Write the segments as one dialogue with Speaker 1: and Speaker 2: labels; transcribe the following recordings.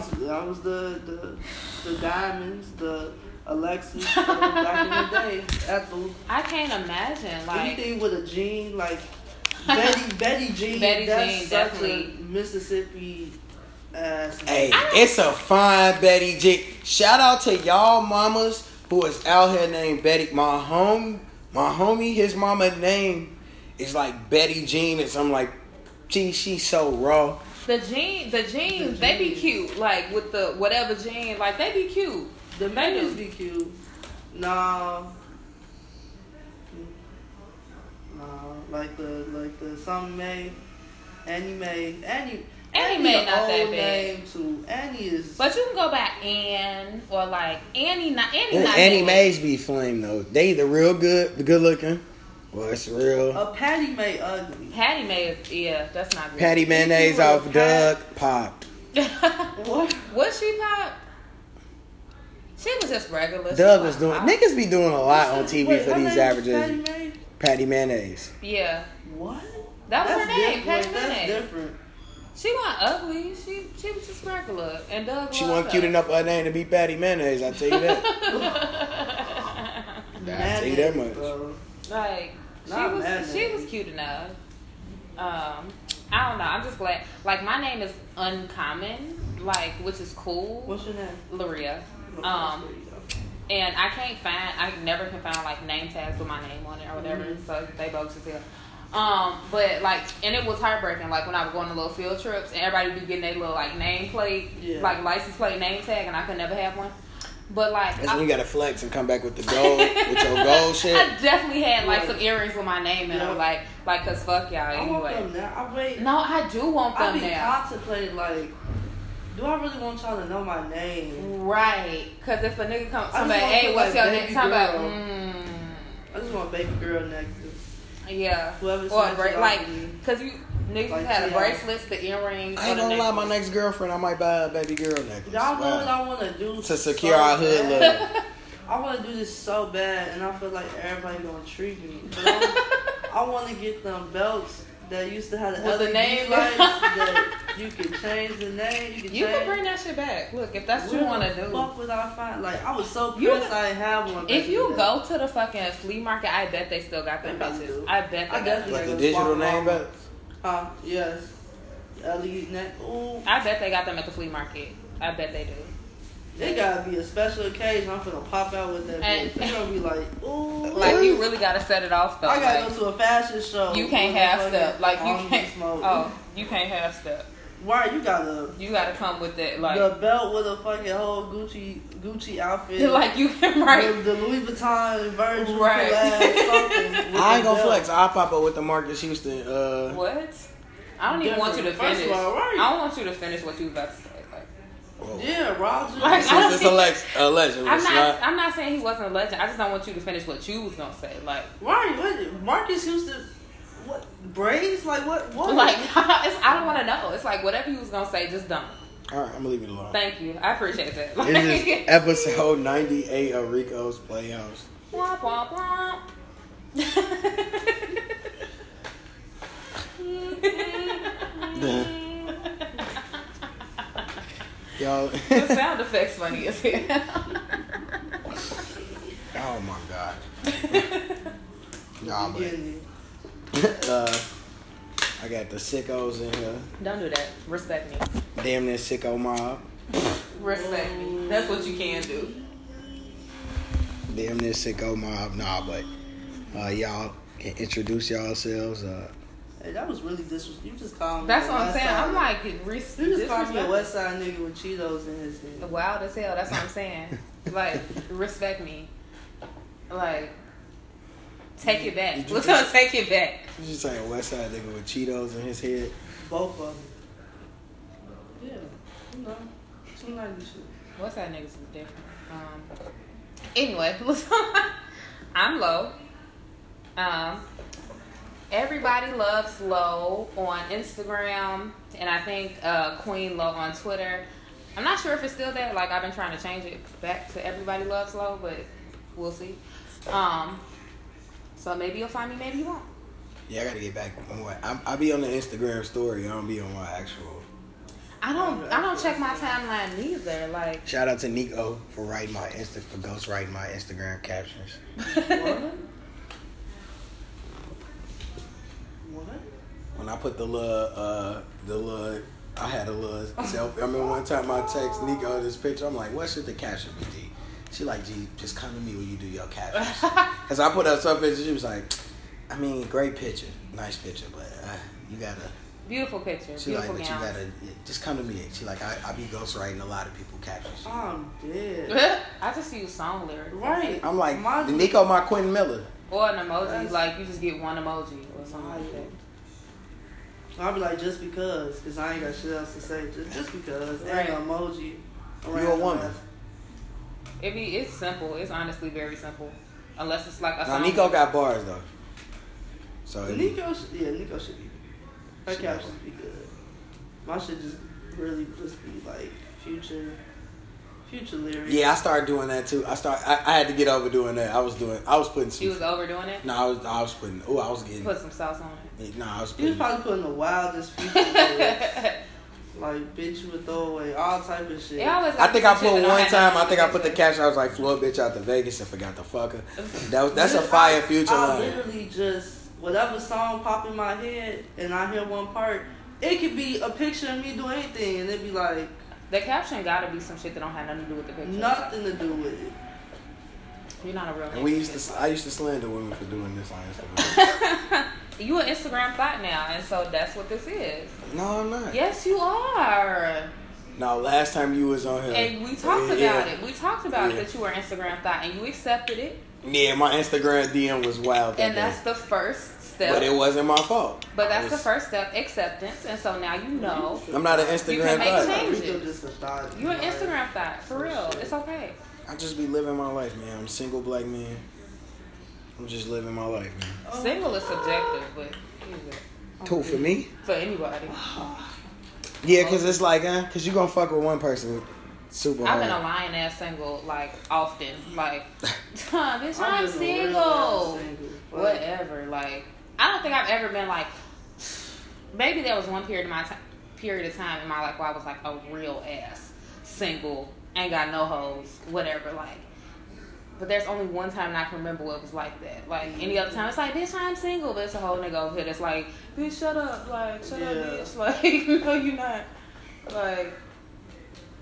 Speaker 1: I was the the, the diamonds, the Alexis uh, back in the day. Apple.
Speaker 2: I can't imagine. Like
Speaker 1: Anything with a jean, like Betty Betty Jean.
Speaker 2: Betty
Speaker 1: that's
Speaker 2: Jean,
Speaker 1: such
Speaker 2: definitely.
Speaker 1: a Mississippi ass.
Speaker 3: Hey, it's a fine Betty J. Shout out to y'all mamas who is out here named Betty. My home, my homie, his mama name is like Betty Jean, and I'm like, gee, she's so raw.
Speaker 2: the jeans, the jeans, they be cute. Like with the whatever jean, like they be cute.
Speaker 1: The menus be cute. Nah. Nah, like the like the some May, anime, anime, anime.
Speaker 2: Anime
Speaker 1: the
Speaker 2: not that
Speaker 1: old
Speaker 2: bad.
Speaker 1: Name too. Annie is.
Speaker 2: But you can go by Ann or like Annie. Not Annie.
Speaker 3: Ooh,
Speaker 2: Not
Speaker 3: Annie
Speaker 2: bad.
Speaker 3: Mays be flame though. They either real good, good looking, or it's real.
Speaker 1: a Patty May ugly.
Speaker 2: Patty Mae is yeah. That's not good.
Speaker 3: Patty mayonnaise
Speaker 1: you a
Speaker 3: off
Speaker 1: Pat-
Speaker 3: Doug Pop.
Speaker 1: What?
Speaker 2: was she pop? She was just regular. She
Speaker 3: Doug was doing.
Speaker 2: pop.
Speaker 3: Niggas be doing a lot on TV
Speaker 1: Wait,
Speaker 3: for
Speaker 1: her
Speaker 3: these
Speaker 1: name is
Speaker 3: averages.
Speaker 1: Patty Mae?
Speaker 3: Patty mayonnaise.
Speaker 2: Yeah,
Speaker 1: What?
Speaker 2: that was her name.
Speaker 1: different.
Speaker 2: Patty
Speaker 1: That's
Speaker 2: Mae.
Speaker 1: different.
Speaker 2: She wasn't ugly. She she was just regular. And Doug.
Speaker 3: She
Speaker 2: loved
Speaker 3: wasn't cute
Speaker 2: her.
Speaker 3: enough for her name to be Patty mayonnaise. I tell you that. I tell you
Speaker 1: Mayonnaise,
Speaker 3: that much.
Speaker 1: bro.
Speaker 2: like she
Speaker 1: Not
Speaker 2: was
Speaker 1: mad at
Speaker 2: she
Speaker 1: me.
Speaker 2: was cute enough. Um, I don't know. I'm just glad. Like my name is uncommon. Like which is cool.
Speaker 1: What's your name?
Speaker 2: Luria. Um, and I can't find. I never can find like name tags with my name on it or whatever.
Speaker 1: Mhm.
Speaker 2: So they bogus as hell. Um, but like, and it was heartbreaking. Like when I was going to little field trips, and everybody be getting their little like name plate,
Speaker 1: Yeah.
Speaker 2: like license plate, name tag, and I could never have one. But like,
Speaker 3: That's
Speaker 2: I-
Speaker 3: when you gotta flex and come back with the gold, with your gold shit.
Speaker 2: I definitely had like
Speaker 1: Right.
Speaker 2: some earrings with my name in
Speaker 1: Yeah.
Speaker 2: them, like, like, cause fuck y'all
Speaker 1: I want
Speaker 2: anyway.
Speaker 1: them now. I wait.
Speaker 2: No, I do want
Speaker 1: I
Speaker 2: them
Speaker 1: be
Speaker 2: now,
Speaker 1: contemplating like, do I really want y'all to know my name?
Speaker 2: right? Cause if a nigga comes,
Speaker 1: I just
Speaker 2: somebody,
Speaker 1: want
Speaker 2: hey,
Speaker 1: them, like,
Speaker 2: what's your
Speaker 1: baby
Speaker 2: name? Talking about,
Speaker 1: girl.
Speaker 2: mm,
Speaker 1: I just want baby girl necklace.
Speaker 2: yeah,
Speaker 1: Whoever
Speaker 2: or a
Speaker 1: said
Speaker 2: bra-
Speaker 1: y'all
Speaker 2: like,
Speaker 1: can be-
Speaker 2: cause you niggas
Speaker 1: Like,
Speaker 2: had the
Speaker 1: yeah.
Speaker 2: bracelets, the earrings.
Speaker 3: I ain't
Speaker 2: or the
Speaker 3: gonna lie, my
Speaker 2: necklace.
Speaker 3: next girlfriend, I might buy a baby girl necklace.
Speaker 1: Y'all know what
Speaker 3: Wow.
Speaker 1: I want to do
Speaker 3: To secure our hood
Speaker 1: bad.
Speaker 3: love.
Speaker 1: I want to do this so bad, and I feel like everybody gonna treat me. But I- I want to get them belts that used to have the
Speaker 2: With the
Speaker 1: LED
Speaker 2: name.
Speaker 1: lights that you can change the name. You can
Speaker 2: You
Speaker 1: change.
Speaker 2: can bring that shit back. Look, if that's what
Speaker 1: Where
Speaker 2: you want to
Speaker 1: the
Speaker 2: do.
Speaker 1: Fuck would I find? Like I was so
Speaker 2: You
Speaker 1: pissed
Speaker 2: can-
Speaker 1: I didn't have one.
Speaker 2: If
Speaker 1: back
Speaker 2: you
Speaker 1: then.
Speaker 2: go to the fucking flea market, I bet they still got them
Speaker 1: They probably
Speaker 2: bitches.
Speaker 1: do.
Speaker 2: I bet they
Speaker 1: I
Speaker 2: got
Speaker 1: definitely
Speaker 2: them.
Speaker 3: Like the
Speaker 1: Yeah,
Speaker 3: digital
Speaker 1: that's why
Speaker 3: name,
Speaker 1: my-
Speaker 3: but
Speaker 1: huh? Yes, LED neck. Ooh,
Speaker 2: I bet they got them at the flea market. I bet they do.
Speaker 1: It gotta be a special occasion. I'm finna pop out with that.
Speaker 2: And-
Speaker 1: bitch. They gonna be like, ooh,
Speaker 2: Like you really gotta set it off though.
Speaker 1: I gotta
Speaker 2: like,
Speaker 1: go to a fashion show.
Speaker 2: you can't half step. Like you
Speaker 1: I'm
Speaker 2: can't.
Speaker 1: smoking.
Speaker 2: Oh, you can't half step.
Speaker 1: Why you got to
Speaker 2: You gotta come with it. Like,
Speaker 1: the belt with a fucking whole Gucci Gucci outfit?
Speaker 2: like you can
Speaker 1: The,
Speaker 2: right.
Speaker 1: the Louis Vuitton Virgil
Speaker 2: Right.
Speaker 1: collab, something. with
Speaker 3: I ain't
Speaker 1: the
Speaker 3: gonna
Speaker 1: belt.
Speaker 3: flex. I'll pop up with the Marcus Houston. Uh,
Speaker 2: What? I don't even want you to
Speaker 1: Different.
Speaker 2: finish.
Speaker 1: First of all, right.
Speaker 2: I don't want you to finish what you was about to say. Like,
Speaker 3: whoa.
Speaker 1: Yeah, Roger.
Speaker 2: Like, I
Speaker 3: Since
Speaker 2: don't
Speaker 3: it's a,
Speaker 2: think-
Speaker 3: lex, a legend,
Speaker 2: I'm
Speaker 3: it's
Speaker 2: not,
Speaker 3: not.
Speaker 2: I'm not saying he wasn't a legend. I just don't want you to finish what you was gonna say. Like.
Speaker 1: Why? What? Marcus Houston? What braids? Like what? What?
Speaker 2: Like it's, I don't want to know. It's like whatever you was gonna say, just don't.
Speaker 3: All right, I'm gonna leave it alone.
Speaker 2: Thank you, I appreciate that. Like,
Speaker 3: This is episode 98 of Rico's Playhouse.
Speaker 2: Womp womp womp.
Speaker 3: Y'all,
Speaker 2: the sound effects funny as hell.
Speaker 3: oh my god. Nah,
Speaker 1: Beginning.
Speaker 3: but uh, I got the sickos in here.
Speaker 2: Don't do that. Respect me.
Speaker 3: Damn near sicko mob.
Speaker 2: Respect me. That's what you can do.
Speaker 3: Damn near sicko mob. Nah, but uh, y'all can introduce yourselves. Uh,
Speaker 1: Hey, that was really this. You just called me.
Speaker 2: That's
Speaker 1: a
Speaker 2: what I'm
Speaker 1: West
Speaker 2: saying. I'm
Speaker 1: Side-
Speaker 2: like, res-
Speaker 1: You just called me a
Speaker 2: disrespect-
Speaker 1: West Side nigga with Cheetos in his hand.
Speaker 2: wild as hell. That's what I'm saying. Like, respect me. Like, take it back.
Speaker 3: Did you
Speaker 2: Look,
Speaker 3: just-
Speaker 2: gonna take it back.
Speaker 3: you just like a West Side nigga with Cheetos in his head.
Speaker 1: Both of them. Yeah. You know. Two ninety shit.
Speaker 2: What's that niggas is different. Um, anyway, I'm low. Um, everybody loves low on Instagram, and I think uh, Queen Low on Twitter. I'm not sure if it's still there. Like I've been trying to change it back to Everybody Loves Low, but we'll see. Um, so maybe you'll find me, maybe you won't.
Speaker 3: Yeah, I gotta get back on what. I'm- I be on the Instagram story. I don't be on my actual.
Speaker 2: I don't. I don't check my timeline neither. Like,
Speaker 3: Shout out to Nico for writing my Insta for ghost writing my Instagram captions.
Speaker 1: What? What?
Speaker 3: When I put the little uh the little I had a little selfie. I remember one time I text Nico this picture. I'm like, what should the caption be? D? She like, G, just come to me when you do your captions. Cause I put up some pictures. She was like, I mean, great picture, nice picture, but uh, you gotta.
Speaker 2: beautiful picture,
Speaker 3: She like,
Speaker 2: beautiful
Speaker 3: but you
Speaker 2: gown.
Speaker 3: gotta yeah, just come to me. She like, I, I be ghostwriting a lot of people captions.
Speaker 1: I'm dead.
Speaker 2: I just use song lyrics.
Speaker 1: Right.
Speaker 3: I'm like,
Speaker 1: My-
Speaker 3: Nico, my Quentin Miller.
Speaker 2: Or an emoji.
Speaker 1: That's-
Speaker 2: Like you just get one emoji or something like that.
Speaker 1: I'll be like, just because, because I ain't got shit else to say. Just, just because. There Ain't
Speaker 2: Right.
Speaker 1: an emoji.
Speaker 3: You a woman.
Speaker 2: It be it's simple. It's honestly very simple. Unless it's like a
Speaker 3: Now
Speaker 2: song.
Speaker 3: Nico got bars though. So it-
Speaker 1: Nico, should, yeah, Nico should be. Her
Speaker 3: She
Speaker 1: cap should be good. My should just really just be like future, future lyrics.
Speaker 3: yeah, I started doing that too. I start. I, I had to get over doing that. I was doing. I was putting. Some,
Speaker 2: she was overdoing it.
Speaker 3: no, I was. I was putting. Oh, I was getting.
Speaker 2: Put some sauce on it.
Speaker 3: no, I was
Speaker 1: He was
Speaker 3: putting.
Speaker 1: probably putting the wildest future lyrics. like, bitch, you a throwaway, all type of shit.
Speaker 2: They always
Speaker 3: I
Speaker 2: like
Speaker 3: think
Speaker 2: some
Speaker 3: I
Speaker 2: shit
Speaker 3: put
Speaker 2: that don't
Speaker 3: one
Speaker 2: have
Speaker 3: time. I
Speaker 2: nothing
Speaker 3: think
Speaker 2: to
Speaker 3: I
Speaker 2: do
Speaker 3: put the
Speaker 2: with it.
Speaker 3: caption. I was like, "Flew a bitch out to Vegas and forgot to fuck her." That was. That's a fire future
Speaker 1: I,
Speaker 3: line.
Speaker 1: literally just whatever song pop in my head and I hear one part, it could be a picture of me doing anything and it'd be like
Speaker 2: The caption gotta be some shit that don't have nothing to do with the picture.
Speaker 1: nothing to do with it.
Speaker 2: You're not a real.
Speaker 3: And we used
Speaker 2: Instagram.
Speaker 3: to. I used to slander women for doing this on Instagram.
Speaker 2: You an Instagram thought now, and so that's what this is.
Speaker 3: No, I'm not.
Speaker 2: Yes, you are.
Speaker 3: No, last time you was on here,
Speaker 2: And we talked
Speaker 3: Yeah,
Speaker 2: about
Speaker 3: yeah.
Speaker 2: it. We talked about
Speaker 3: Yeah.
Speaker 2: that you were Instagram thought, and you accepted it,
Speaker 3: Yeah, my Instagram DM was wild. That
Speaker 2: and that's the first step.
Speaker 3: But it wasn't my fault.
Speaker 2: But
Speaker 3: I
Speaker 2: that's the
Speaker 3: was-
Speaker 2: first step, acceptance, and so now you know
Speaker 3: I'm not an Instagram
Speaker 2: You can make
Speaker 3: thug.
Speaker 2: change.
Speaker 1: Rico just a thought.
Speaker 2: you're an Instagram thought for real. It's okay.
Speaker 3: I just be living my life, man. I'm a single black man. I'm just living my life, man.
Speaker 2: Single is subjective, but either.
Speaker 3: Cool for me?
Speaker 2: for anybody.
Speaker 3: Yeah, cause it's like, uh, cause you gonna fuck with one person, super
Speaker 2: I've been a
Speaker 3: hard.
Speaker 2: lying ass single like often, like huh, bitch, I'm,
Speaker 1: I'm just a real
Speaker 2: single.
Speaker 1: ass single. Fuck.
Speaker 2: Whatever. Like I don't think I've ever been like. Maybe there was one period of my time, period of time in my life where I was like a real ass single, ain't got no hoes, whatever. Like, but there's only one time I can remember where it was like that. Like any other time, it's like bitch, I'm single, but it's a whole nigga over here that's like bitch, shut up, like shut up,
Speaker 1: Yeah.
Speaker 2: bitch, like no, you're not, like.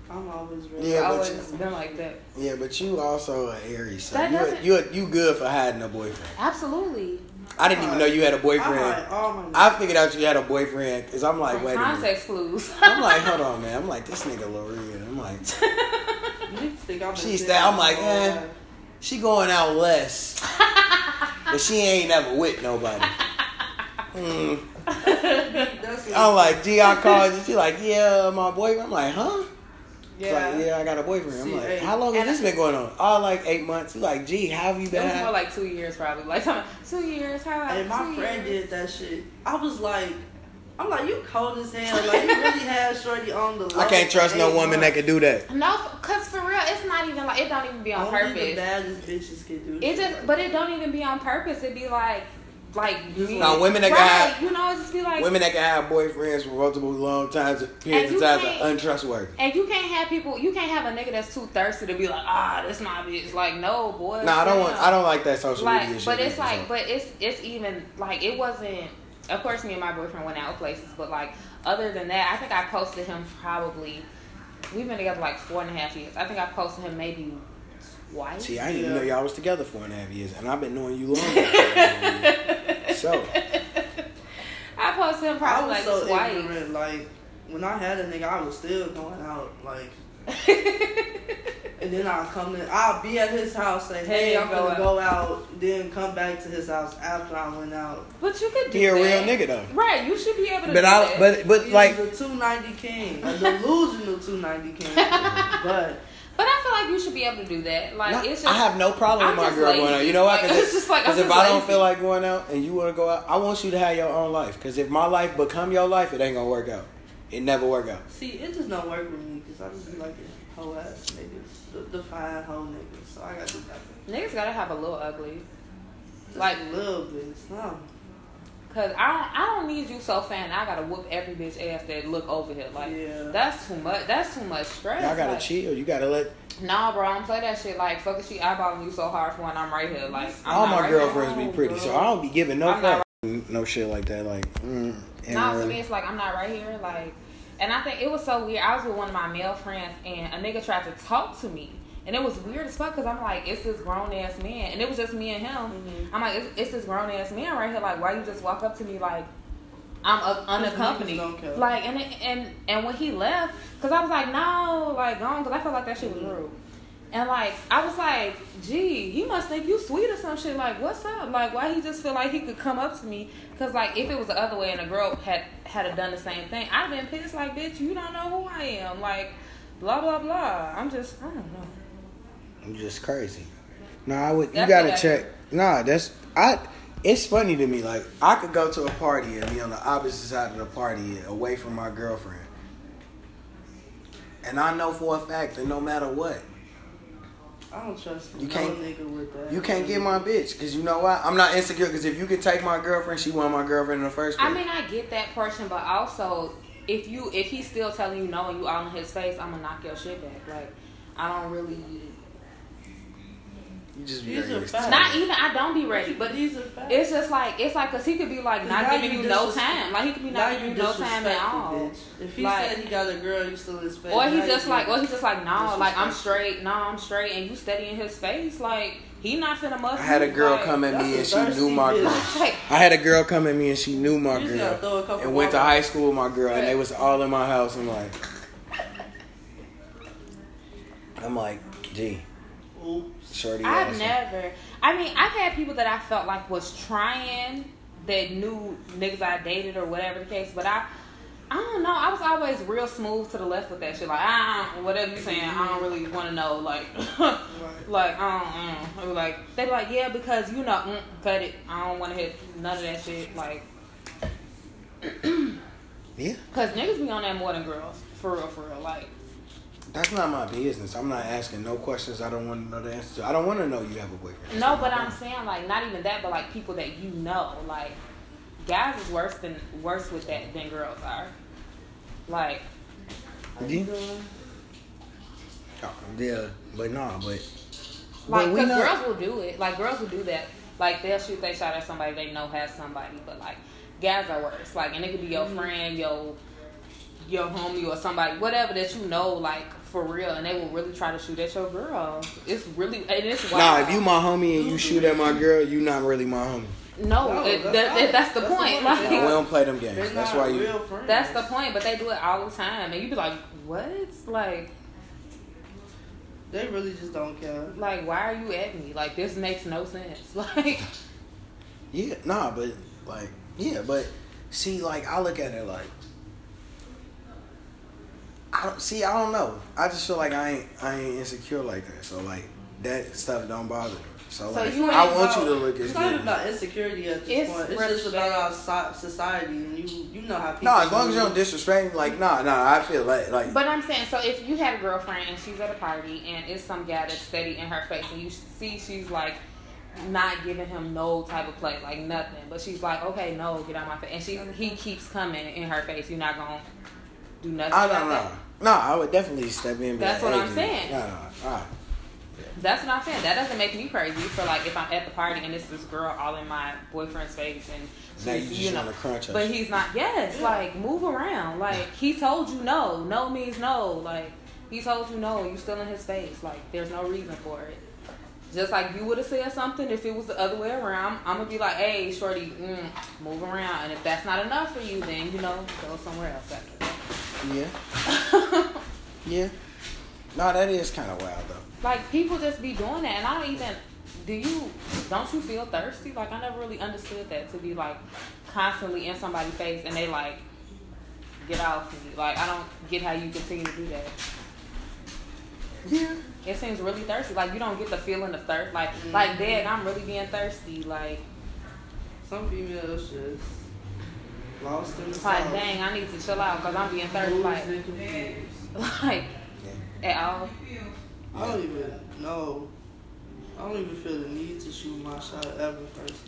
Speaker 1: I'm always ready.
Speaker 3: Yeah,
Speaker 2: I
Speaker 3: but
Speaker 2: always
Speaker 3: you-
Speaker 2: been like that.
Speaker 3: Yeah, but you also an Aries, so
Speaker 2: That
Speaker 3: you
Speaker 2: doesn't-
Speaker 3: you you good for hiding a boyfriend.
Speaker 2: Absolutely.
Speaker 3: I didn't
Speaker 2: Uh,
Speaker 3: even know you had a
Speaker 1: I'm
Speaker 3: boyfriend.
Speaker 1: like, oh my
Speaker 3: I figured out you had a boyfriend, cause I'm like,
Speaker 2: From
Speaker 3: wait a minute.
Speaker 2: context clues.
Speaker 3: I'm like, hold on, man. I'm like, this nigga Loria. I'm like,
Speaker 1: You think I'm
Speaker 3: She's that- I'm like, eh. She going out less, but she ain't never with nobody. Mm.
Speaker 1: That's what
Speaker 3: I'm like, gee, I called you. She like, yeah, my boyfriend. I'm like, huh? She's
Speaker 1: yeah.
Speaker 3: Like, yeah, I got a boyfriend. I'm
Speaker 1: See,
Speaker 3: like,
Speaker 1: hey,
Speaker 3: how long has
Speaker 2: and
Speaker 3: this
Speaker 2: I-
Speaker 3: been going on? Oh, like eight months. She's like, gee, how have you
Speaker 2: It
Speaker 3: been?
Speaker 2: was more like two years probably. Like two years, how
Speaker 1: And my
Speaker 2: two
Speaker 1: friend
Speaker 2: years.
Speaker 1: did that shit. I was like, I'm like, you cold as hell. Like, you really had Shorty on the
Speaker 3: I can't trust no woman that
Speaker 1: can.
Speaker 3: could do that.
Speaker 2: No, cause for real, it's not even like it don't even be on
Speaker 1: Only the
Speaker 2: purpose.
Speaker 1: baddest bitches can do
Speaker 2: It
Speaker 1: shit
Speaker 2: just,
Speaker 1: like
Speaker 2: but it don't even be on purpose. It be like, like
Speaker 1: Just
Speaker 2: you-
Speaker 1: like-
Speaker 3: Now, women that
Speaker 2: right,
Speaker 3: got-
Speaker 2: you know, it just be like
Speaker 3: Women that can have boyfriends for multiple long times, periods
Speaker 2: you
Speaker 3: of time
Speaker 2: can't-
Speaker 3: are untrustworthy.
Speaker 2: And you can't have people. You can't have a nigga that's too thirsty to be like, ah, this my bitch. Like, no, boy.
Speaker 3: No, I don't
Speaker 2: chill
Speaker 3: want.
Speaker 2: out.
Speaker 3: I don't like that social media
Speaker 2: like
Speaker 3: shit.
Speaker 2: but it's
Speaker 3: either, so.
Speaker 2: like but it's it's even like it wasn't of course me and my boyfriend went out places but like other than that i think i posted him probably we've been together like four and a half years i think i posted him maybe twice
Speaker 3: See, I didn't even
Speaker 1: Yeah.
Speaker 3: know y'all was together four and a half years, and I've been knowing you longer. so,
Speaker 2: i posted him
Speaker 1: I was
Speaker 2: probably like
Speaker 1: so
Speaker 2: twice
Speaker 1: ignorant. Like when I had a nigga, I was still going out. Like, and then I'll come in. I'll be at his house, say, "Hey,
Speaker 2: Hey,
Speaker 1: I'm
Speaker 2: go
Speaker 1: gonna
Speaker 2: out.
Speaker 1: go out." Then come back to his house after I went out.
Speaker 2: but you could do
Speaker 3: be a real
Speaker 2: that.
Speaker 3: nigga though.
Speaker 2: right you should be able to
Speaker 3: But
Speaker 2: do
Speaker 3: I,
Speaker 2: that.
Speaker 3: but but
Speaker 1: He
Speaker 3: like,
Speaker 1: was a 290 king, a delusional 290 king. but
Speaker 2: but i feel like you should be able to do that like
Speaker 3: not-
Speaker 2: it's just
Speaker 3: I have no problem
Speaker 2: I'm
Speaker 3: with my
Speaker 2: just
Speaker 3: girl going
Speaker 2: lazy.
Speaker 3: out. You know why?
Speaker 2: Like,
Speaker 3: Because
Speaker 2: it's just like, I'm
Speaker 3: if
Speaker 2: just
Speaker 3: I don't
Speaker 2: lazy.
Speaker 3: feel like going out and you want to go out, I want you to have your own life. Because if my life become your life, it ain't gonna work out. It never work out.
Speaker 1: see, it just don't work with me because I just be like a hoe ass niggas, the, the fine hoe niggas. So I gotta do that.
Speaker 2: niggas gotta have a little ugly
Speaker 1: Just
Speaker 2: Like-
Speaker 1: a little bit, some.
Speaker 2: Cause I don't, I don't need you so fan. I gotta whoop every bitch ass that look over here. Like
Speaker 1: Yeah.
Speaker 2: that's too much. That's too much stress.
Speaker 3: Y'all gotta
Speaker 2: Like,
Speaker 3: chill. You gotta let
Speaker 2: Nah, bro, I don't play that shit. Like fuck, if she eyeballing you so hard for when I'm right here. Like I'm
Speaker 3: all
Speaker 2: not
Speaker 3: my
Speaker 2: right
Speaker 3: girlfriends be
Speaker 1: Oh,
Speaker 3: pretty, so I don't be giving no
Speaker 2: I'm not
Speaker 3: fuck. No shit like that. Like, mm,
Speaker 2: Here. Nah, to
Speaker 3: and, uh,
Speaker 2: me it's like I'm not right here. Like, and I think it was so weird. I was with one of my male friends, and a nigga tried to talk to me, and it was weird as fuck. Cause I'm like, it's this grown ass man, and it was just me and him. I'm like, it's, it's this grown ass man right here. Like, why you just walk up to me like I'm uh, unaccompanied?
Speaker 1: These niggas don't care.
Speaker 2: Like, and it- and and when he left, cause I was like, no, like gone, cause I felt like that shit was
Speaker 1: Mm-hmm.
Speaker 2: rude. And like, I was like, gee, he must think you sweet or some shit. Like, what's up? Like, why he just feel like he could come up to me? Cause like, if it was the other way and a girl had had a done the same thing, I'd been pissed. Like, bitch, you don't know who I am. Like, blah blah blah. I'm just, I don't know.
Speaker 3: I'm just crazy. No, I would. You
Speaker 2: That's
Speaker 3: gotta
Speaker 2: what I-
Speaker 3: check. Nah, that's I. It's funny to me. Like I could go to a party and be on the opposite side of the party, away from my girlfriend, and I know for a fact that no matter what,
Speaker 1: I don't trust
Speaker 3: You
Speaker 1: no
Speaker 3: can't-
Speaker 1: nigga with that.
Speaker 3: you can't get my bitch. Cause you know why? I'm not insecure. Cause if you could take my girlfriend, she won my girlfriend in the first place.
Speaker 2: I mean, I get that portion, but also if you if he's still telling you no and you out in his face, I'm gonna knock your shit back. Like I don't really,
Speaker 3: you just be
Speaker 1: These
Speaker 3: very
Speaker 1: are
Speaker 3: insecure.
Speaker 1: facts.
Speaker 2: not even I don't be ready,
Speaker 1: But
Speaker 2: but.
Speaker 1: these are facts.
Speaker 2: It's just like it's like cause he could be like not
Speaker 1: Now
Speaker 2: giving you,
Speaker 1: you
Speaker 2: no
Speaker 1: disres-
Speaker 2: time, like he could be not giving you no time at
Speaker 1: disrespectful,
Speaker 2: all,
Speaker 1: bitch. If he
Speaker 2: Like-
Speaker 1: said he got a girl, you still his face.
Speaker 2: or he
Speaker 1: Now
Speaker 2: just
Speaker 1: you-
Speaker 2: like or he just like no, like I'm
Speaker 1: Disrespectful.
Speaker 2: straight, no I'm straight, and you steady in his face, like he not finna must.
Speaker 3: I had a
Speaker 2: you,
Speaker 3: girl
Speaker 2: like,
Speaker 3: come at me and
Speaker 1: That's
Speaker 3: she
Speaker 1: a
Speaker 3: knew my
Speaker 1: thirsty
Speaker 3: girl.
Speaker 1: bitch.
Speaker 2: Like,
Speaker 3: I had a girl come at me and she knew my
Speaker 1: You just gotta
Speaker 3: girl
Speaker 1: throw a couple
Speaker 3: and went to
Speaker 1: more-
Speaker 3: high school with my girl and they was all in my house. I'm like, I'm like, gee,
Speaker 1: Oops.
Speaker 3: shorty.
Speaker 2: I've
Speaker 3: ass.
Speaker 2: never. I mean, I've had people that I felt like was trying that knew niggas I dated or whatever the case, but I, I don't know. I was always real smooth to the left with that shit. Like, I don't, whatever you saying, I don't really want to know. Like, like I don't. Mm. It was like they be like, yeah, because you know, mm, cut it. I don't want to hear none of that shit. Like,
Speaker 3: Yeah,
Speaker 2: cause niggas be on that more than girls, for real, for real. Like,
Speaker 3: that's not my business. I'm not asking no questions. I don't want to know the answer. to. I don't want to know you have a boyfriend.
Speaker 2: No, but I'm saying like not even that, but like people that you know, like guys is worse than worse with that than girls are. Like
Speaker 1: How
Speaker 3: Yeah.
Speaker 1: you doing?
Speaker 3: Oh, yeah, but nah, but
Speaker 2: like
Speaker 3: But we
Speaker 2: because
Speaker 3: not-
Speaker 2: girls will do it. Like girls will do that. Like they'll shoot they shot at somebody they know has somebody, but like guys are worse. Like and it could be your friend, your your homie or somebody, whatever that you know, like for real, and they will really try to shoot at your girl. It's really and it's
Speaker 3: nah,
Speaker 2: wild.
Speaker 3: if you my homie and you shoot at my girl, you not really my homie.
Speaker 2: no,
Speaker 1: No,
Speaker 2: it-
Speaker 1: that's
Speaker 2: that-
Speaker 1: right.
Speaker 2: that's
Speaker 1: That's
Speaker 2: the
Speaker 1: the
Speaker 2: point.
Speaker 1: point.
Speaker 2: Like,
Speaker 3: Nah, we don't play them games.
Speaker 1: They're
Speaker 3: That's
Speaker 1: not
Speaker 3: why you.
Speaker 1: real friends.
Speaker 2: That's the point, but they do it all the time, and you be like, "What? Like,
Speaker 1: They really just don't care.
Speaker 2: like, why are you at me? Like, this makes no sense. Like,
Speaker 3: Yeah, nah, but like, yeah, but see, like, I look at it like, I don't see. I don't know. I just feel like I ain't, I ain't insecure like that. So like, that stuff don't bother me. So,
Speaker 2: So
Speaker 3: like,
Speaker 2: you ain't
Speaker 3: I want
Speaker 1: about-
Speaker 3: you to look as
Speaker 1: It's not even
Speaker 3: good.
Speaker 1: about insecurity at this
Speaker 2: It's
Speaker 1: point. It's just
Speaker 2: respect.
Speaker 1: about our so- society, and you you know how people.
Speaker 3: No, as long as you
Speaker 1: move.
Speaker 3: don't disrespect me, like, nah, nah, I feel like, like,
Speaker 2: but I'm saying, so if you had a girlfriend and she's at a party and it's some guy that's steady in her face, and you see she's like not giving him no type of play, like nothing, but she's like, okay, no, get out my face, and she he keeps coming in her face. You're not gonna do nothing.
Speaker 3: I
Speaker 2: about
Speaker 3: don't
Speaker 2: that?
Speaker 3: know. No, I would definitely step in. and be
Speaker 2: That's
Speaker 3: like,
Speaker 2: what
Speaker 3: hey,
Speaker 2: I'm
Speaker 3: G,
Speaker 2: saying.
Speaker 3: No, no, all right.
Speaker 2: That's what I'm saying. That doesn't make me crazy. For like, if I'm at the party and it's this girl all in my boyfriend's face and
Speaker 3: Now you
Speaker 2: she's,
Speaker 3: just
Speaker 2: you know,
Speaker 3: want to crunch us.
Speaker 2: but he's not. Yes, like move around. Like he told you no. No means no. Like he told you no. You still in his face. Like there's no reason for it. Just like you would have said something if it was the other way around. I'm gonna be like, hey, shorty, mm, move around. And if that's not enough for you, then you know, go somewhere else after that.
Speaker 3: yeah, yeah. No, that is kind of wild though.
Speaker 2: like people just be doing that and i don't even do you don't you feel thirsty like i never really understood that to be like constantly in somebody's face and they like get off me like i don't get how you continue to do that
Speaker 3: Yeah.
Speaker 2: it seems really thirsty like you don't get the feeling of thirst like
Speaker 1: Mm-hmm.
Speaker 2: like dad i'm really being thirsty like
Speaker 1: Some females just lost themselves.
Speaker 2: like dang i need to chill out because i'm being thirsty like
Speaker 1: Losing confused.
Speaker 2: like
Speaker 3: yeah.
Speaker 2: at all
Speaker 1: I don't even know. I don't even feel the need to shoot my shot ever first.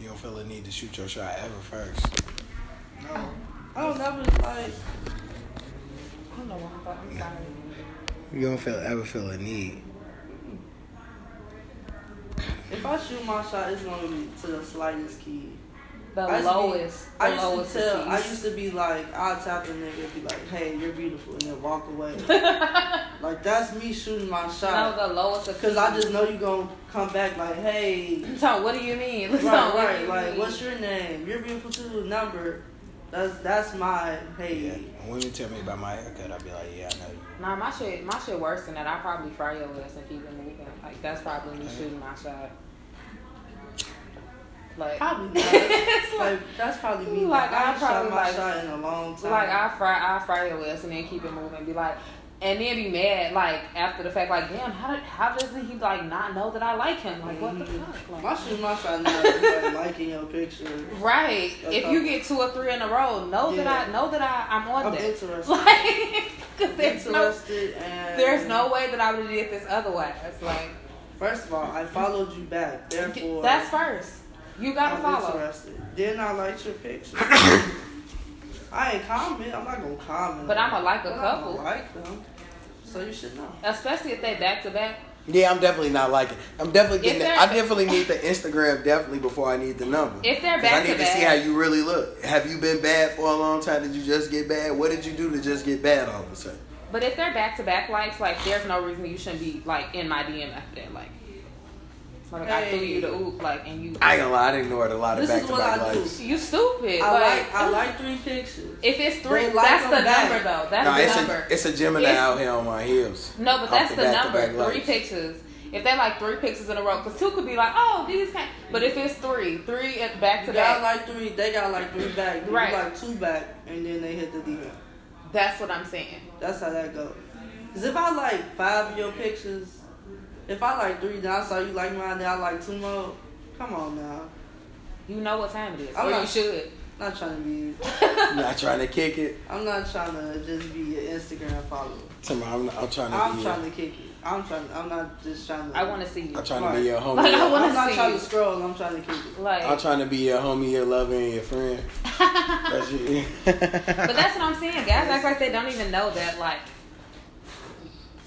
Speaker 3: You don't feel the need to shoot your shot ever first.
Speaker 1: No. I don't never like.
Speaker 2: I don't know why I thought. I'm sorry.
Speaker 3: You don't feel ever feel a need.
Speaker 1: If I shoot my shot, it's gonna be to the slightest key.
Speaker 2: The
Speaker 1: I used to be-
Speaker 2: lowest. the
Speaker 1: I used
Speaker 2: lowest
Speaker 1: to tell. I
Speaker 2: of keys.
Speaker 1: used to be like, I'll tap the nigga and be like, "Hey, you're beautiful," and then walk away. like that's me shooting my shot.
Speaker 2: no, the lowest of
Speaker 1: Cause I
Speaker 2: keys.
Speaker 1: just know you gonna come back like, hey,
Speaker 2: So what do you mean?
Speaker 1: right,
Speaker 2: So what do
Speaker 1: right,
Speaker 2: you
Speaker 1: like,
Speaker 2: mean?
Speaker 1: what's your name? You're beautiful too. Number. That's that's my hey.
Speaker 3: Yeah. When women tell me about my haircut, I'll be like, yeah, I know you.
Speaker 2: Nah, my shit, my shit worse than that. I probably fry your ass and keep it moving. Like that's probably me shooting my shot. Like,
Speaker 1: Probably not.
Speaker 2: It's like-
Speaker 1: like that's probably me.
Speaker 2: Like,
Speaker 1: Like,
Speaker 2: I
Speaker 1: I haven't shot
Speaker 2: probably,
Speaker 1: my
Speaker 2: like-
Speaker 1: shot in a long time.
Speaker 2: like I fry, I fry your ass and then keep it moving. Be like, and then be mad like after the fact. Like, damn, how did, how does he like not know that I like him? Like, what the
Speaker 1: Mhm.
Speaker 2: fuck? Like,
Speaker 1: my shoot my shot now. is, Like liking your picture.
Speaker 2: right?
Speaker 1: That's
Speaker 2: If
Speaker 1: all.
Speaker 2: you get two or three in a row, know that I
Speaker 1: Yeah.
Speaker 2: know that I I'm on
Speaker 1: I'm
Speaker 2: that.
Speaker 1: interested.
Speaker 2: Like, because there's no
Speaker 1: Interested and
Speaker 2: there's no way that I would have did this otherwise. Like,
Speaker 1: First of all, I followed you back. Therefore,
Speaker 2: that's first. You gotta
Speaker 1: I'm
Speaker 2: follow.
Speaker 1: interested. Then I liked your picture. I ain't comment. I'm not gonna comment.
Speaker 2: But
Speaker 1: on
Speaker 2: I'ma
Speaker 1: it.
Speaker 2: like a
Speaker 1: But I'ma
Speaker 2: couple.
Speaker 1: like them. So you should know.
Speaker 2: Especially if they back to back.
Speaker 3: Yeah, I'm definitely not liking. I'm definitely getting.
Speaker 2: If
Speaker 3: it.
Speaker 2: they're-
Speaker 3: I definitely need the Instagram definitely before I need the number.
Speaker 2: If they're
Speaker 3: 'Cause I need to
Speaker 2: back-to-back.
Speaker 3: see how you really look. Have you been bad for a long time? Did you just get bad? What did you do to just get bad all of a sudden?
Speaker 2: But if they're back to back likes, like there's no reason you shouldn't be like in my DM after that. Like, like I threw you the oop, like, and you
Speaker 3: I ain't gonna lie, I ignored a lot of
Speaker 1: This is
Speaker 3: back to back
Speaker 1: what I do.
Speaker 3: likes.
Speaker 2: you stupid.
Speaker 1: I
Speaker 2: like,
Speaker 1: like I like three pictures.
Speaker 2: if it's three,
Speaker 1: They like
Speaker 2: that's
Speaker 1: them
Speaker 2: the
Speaker 1: back.
Speaker 2: number though. That's
Speaker 3: No,
Speaker 2: the
Speaker 3: it's
Speaker 2: number.
Speaker 3: a it's a Gemini
Speaker 2: It's-
Speaker 3: out here on my heels.
Speaker 2: no, but
Speaker 3: Off
Speaker 2: that's
Speaker 3: the
Speaker 2: the, number.
Speaker 3: back-to-back
Speaker 2: Three
Speaker 3: likes.
Speaker 2: pictures. If they like three pictures in a row, because two could be like, oh, these can't. But if it's three, three at back to
Speaker 1: You got
Speaker 2: back,
Speaker 1: like three. They got like three back. You
Speaker 2: Right.
Speaker 1: like two back, and then they hit the DM.
Speaker 2: that's what I'm saying.
Speaker 1: That's how that goes. Cause if I like five of your pictures, if I like three, then I saw you like mine, then I like two more. Come on now.
Speaker 2: You know what time it is,
Speaker 1: I'm
Speaker 2: or
Speaker 1: not-
Speaker 2: you should.
Speaker 1: Not trying to be.
Speaker 3: I'm not trying to kick it.
Speaker 1: I'm not trying to just be an Instagram follower.
Speaker 3: Tomorrow I'm, I'm trying to
Speaker 1: I'm
Speaker 3: be.
Speaker 1: trying to kick it. I'm trying. I'm not just trying to.
Speaker 2: I want to see you.
Speaker 3: I'm trying to be your homie.
Speaker 2: Like, I wanna
Speaker 1: I'm not
Speaker 2: see
Speaker 1: trying
Speaker 2: you.
Speaker 1: to scroll. I'm trying to kick it.
Speaker 2: Like,
Speaker 3: I'm trying to be your homie, your lover, and your friend. That's it.
Speaker 2: But that's what I'm saying. Guys act like they don't even know that. Like,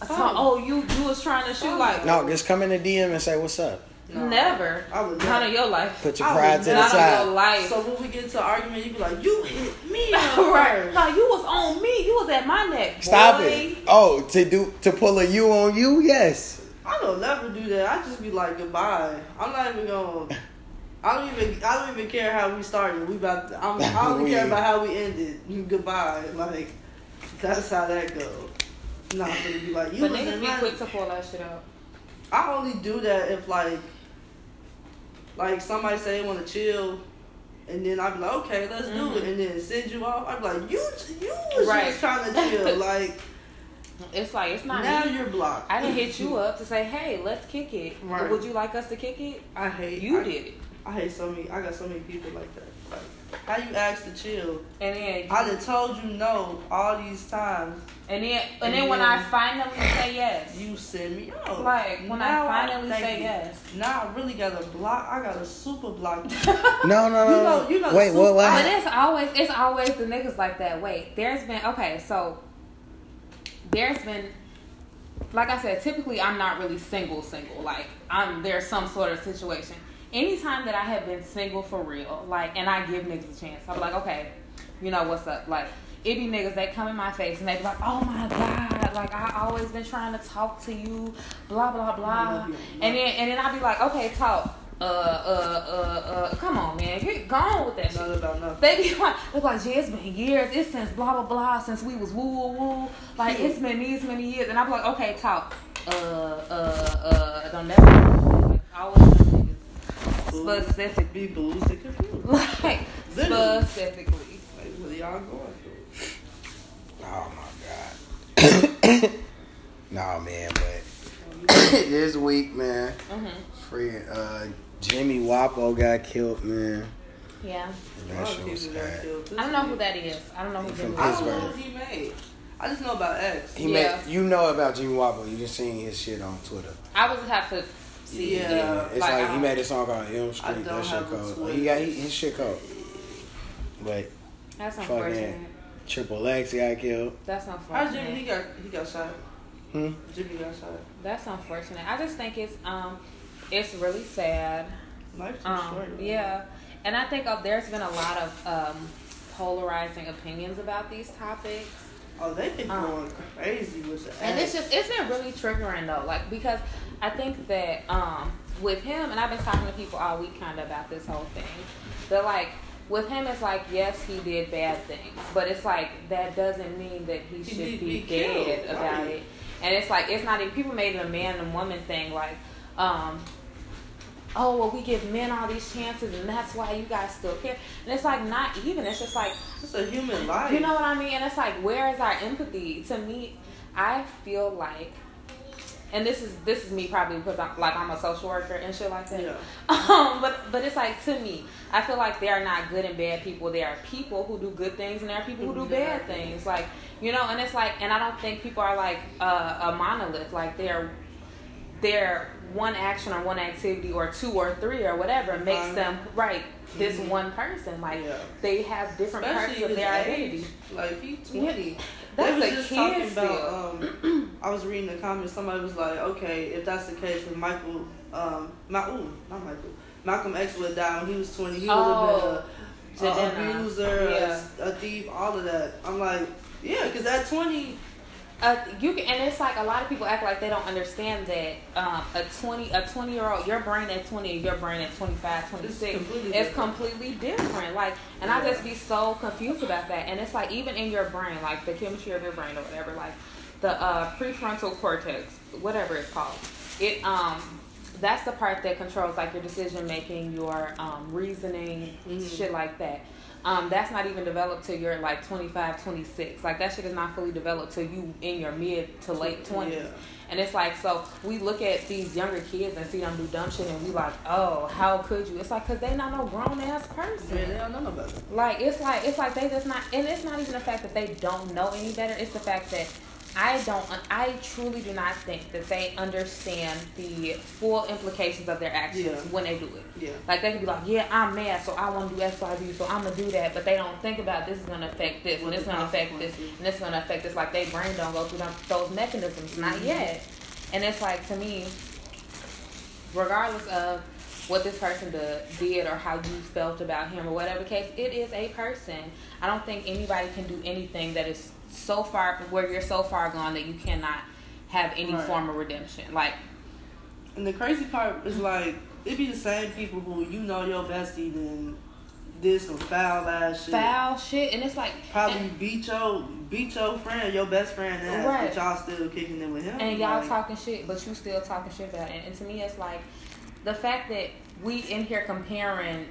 Speaker 2: so, oh, you you was trying to shoot like
Speaker 3: no, just come in the DM and say what's up.
Speaker 1: Oh. No.
Speaker 2: never.
Speaker 1: I would
Speaker 2: Not
Speaker 1: never.
Speaker 2: in your life.
Speaker 3: Put your
Speaker 1: I
Speaker 3: pride
Speaker 1: would
Speaker 3: to the
Speaker 2: Not in your
Speaker 3: side.
Speaker 2: life.
Speaker 1: So when we get to an argument, you be like, "You hit me
Speaker 2: right.
Speaker 1: right."
Speaker 2: Like you was on me. You was at my neck.
Speaker 3: Stop
Speaker 2: boy.
Speaker 3: it. Oh, to do to pull a you on you? Yes.
Speaker 1: I don't never do that. I just be like, "Goodbye." I'm not even gonna. I don't even. I don't even care how we started. We about. I'm, I only care
Speaker 3: We-
Speaker 1: about how we ended. Goodbye. Like, that's how that goes. Nah, I'm gonna be like, "You
Speaker 2: But
Speaker 1: was
Speaker 2: niggas
Speaker 1: in
Speaker 2: be
Speaker 1: my
Speaker 2: quick to pull that shit out.
Speaker 1: I only do that if like like somebody say they want to chill, and then i be like, okay, let's do it, and then send you off. I'm like, you you was
Speaker 2: Mm-hmm. Right.
Speaker 1: just trying to chill, like
Speaker 2: It's like it's not.
Speaker 1: now
Speaker 2: me.
Speaker 1: you're blocked.
Speaker 2: I didn't hit you up to say, hey, let's kick it.
Speaker 1: Right.
Speaker 2: Would you like us to kick it?
Speaker 1: I hate
Speaker 2: You
Speaker 1: I,
Speaker 2: did it.
Speaker 1: I hate so many. I got so many people like that. Like, how you asked to chill?
Speaker 2: And then,
Speaker 1: I done told you no all these times.
Speaker 2: and then, and then when I finally say yes,
Speaker 1: You send me out.
Speaker 2: like when
Speaker 1: Now
Speaker 2: I finally
Speaker 1: thank
Speaker 2: say
Speaker 1: you.
Speaker 2: yes,
Speaker 1: Now I really got a block. I got a super block.
Speaker 3: No, no, no.
Speaker 1: You
Speaker 3: no.
Speaker 1: know- you know
Speaker 3: Wait,
Speaker 1: the
Speaker 3: what? What?
Speaker 2: But Oh, it's always it's always the niggas like that. Wait, there's been okay, so there's been like I said, typically I'm not really single single. Like I'm there's some sort of situation. Anytime that I have been single for real, like and I give niggas a chance, I'm like, okay, you know what's up? Like it be niggas that come in my face and they be like, oh my god, like I always been trying to talk to you, blah blah blah, and then and then I be like, okay, talk. Uh, uh, uh, uh, come on, man. Get gone with that shit.
Speaker 1: Not about nothing.
Speaker 2: They be like, they be like, yeah, it's been years. It's since blah blah blah since we was woo woo woo. Like it's been these many years, and I'm like, okay, talk. Uh, uh, uh, don't never. Like, I always do niggas specific,
Speaker 1: Be booze and confused.
Speaker 2: like
Speaker 1: Literally.
Speaker 2: specifically.
Speaker 1: Like, what are y'all going through?
Speaker 3: Oh my god. nah, man, but this week, man,
Speaker 2: Mm-hmm.
Speaker 3: free uh, Jimmy Wapo got killed, man.
Speaker 2: Yeah,
Speaker 3: And
Speaker 1: A
Speaker 3: That
Speaker 1: lot of
Speaker 3: shit was
Speaker 1: people got
Speaker 3: sad.
Speaker 1: killed this
Speaker 2: I don't know who
Speaker 1: week.
Speaker 2: that is. I don't know who
Speaker 3: He
Speaker 2: that
Speaker 3: from
Speaker 2: is.
Speaker 1: I don't know
Speaker 3: Pittsburgh.
Speaker 1: what he made. I just know about X.
Speaker 3: He
Speaker 2: Yeah.
Speaker 3: made, you know about Jimmy Wapo. You just seen his shit on Twitter.
Speaker 2: I was have to See,
Speaker 1: Yeah.
Speaker 2: it-
Speaker 3: It's
Speaker 2: like,
Speaker 3: like,
Speaker 2: I
Speaker 3: he
Speaker 2: don't-
Speaker 3: made a song called Elm Street.
Speaker 1: don't
Speaker 3: That shit
Speaker 1: have a
Speaker 3: cold.
Speaker 1: Twitter.
Speaker 3: He got he, his shit cold. But
Speaker 2: That's
Speaker 3: Fuck
Speaker 2: unfortunate.
Speaker 3: Triple X got killed.
Speaker 2: That's
Speaker 1: How Jimmy? He
Speaker 2: unfortunate.
Speaker 1: got he got shot.
Speaker 3: Hmm?
Speaker 1: Jimmy got shot.
Speaker 2: That's unfortunate. I just think it's um, it's really sad.
Speaker 1: Life's too
Speaker 2: Um,
Speaker 1: short. man.
Speaker 2: yeah, and I think uh, there's been a lot of um, polarizing opinions about these topics.
Speaker 1: Oh, they been
Speaker 2: Um,
Speaker 1: going crazy with the.
Speaker 2: And it's
Speaker 1: ass.
Speaker 2: just it's been really triggering though, like because I think that um with him and I've been talking to people all week kinda about this whole thing. But like with him it's like yes he did bad things, but it's like that doesn't mean that he
Speaker 1: He
Speaker 2: should
Speaker 1: did be
Speaker 2: be, dead
Speaker 1: killed,
Speaker 2: about
Speaker 1: right.
Speaker 2: it. And it's like it's not even people made it a man and woman thing, like, um, oh well we give men all these chances and that's why you guys still care. And it's like not even, it's just like
Speaker 1: it's a human life.
Speaker 2: you know what I mean? And it's like, where is our empathy? To me, I feel like, and this is this is me probably because I'm like I'm a social worker and shit like that.
Speaker 1: Yeah.
Speaker 2: Um, but but it's like to me, I feel like there are not good and bad people. There are people who do good things and there are people who do bad things. Like you know, and it's like, and I don't think people are like uh, a monolith. Like they're they're one action or one activity or two or three or whatever makes
Speaker 1: Fine.
Speaker 2: them right this
Speaker 1: Mhm.
Speaker 2: one person like
Speaker 1: Yeah.
Speaker 2: they have different parts
Speaker 1: Especially
Speaker 2: of
Speaker 1: his
Speaker 2: their
Speaker 1: age.
Speaker 2: identity
Speaker 1: Like he twenty.
Speaker 2: That's
Speaker 1: they was
Speaker 2: a
Speaker 1: just
Speaker 2: kid
Speaker 1: talking
Speaker 2: still.
Speaker 1: about. Um, I was reading the comments. Somebody was like, "Okay, if that's the case, then Michael, um, Ma- ooh, not Michael, Malcolm X would die when he was twenty. He would
Speaker 2: Oh,
Speaker 1: have been a, a
Speaker 2: Jadena.
Speaker 1: abuser,
Speaker 2: Yeah.
Speaker 1: a, a thief, all of that." I'm like, "Yeah," because at twenty,
Speaker 2: Uh, you can, and it's like a lot of people act like they don't understand that um, a 20 a 20 year old your brain at 20 and your brain at 25 26
Speaker 1: It's completely
Speaker 2: is
Speaker 1: different.
Speaker 2: completely different like and i
Speaker 1: Yeah.
Speaker 2: just be so confused about that and it's like even in your brain like the chemistry of your brain or whatever like the uh, prefrontal cortex whatever it's called it um that's the part that controls like your decision making your um, reasoning
Speaker 1: Mhm.
Speaker 2: shit like that um, that's not even developed till you're like 25 26 like that shit is not fully developed till you in your mid to late 20s
Speaker 1: Yeah.
Speaker 2: and it's like so we look at these younger kids and see them do dumb shit and we like oh how could you it's like because they not no grown-ass person
Speaker 1: yeah, they don't know about it.
Speaker 2: like it's like it's like they just not and it's not even the fact that they don't know any better it's the fact that i don't i truly do not think that they understand the full implications of their actions
Speaker 1: Yeah.
Speaker 2: when they do it
Speaker 1: Yeah,
Speaker 2: like they could be like, yeah, I'm mad, so I want to do X, Y, Z, so I'm gonna do that. But they don't think about this is gonna affect this, and
Speaker 1: What
Speaker 2: it's
Speaker 1: the
Speaker 2: gonna affect this,
Speaker 1: consequences.
Speaker 2: and it's gonna affect this. Like they brain don't go through them, those mechanisms, not
Speaker 1: Mm-hmm.
Speaker 2: yet. And it's like to me, regardless of what this person do- did or how you felt about him or whatever case, it is a person. I don't think anybody can do anything that is so far where you're so far gone that you cannot have any
Speaker 1: Right.
Speaker 2: form of redemption. Like
Speaker 1: and the crazy part is like it be the same people who you know your bestie then did some foul ass shit.
Speaker 2: foul shit, and it's like
Speaker 1: Probably beat your beat your friend, your best friend ass,
Speaker 2: Right.
Speaker 1: but y'all still kicking it with him.
Speaker 2: and y'all
Speaker 1: like,
Speaker 2: talking shit, but you still talking shit about it. And to me, it's like the fact that we in here comparing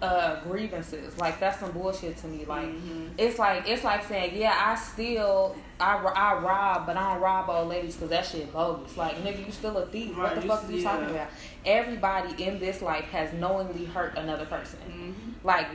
Speaker 2: uh grievances, like that's some bullshit to me. Like
Speaker 1: Mhm.
Speaker 2: it's like it's like saying, yeah, I still I, ro- I rob, but I don't rob old ladies because that shit bogus. Like nigga, you still a thief. what
Speaker 1: Right,
Speaker 2: the
Speaker 1: you
Speaker 2: fuck
Speaker 1: s-
Speaker 2: are you talking
Speaker 1: yeah.
Speaker 2: about? Everybody in this life has knowingly hurt another person.
Speaker 1: Mm-hmm.
Speaker 2: Like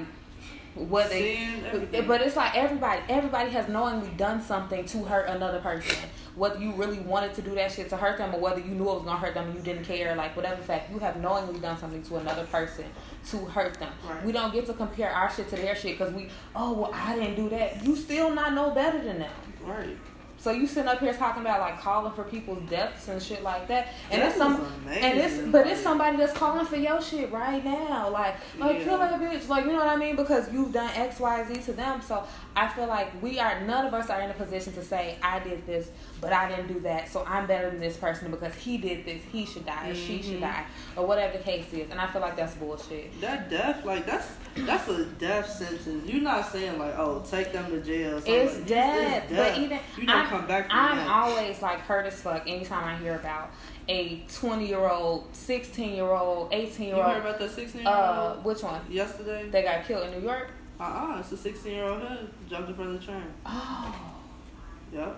Speaker 2: whether
Speaker 1: Sin, everything.
Speaker 2: mm-hmm. but it's like everybody, everybody has knowingly done something to hurt another person. Whether you really wanted to do that shit to hurt them, or whether you knew it was gonna hurt them and you didn't care, like whatever fact, you have knowingly done something to another person to hurt them.
Speaker 1: Right.
Speaker 2: We don't get to compare our shit to their shit because we, oh well, I didn't do that. You still not know better than them.
Speaker 1: Right.
Speaker 2: So you sitting up here talking about like calling for people's deaths and shit like that, and
Speaker 1: That
Speaker 2: it's some,
Speaker 1: is amazing,
Speaker 2: and it's but
Speaker 1: like-
Speaker 2: it's somebody that's calling for your shit right now, like like
Speaker 1: Yeah.
Speaker 2: kill that bitch, like you know what I mean, because you've done X Y Z to them. So I feel like we are none of us are in a position to say I did this, but I didn't do that, so I'm better than this person because he did this, he should die, or she should
Speaker 1: Mhm.
Speaker 2: die, or whatever the case is. And I feel like that's bullshit.
Speaker 1: That death, like that's that's a death sentence. You're not saying like, oh, take them to jail. or something.
Speaker 2: It's
Speaker 1: Like,
Speaker 2: death,
Speaker 1: it's
Speaker 2: but even
Speaker 1: you don't
Speaker 2: I'm,
Speaker 1: come back from
Speaker 2: I'm
Speaker 1: that.
Speaker 2: always like hurt as fuck anytime I hear about a 20 year old, 16 year old, 18
Speaker 1: you
Speaker 2: year
Speaker 1: heard
Speaker 2: old.
Speaker 1: about that 16 year
Speaker 2: Uh,
Speaker 1: old
Speaker 2: which one?
Speaker 1: yesterday?
Speaker 2: They got killed in New York.
Speaker 1: Uh uh it's a 16 year old hood jumped in front of the train.
Speaker 2: Oh,
Speaker 1: Yep.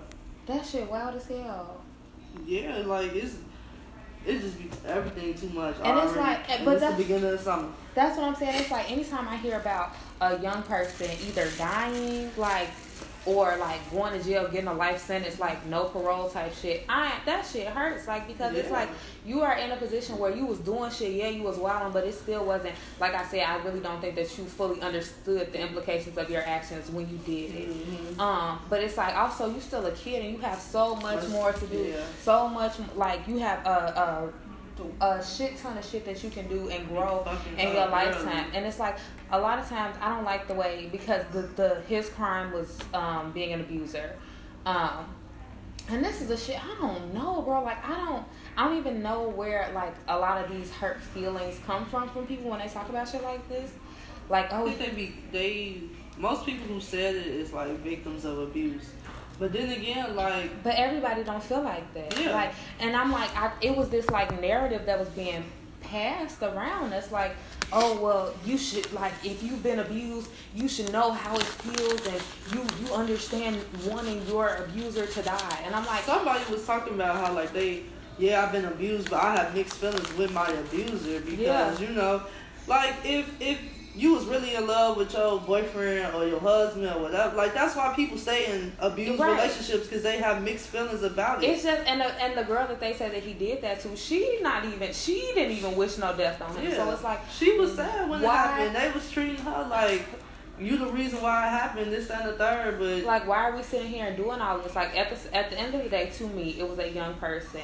Speaker 2: that shit wild as hell.
Speaker 1: Yeah, like it's it just be everything too much.
Speaker 2: And it's
Speaker 1: already.
Speaker 2: like-
Speaker 1: and
Speaker 2: but
Speaker 1: it's
Speaker 2: that's-
Speaker 1: the beginning of summer.
Speaker 2: That's what I'm saying. It's like anytime I hear about a young person either dying, like or like going to jail, getting a life sentence, like no parole type shit. I that shit hurts, like because it's
Speaker 1: Yeah.
Speaker 2: like you are in a position where you was doing shit. Yeah, you was wilding, but it still wasn't. Like I said, I really don't think that you fully understood the implications of your actions when you did it.
Speaker 1: Mm-hmm.
Speaker 2: Um, but it's like also you still a kid and you have so much
Speaker 1: Much-
Speaker 2: more to do.
Speaker 1: yeah.
Speaker 2: So much like you have a a, a shit ton of shit that you can do and grow
Speaker 1: Fucking
Speaker 2: in your
Speaker 1: up,
Speaker 2: lifetime. And it's like a lot of times I don't like the way because the, the his crime was um, being an abuser. Um, and this is a shit I don't know, bro. Like I don't I don't even know where like a lot of these hurt feelings come from from people when they talk about shit like this. Like
Speaker 1: I
Speaker 2: oh
Speaker 1: think they be they most people who said it is like victims of abuse, but then again, like
Speaker 2: But everybody don't feel like that.
Speaker 1: Yeah.
Speaker 2: Like, and I'm like, I, it was this like narrative that was being passed around. That's like, oh well, you should like if you've been abused, you should know how it feels, and you you understand wanting your abuser to die. And I'm like,
Speaker 1: somebody was talking about how like they yeah I've been abused, but I have mixed feelings with my abuser because you know, like if if you was really in love with your boyfriend or your husband or whatever, like that's why people stay in abused
Speaker 2: Right.
Speaker 1: relationships because they have mixed feelings about it.
Speaker 2: It's just and the, and the girl that they said that he did that to, she not even she didn't even wish no death on him.
Speaker 1: Yeah.
Speaker 2: So it's like
Speaker 1: she was sad when
Speaker 2: Why-
Speaker 1: it happened. They was treating her like you the reason why it happened. This that, and the third, but
Speaker 2: like why are we sitting here and doing all this like at the, at the end of the day to me it was a young person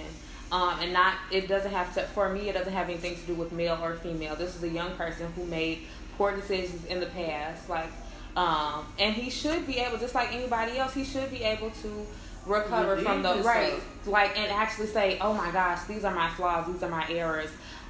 Speaker 2: um, and not it doesn't have to for me it doesn't have anything to do with male or female this is a young person who made poor decisions in the past like um, and he should be able just like anybody else he should be able to recover from
Speaker 1: Redeem
Speaker 2: the
Speaker 1: himself.
Speaker 2: right like and actually say oh my gosh these are my flaws these are my errors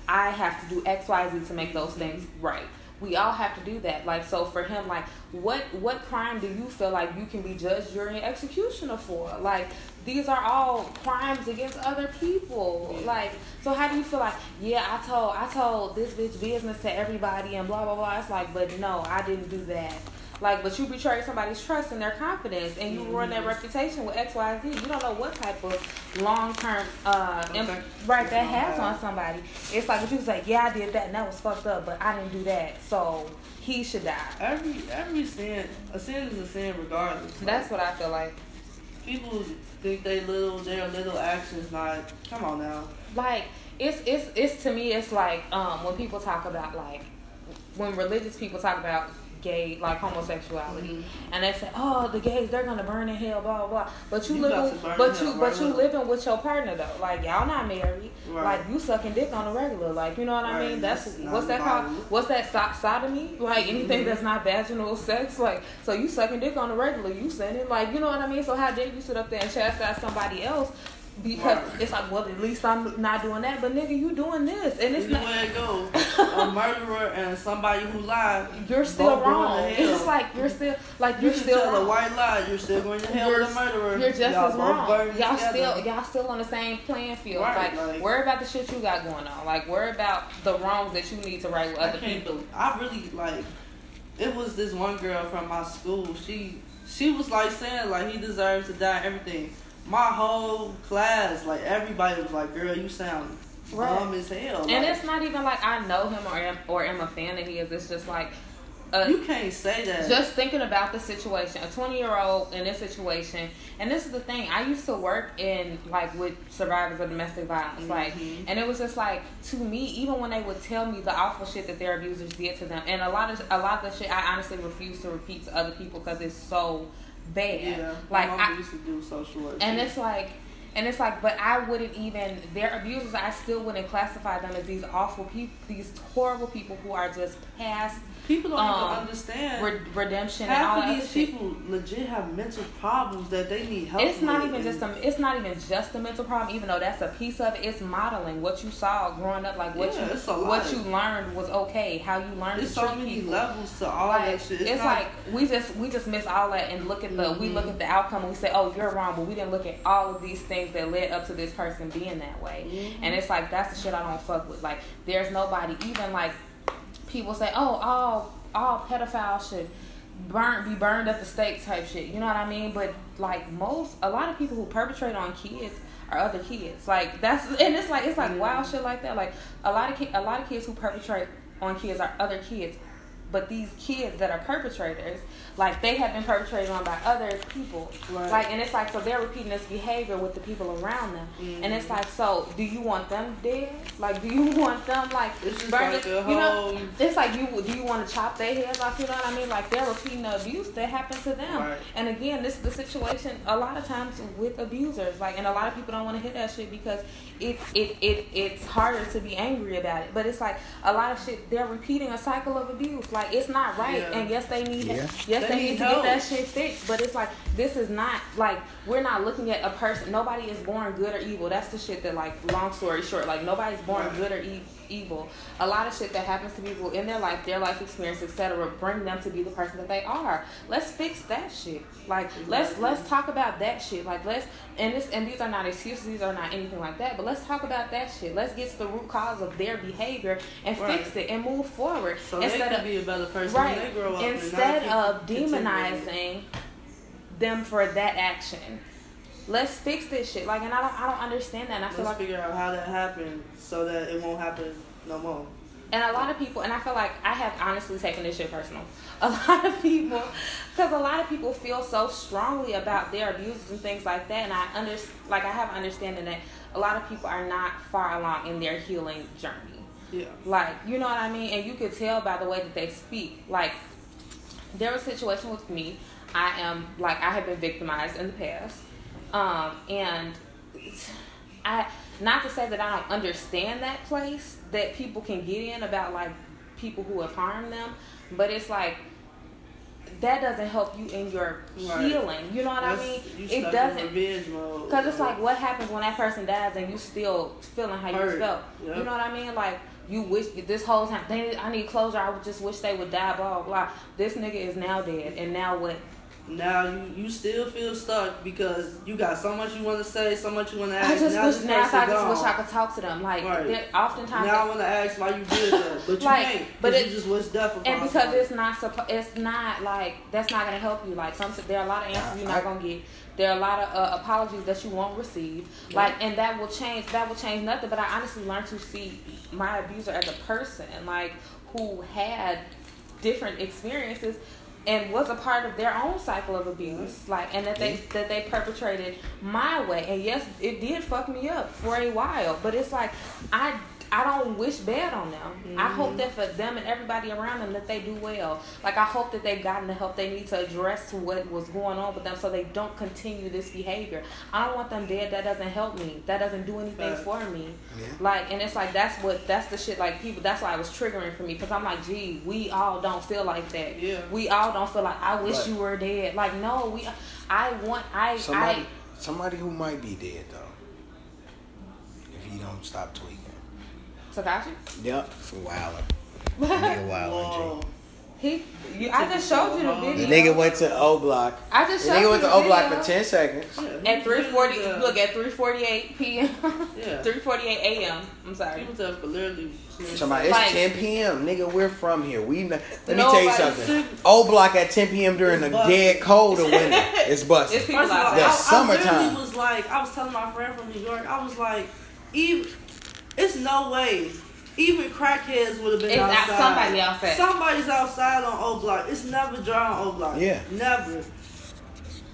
Speaker 2: i have to do xyz to make those things right we all have to do that like so for him like what what crime do you feel like you can be judged jury and executioner for like these are all crimes against other people like so how do you feel like yeah i told i told this bitch business to everybody and blah blah blah it's like but no i didn't do that like, but you betray somebody's trust and their confidence, and you ruin their reputation with X, Y, Z. You don't know what type of long term uh, imp-
Speaker 1: Okay.
Speaker 2: right that has
Speaker 1: Yeah.
Speaker 2: on somebody. It's like if you was like, yeah, I did that, and that was fucked up, but I didn't do that, so he should die.
Speaker 1: every every sin a sin is a sin regardless.
Speaker 2: That's what I feel like.
Speaker 1: people think they little their little actions not come on now.
Speaker 2: like it's it's it's to me it's like um when people talk about like when religious people talk about gay like homosexuality
Speaker 1: Mm-hmm.
Speaker 2: and they say oh the gays they're gonna burn in hell blah blah, blah. but you,
Speaker 1: You got
Speaker 2: living
Speaker 1: to burn
Speaker 2: but
Speaker 1: in
Speaker 2: you
Speaker 1: hell,
Speaker 2: but you
Speaker 1: right?
Speaker 2: living with your partner though like y'all not married
Speaker 1: Right.
Speaker 2: like you sucking dick on the regular like you know what I
Speaker 1: Right,
Speaker 2: mean that's
Speaker 1: it's not Mm-hmm.
Speaker 2: what's that called
Speaker 1: invited.
Speaker 2: what's that so- sodomy like anything that's not vaginal sex like so you sucking dick on the regular you sending like you know what I mean so how dare you sit up there and chastise somebody else because
Speaker 1: Right.
Speaker 2: it's like, well, at least I'm not doing that. But nigga, you doing this, and it's
Speaker 1: Either
Speaker 2: not.
Speaker 1: way it goes, a murderer and somebody who lied,
Speaker 2: You're still
Speaker 1: both
Speaker 2: wrong.
Speaker 1: going to hell.
Speaker 2: It's like you're still like
Speaker 1: you
Speaker 2: you're
Speaker 1: can
Speaker 2: still
Speaker 1: tell a
Speaker 2: wrong.
Speaker 1: white lie, you're still going to hell
Speaker 2: You're-
Speaker 1: with a murderer.
Speaker 2: You're just
Speaker 1: y'all
Speaker 2: as
Speaker 1: both
Speaker 2: wrong.
Speaker 1: burning
Speaker 2: Y'all
Speaker 1: together.
Speaker 2: still y'all still on the same playing field.
Speaker 1: Right,
Speaker 2: like,
Speaker 1: like-
Speaker 2: worry about the shit you got going on. Like worry about the wrongs that you need to right with
Speaker 1: I
Speaker 2: other
Speaker 1: can't
Speaker 2: people.
Speaker 1: believe. I really like. It was this one girl from my school. She she was like saying like he deserves to die. and Everything. My whole class, like everybody was like, "Girl, you sound
Speaker 2: Right.
Speaker 1: dumb as hell."
Speaker 2: And
Speaker 1: Like,
Speaker 2: it's not even like I know him or am, or am a fan of his. It's just like. Uh,
Speaker 1: you can't say that.
Speaker 2: just thinking about the situation a 20 year old in this situation and this is the thing i used to work in like with survivors of domestic violence like
Speaker 1: Mhm.
Speaker 2: and it was just like to me even when they would tell me the awful shit that their abusers did to them and a lot of a lot of the shit i honestly refuse to repeat to other people because it's so bad
Speaker 1: yeah,
Speaker 2: like
Speaker 1: my mama
Speaker 2: I,
Speaker 1: used to do social work.
Speaker 2: and
Speaker 1: too.
Speaker 2: it's like and it's like but i wouldn't even their abusers i still wouldn't classify them as these awful people these horrible people who are just past
Speaker 1: people don't
Speaker 2: um,
Speaker 1: even understand.
Speaker 2: re- redemption and
Speaker 1: Half
Speaker 2: all that
Speaker 1: of
Speaker 2: other
Speaker 1: these
Speaker 2: shit.
Speaker 1: people legit have mental problems that they need help.
Speaker 2: it's not
Speaker 1: with,
Speaker 2: even
Speaker 1: and
Speaker 2: just a it's not even just a mental problem even though that's a piece of it it's modeling what you saw growing up like what
Speaker 1: Yeah,
Speaker 2: you
Speaker 1: it's a lot.
Speaker 2: what you learned was okay how you learned
Speaker 1: There's
Speaker 2: to treat
Speaker 1: so many
Speaker 2: people
Speaker 1: levels to all
Speaker 2: like,
Speaker 1: that shit.
Speaker 2: It's,
Speaker 1: not- Mm-hmm.
Speaker 2: like we just we just miss all that and look at the we look at the outcome and we say, Oh, you're wrong, but we didn't look at all of these things that led up to this person being that way.
Speaker 1: Mm-hmm.
Speaker 2: And it's like that's the shit I don't fuck with. Like there's nobody even like people say, Oh, all all pedophiles should burn be burned at the stake type shit. You know what I mean? But like most a lot of people who perpetrate on kids are other kids. Like that's and it's like it's
Speaker 1: Mm-hmm.
Speaker 2: like wild shit like that. Like a lot of ki- a lot of kids who perpetrate on kids are other kids but these kids that are perpetrators, like they have been perpetrated on by other people.
Speaker 1: Right.
Speaker 2: Like, and it's like so they're repeating this behavior with the people around them, and
Speaker 1: Mm-hmm.
Speaker 2: it's like so. Do you want them dead? Like, do you want them like
Speaker 1: It's just
Speaker 2: burn
Speaker 1: like
Speaker 2: it-
Speaker 1: a
Speaker 2: you know?
Speaker 1: whole-
Speaker 2: It's like you do you want to chop their heads off? You know what I mean? Like they're repeating the abuse that happened to them.
Speaker 1: Right.
Speaker 2: And again, this is the situation a lot of times with abusers. Like, and a lot of people don't want to hear that shit because it, it, it, it's harder to be angry about it. But it's like a lot of shit. They're repeating a cycle of abuse. Like, it's not right.
Speaker 1: Yeah.
Speaker 2: And yes, they need.
Speaker 3: Yeah.
Speaker 2: Yes,
Speaker 1: They
Speaker 2: they,
Speaker 1: need
Speaker 2: need, to get
Speaker 1: help.
Speaker 2: that shit fixed. But it's like this is not like we're not looking at a person. Nobody is born good or evil. That's the shit that like. Long story short, like nobody's born
Speaker 1: Right.
Speaker 2: good or e- evil. A lot of shit that happens to people in their life, their life experience, etc., bring them to be the person that they are. Let's fix that shit. Like let's let's talk about that shit. Like let's and this and these are not excuses. These are not anything like that. But let's talk about that shit. Let's get to the root cause of their behavior and
Speaker 1: Right.
Speaker 2: fix it and move forward
Speaker 1: So they
Speaker 2: instead
Speaker 1: could
Speaker 2: of
Speaker 1: be a better person when they
Speaker 2: right
Speaker 1: grow up. and not
Speaker 2: instead
Speaker 1: keep
Speaker 2: of
Speaker 1: continuing it.
Speaker 2: demonizing them for that action. Let's fix this shit. Like, and I don't, I don't understand that. And I feel
Speaker 1: Let's
Speaker 2: like
Speaker 1: figure out how that happened so that it won't happen no more.
Speaker 2: And a lot of people, and I feel like I have honestly taken this shit personal. A lot of people, because a lot of people feel so strongly about their abusers and things like that. And I under, like I have understanding that a lot of people are not far along in their healing journey.
Speaker 1: Yeah.
Speaker 2: Like, you know what I mean? And you could tell by the way that they speak. Like, there was a situation with me. I am like I have been victimized in the past, um, and I not to say that I don't understand that place that people can get in about like people who have harmed them, but it's like that doesn't help you in your
Speaker 1: Right.
Speaker 2: healing. You know what I
Speaker 1: That's-
Speaker 2: mean?
Speaker 1: you
Speaker 2: It
Speaker 1: stuck
Speaker 2: doesn't
Speaker 1: In revenge mode.
Speaker 2: because it's like, what happens when that person dies and you still feeling how you
Speaker 1: Hurt.
Speaker 2: felt?
Speaker 1: Yep.
Speaker 2: You know what I mean? Like, you wish this whole time, they, I need closure. I would just wish they would die, blah, blah, blah. This nigga is now dead. And now what?
Speaker 1: now you, you still feel stuck because you got so much you want to say, so much you want to ask.
Speaker 2: I just
Speaker 1: now
Speaker 2: wish,
Speaker 1: this
Speaker 2: now
Speaker 1: person
Speaker 2: I just wish I
Speaker 1: gone.
Speaker 2: could talk to them. Like,
Speaker 1: Right.
Speaker 2: they're- oftentimes,
Speaker 1: Now I want to ask why you did that, but you
Speaker 2: Like,
Speaker 1: can't.
Speaker 2: but
Speaker 1: But
Speaker 2: it-
Speaker 1: you just wish death upon
Speaker 2: and because
Speaker 1: somebody.
Speaker 2: it's not suppo- it's not like that's not gonna help you like some there are a lot of answers you're not gonna get there are a lot of uh, apologies that you won't receive like and that will change that will change nothing but i honestly learned to see my abuser as a person like who had different experiences and was a part of their own cycle of abuse like and that they that they perpetrated my way and yes it did fuck me up for a while but it's like i i don't wish bad on them i
Speaker 1: Mm-hmm.
Speaker 2: hope that for them and everybody around them that they do well like i hope that they've gotten the help they need to address what was going on with them so they don't continue this behavior i don't want them dead that doesn't help me that doesn't do anything
Speaker 1: Facts.
Speaker 2: for me
Speaker 3: Yeah.
Speaker 2: like and it's like that's what that's the shit like people that's why it was triggering for me because i'm like gee we all don't feel like that
Speaker 1: Yeah.
Speaker 2: we all don't feel like i wish
Speaker 3: Right.
Speaker 2: you were dead like no we i want i
Speaker 3: Somebody,
Speaker 2: i
Speaker 3: somebody who might be dead though, if you don't stop tweaking.
Speaker 2: Takashi?
Speaker 3: Yep, it's a wilder. Nigga wilder.
Speaker 1: Whoa.
Speaker 2: He, you, I just showed you the
Speaker 3: G. The
Speaker 2: video.
Speaker 3: nigga went to O Block.
Speaker 2: I
Speaker 3: The
Speaker 2: just showed
Speaker 3: nigga went
Speaker 2: you
Speaker 3: to
Speaker 2: the
Speaker 3: O Block
Speaker 2: video.
Speaker 3: for ten seconds.
Speaker 1: Yeah,
Speaker 2: At
Speaker 1: he-
Speaker 2: three forty,
Speaker 1: he was, uh,
Speaker 2: look at three forty eight p.m.
Speaker 1: Yeah. Mm-hmm.
Speaker 2: Three forty eight a.m. I'm sorry.
Speaker 1: He was up for literally.
Speaker 3: Somebody, it's
Speaker 2: Like-
Speaker 3: 10 p.m. Nigga, we're from here. We not, let me tell
Speaker 2: Nobody
Speaker 3: you something.
Speaker 1: should-
Speaker 3: O Block at 10 p.m. during the
Speaker 1: It's busted.
Speaker 3: dead cold of winter. It's busted.
Speaker 2: It's people
Speaker 1: First of all,
Speaker 2: out
Speaker 1: I,
Speaker 2: there.
Speaker 3: That's
Speaker 1: I
Speaker 3: summertime.
Speaker 1: literally was like, I was telling my friend from New York, I was like, even it's no way. Even crackheads would have been
Speaker 2: It's out-
Speaker 1: outside.
Speaker 2: somebody outside.
Speaker 1: Somebody's outside on O Block. It's never dry on O Block.
Speaker 3: Yeah.
Speaker 1: Never.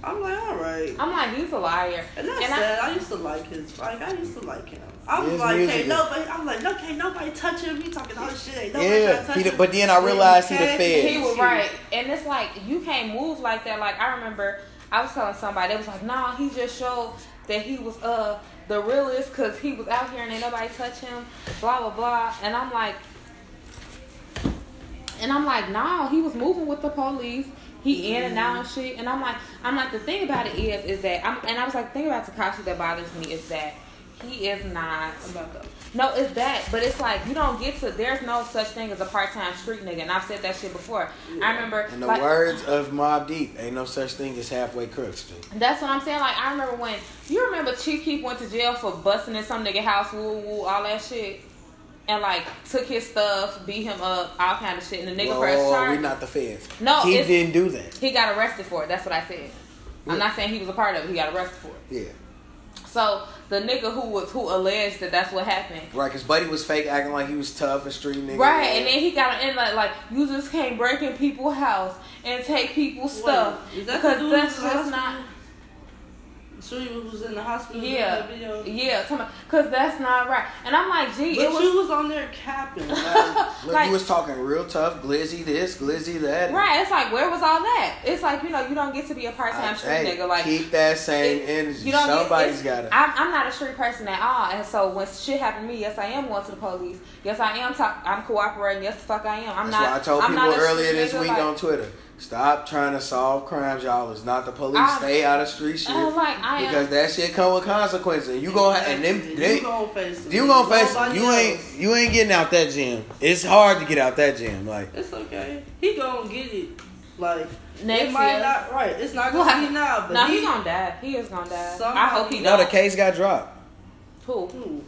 Speaker 1: I'm like, all right.
Speaker 2: I'm like, he's a liar.
Speaker 1: And that's
Speaker 2: And I-
Speaker 1: sad. I, used to like his. Like I used to like him. I was
Speaker 3: His
Speaker 1: like,
Speaker 3: music
Speaker 1: hey,
Speaker 3: is-
Speaker 1: nobody. I'm like, no, can't nobody touch him. He talking all this shit. Ain't nobody
Speaker 3: Yeah.
Speaker 1: tryna touch
Speaker 3: He the-
Speaker 1: him.
Speaker 3: but then I realized he the
Speaker 1: can't.
Speaker 3: fed.
Speaker 2: He was right, and it's like you can't move like that. Like I remember, I was telling somebody, it was like, nah, he just showed that he was uh the realest because he was out here and ain't nobody touch him, blah blah blah. And I'm like, and I'm like, nah, he was moving with the police. He in and out and shit. And I'm like, I'm like, the thing about it is, is that I'm, and I was like, the thing about Takashi that bothers me is that he is not.
Speaker 1: About that.
Speaker 2: No, it's that, but it's like you don't get to. There's no such thing as a part-time street nigga, and I've said that shit before. I remember.
Speaker 3: In the
Speaker 2: like,
Speaker 3: words of Mob Deep, ain't no such thing as halfway crooks, dude.
Speaker 2: That's what I'm saying. Like I remember when you remember Chief Keef went to jail for busting in some nigga house, woo woo, all that shit, and like took his stuff, beat him up, all kind of shit, and the nigga
Speaker 3: Whoa,
Speaker 2: pressed
Speaker 3: whoa,
Speaker 2: charge.
Speaker 3: we not the feds.
Speaker 2: No,
Speaker 3: he
Speaker 2: it's-
Speaker 3: didn't do that.
Speaker 2: He got arrested for it. That's what I said. I'm not saying he was a part of it. He got arrested for it.
Speaker 3: Yeah,
Speaker 2: So the nigga who was who alleged that that's what happened.
Speaker 3: Right, because Buddy was fake acting like he was tough and street nigga.
Speaker 2: Right, and then he got an inlet like you just can't break in people's house and take people's stuff
Speaker 1: Wait, is that the
Speaker 2: because
Speaker 1: dude
Speaker 2: that's
Speaker 1: who was
Speaker 2: just
Speaker 1: in the
Speaker 2: not.
Speaker 1: hospital? So you was in the hospital. in
Speaker 2: Yeah,
Speaker 1: that video?
Speaker 2: yeah, because that's not right. And I'm like, gee,
Speaker 1: But
Speaker 2: it was
Speaker 1: you was on there capping. Like,
Speaker 3: Look,
Speaker 2: like
Speaker 3: he was talking real tough, glizzy this, glizzy that.
Speaker 2: right. It's like where was all that? It's like you know you don't get to be a part
Speaker 3: I-
Speaker 2: time street
Speaker 3: hey,
Speaker 2: nigga like.
Speaker 3: keep that same
Speaker 2: it-
Speaker 3: energy.
Speaker 2: You don't
Speaker 3: Somebody's
Speaker 2: get,
Speaker 3: got
Speaker 2: it's-
Speaker 3: it.
Speaker 2: I'm, I'm not a street person at all, and so when shit happened to me, yes, I am going to the police. Yes, I am. Talk, I'm cooperating. Yes, the fuck, I am. I'm
Speaker 3: That's
Speaker 2: not.
Speaker 3: why I told
Speaker 2: I'm not
Speaker 3: people
Speaker 2: a street
Speaker 3: earlier this
Speaker 2: nigga,
Speaker 3: week
Speaker 2: like-
Speaker 3: on Twitter. Stop trying to solve crimes, y'all. It's not the police.
Speaker 2: I-
Speaker 3: Stay out of street shit.
Speaker 2: I'm like, I am-
Speaker 3: because that shit come with consequences. And you gonna have and them,
Speaker 1: you
Speaker 3: them
Speaker 1: gonna face it.
Speaker 3: you gonna face
Speaker 1: Nobody
Speaker 3: you ain't
Speaker 1: else.
Speaker 3: you ain't getting out that gym. It's hard to get out that gym. Like
Speaker 1: It's okay. He gonna get it. Like
Speaker 2: Next
Speaker 1: it might
Speaker 2: year.
Speaker 1: not right. It's not gonna
Speaker 2: Like,
Speaker 1: be now, but
Speaker 2: nah,
Speaker 1: he,
Speaker 2: he, gonna die. He is gonna die. I
Speaker 1: Somebody-
Speaker 2: hope he
Speaker 3: no,
Speaker 2: don't.
Speaker 3: the case got dropped
Speaker 2: Who?
Speaker 1: Ooh.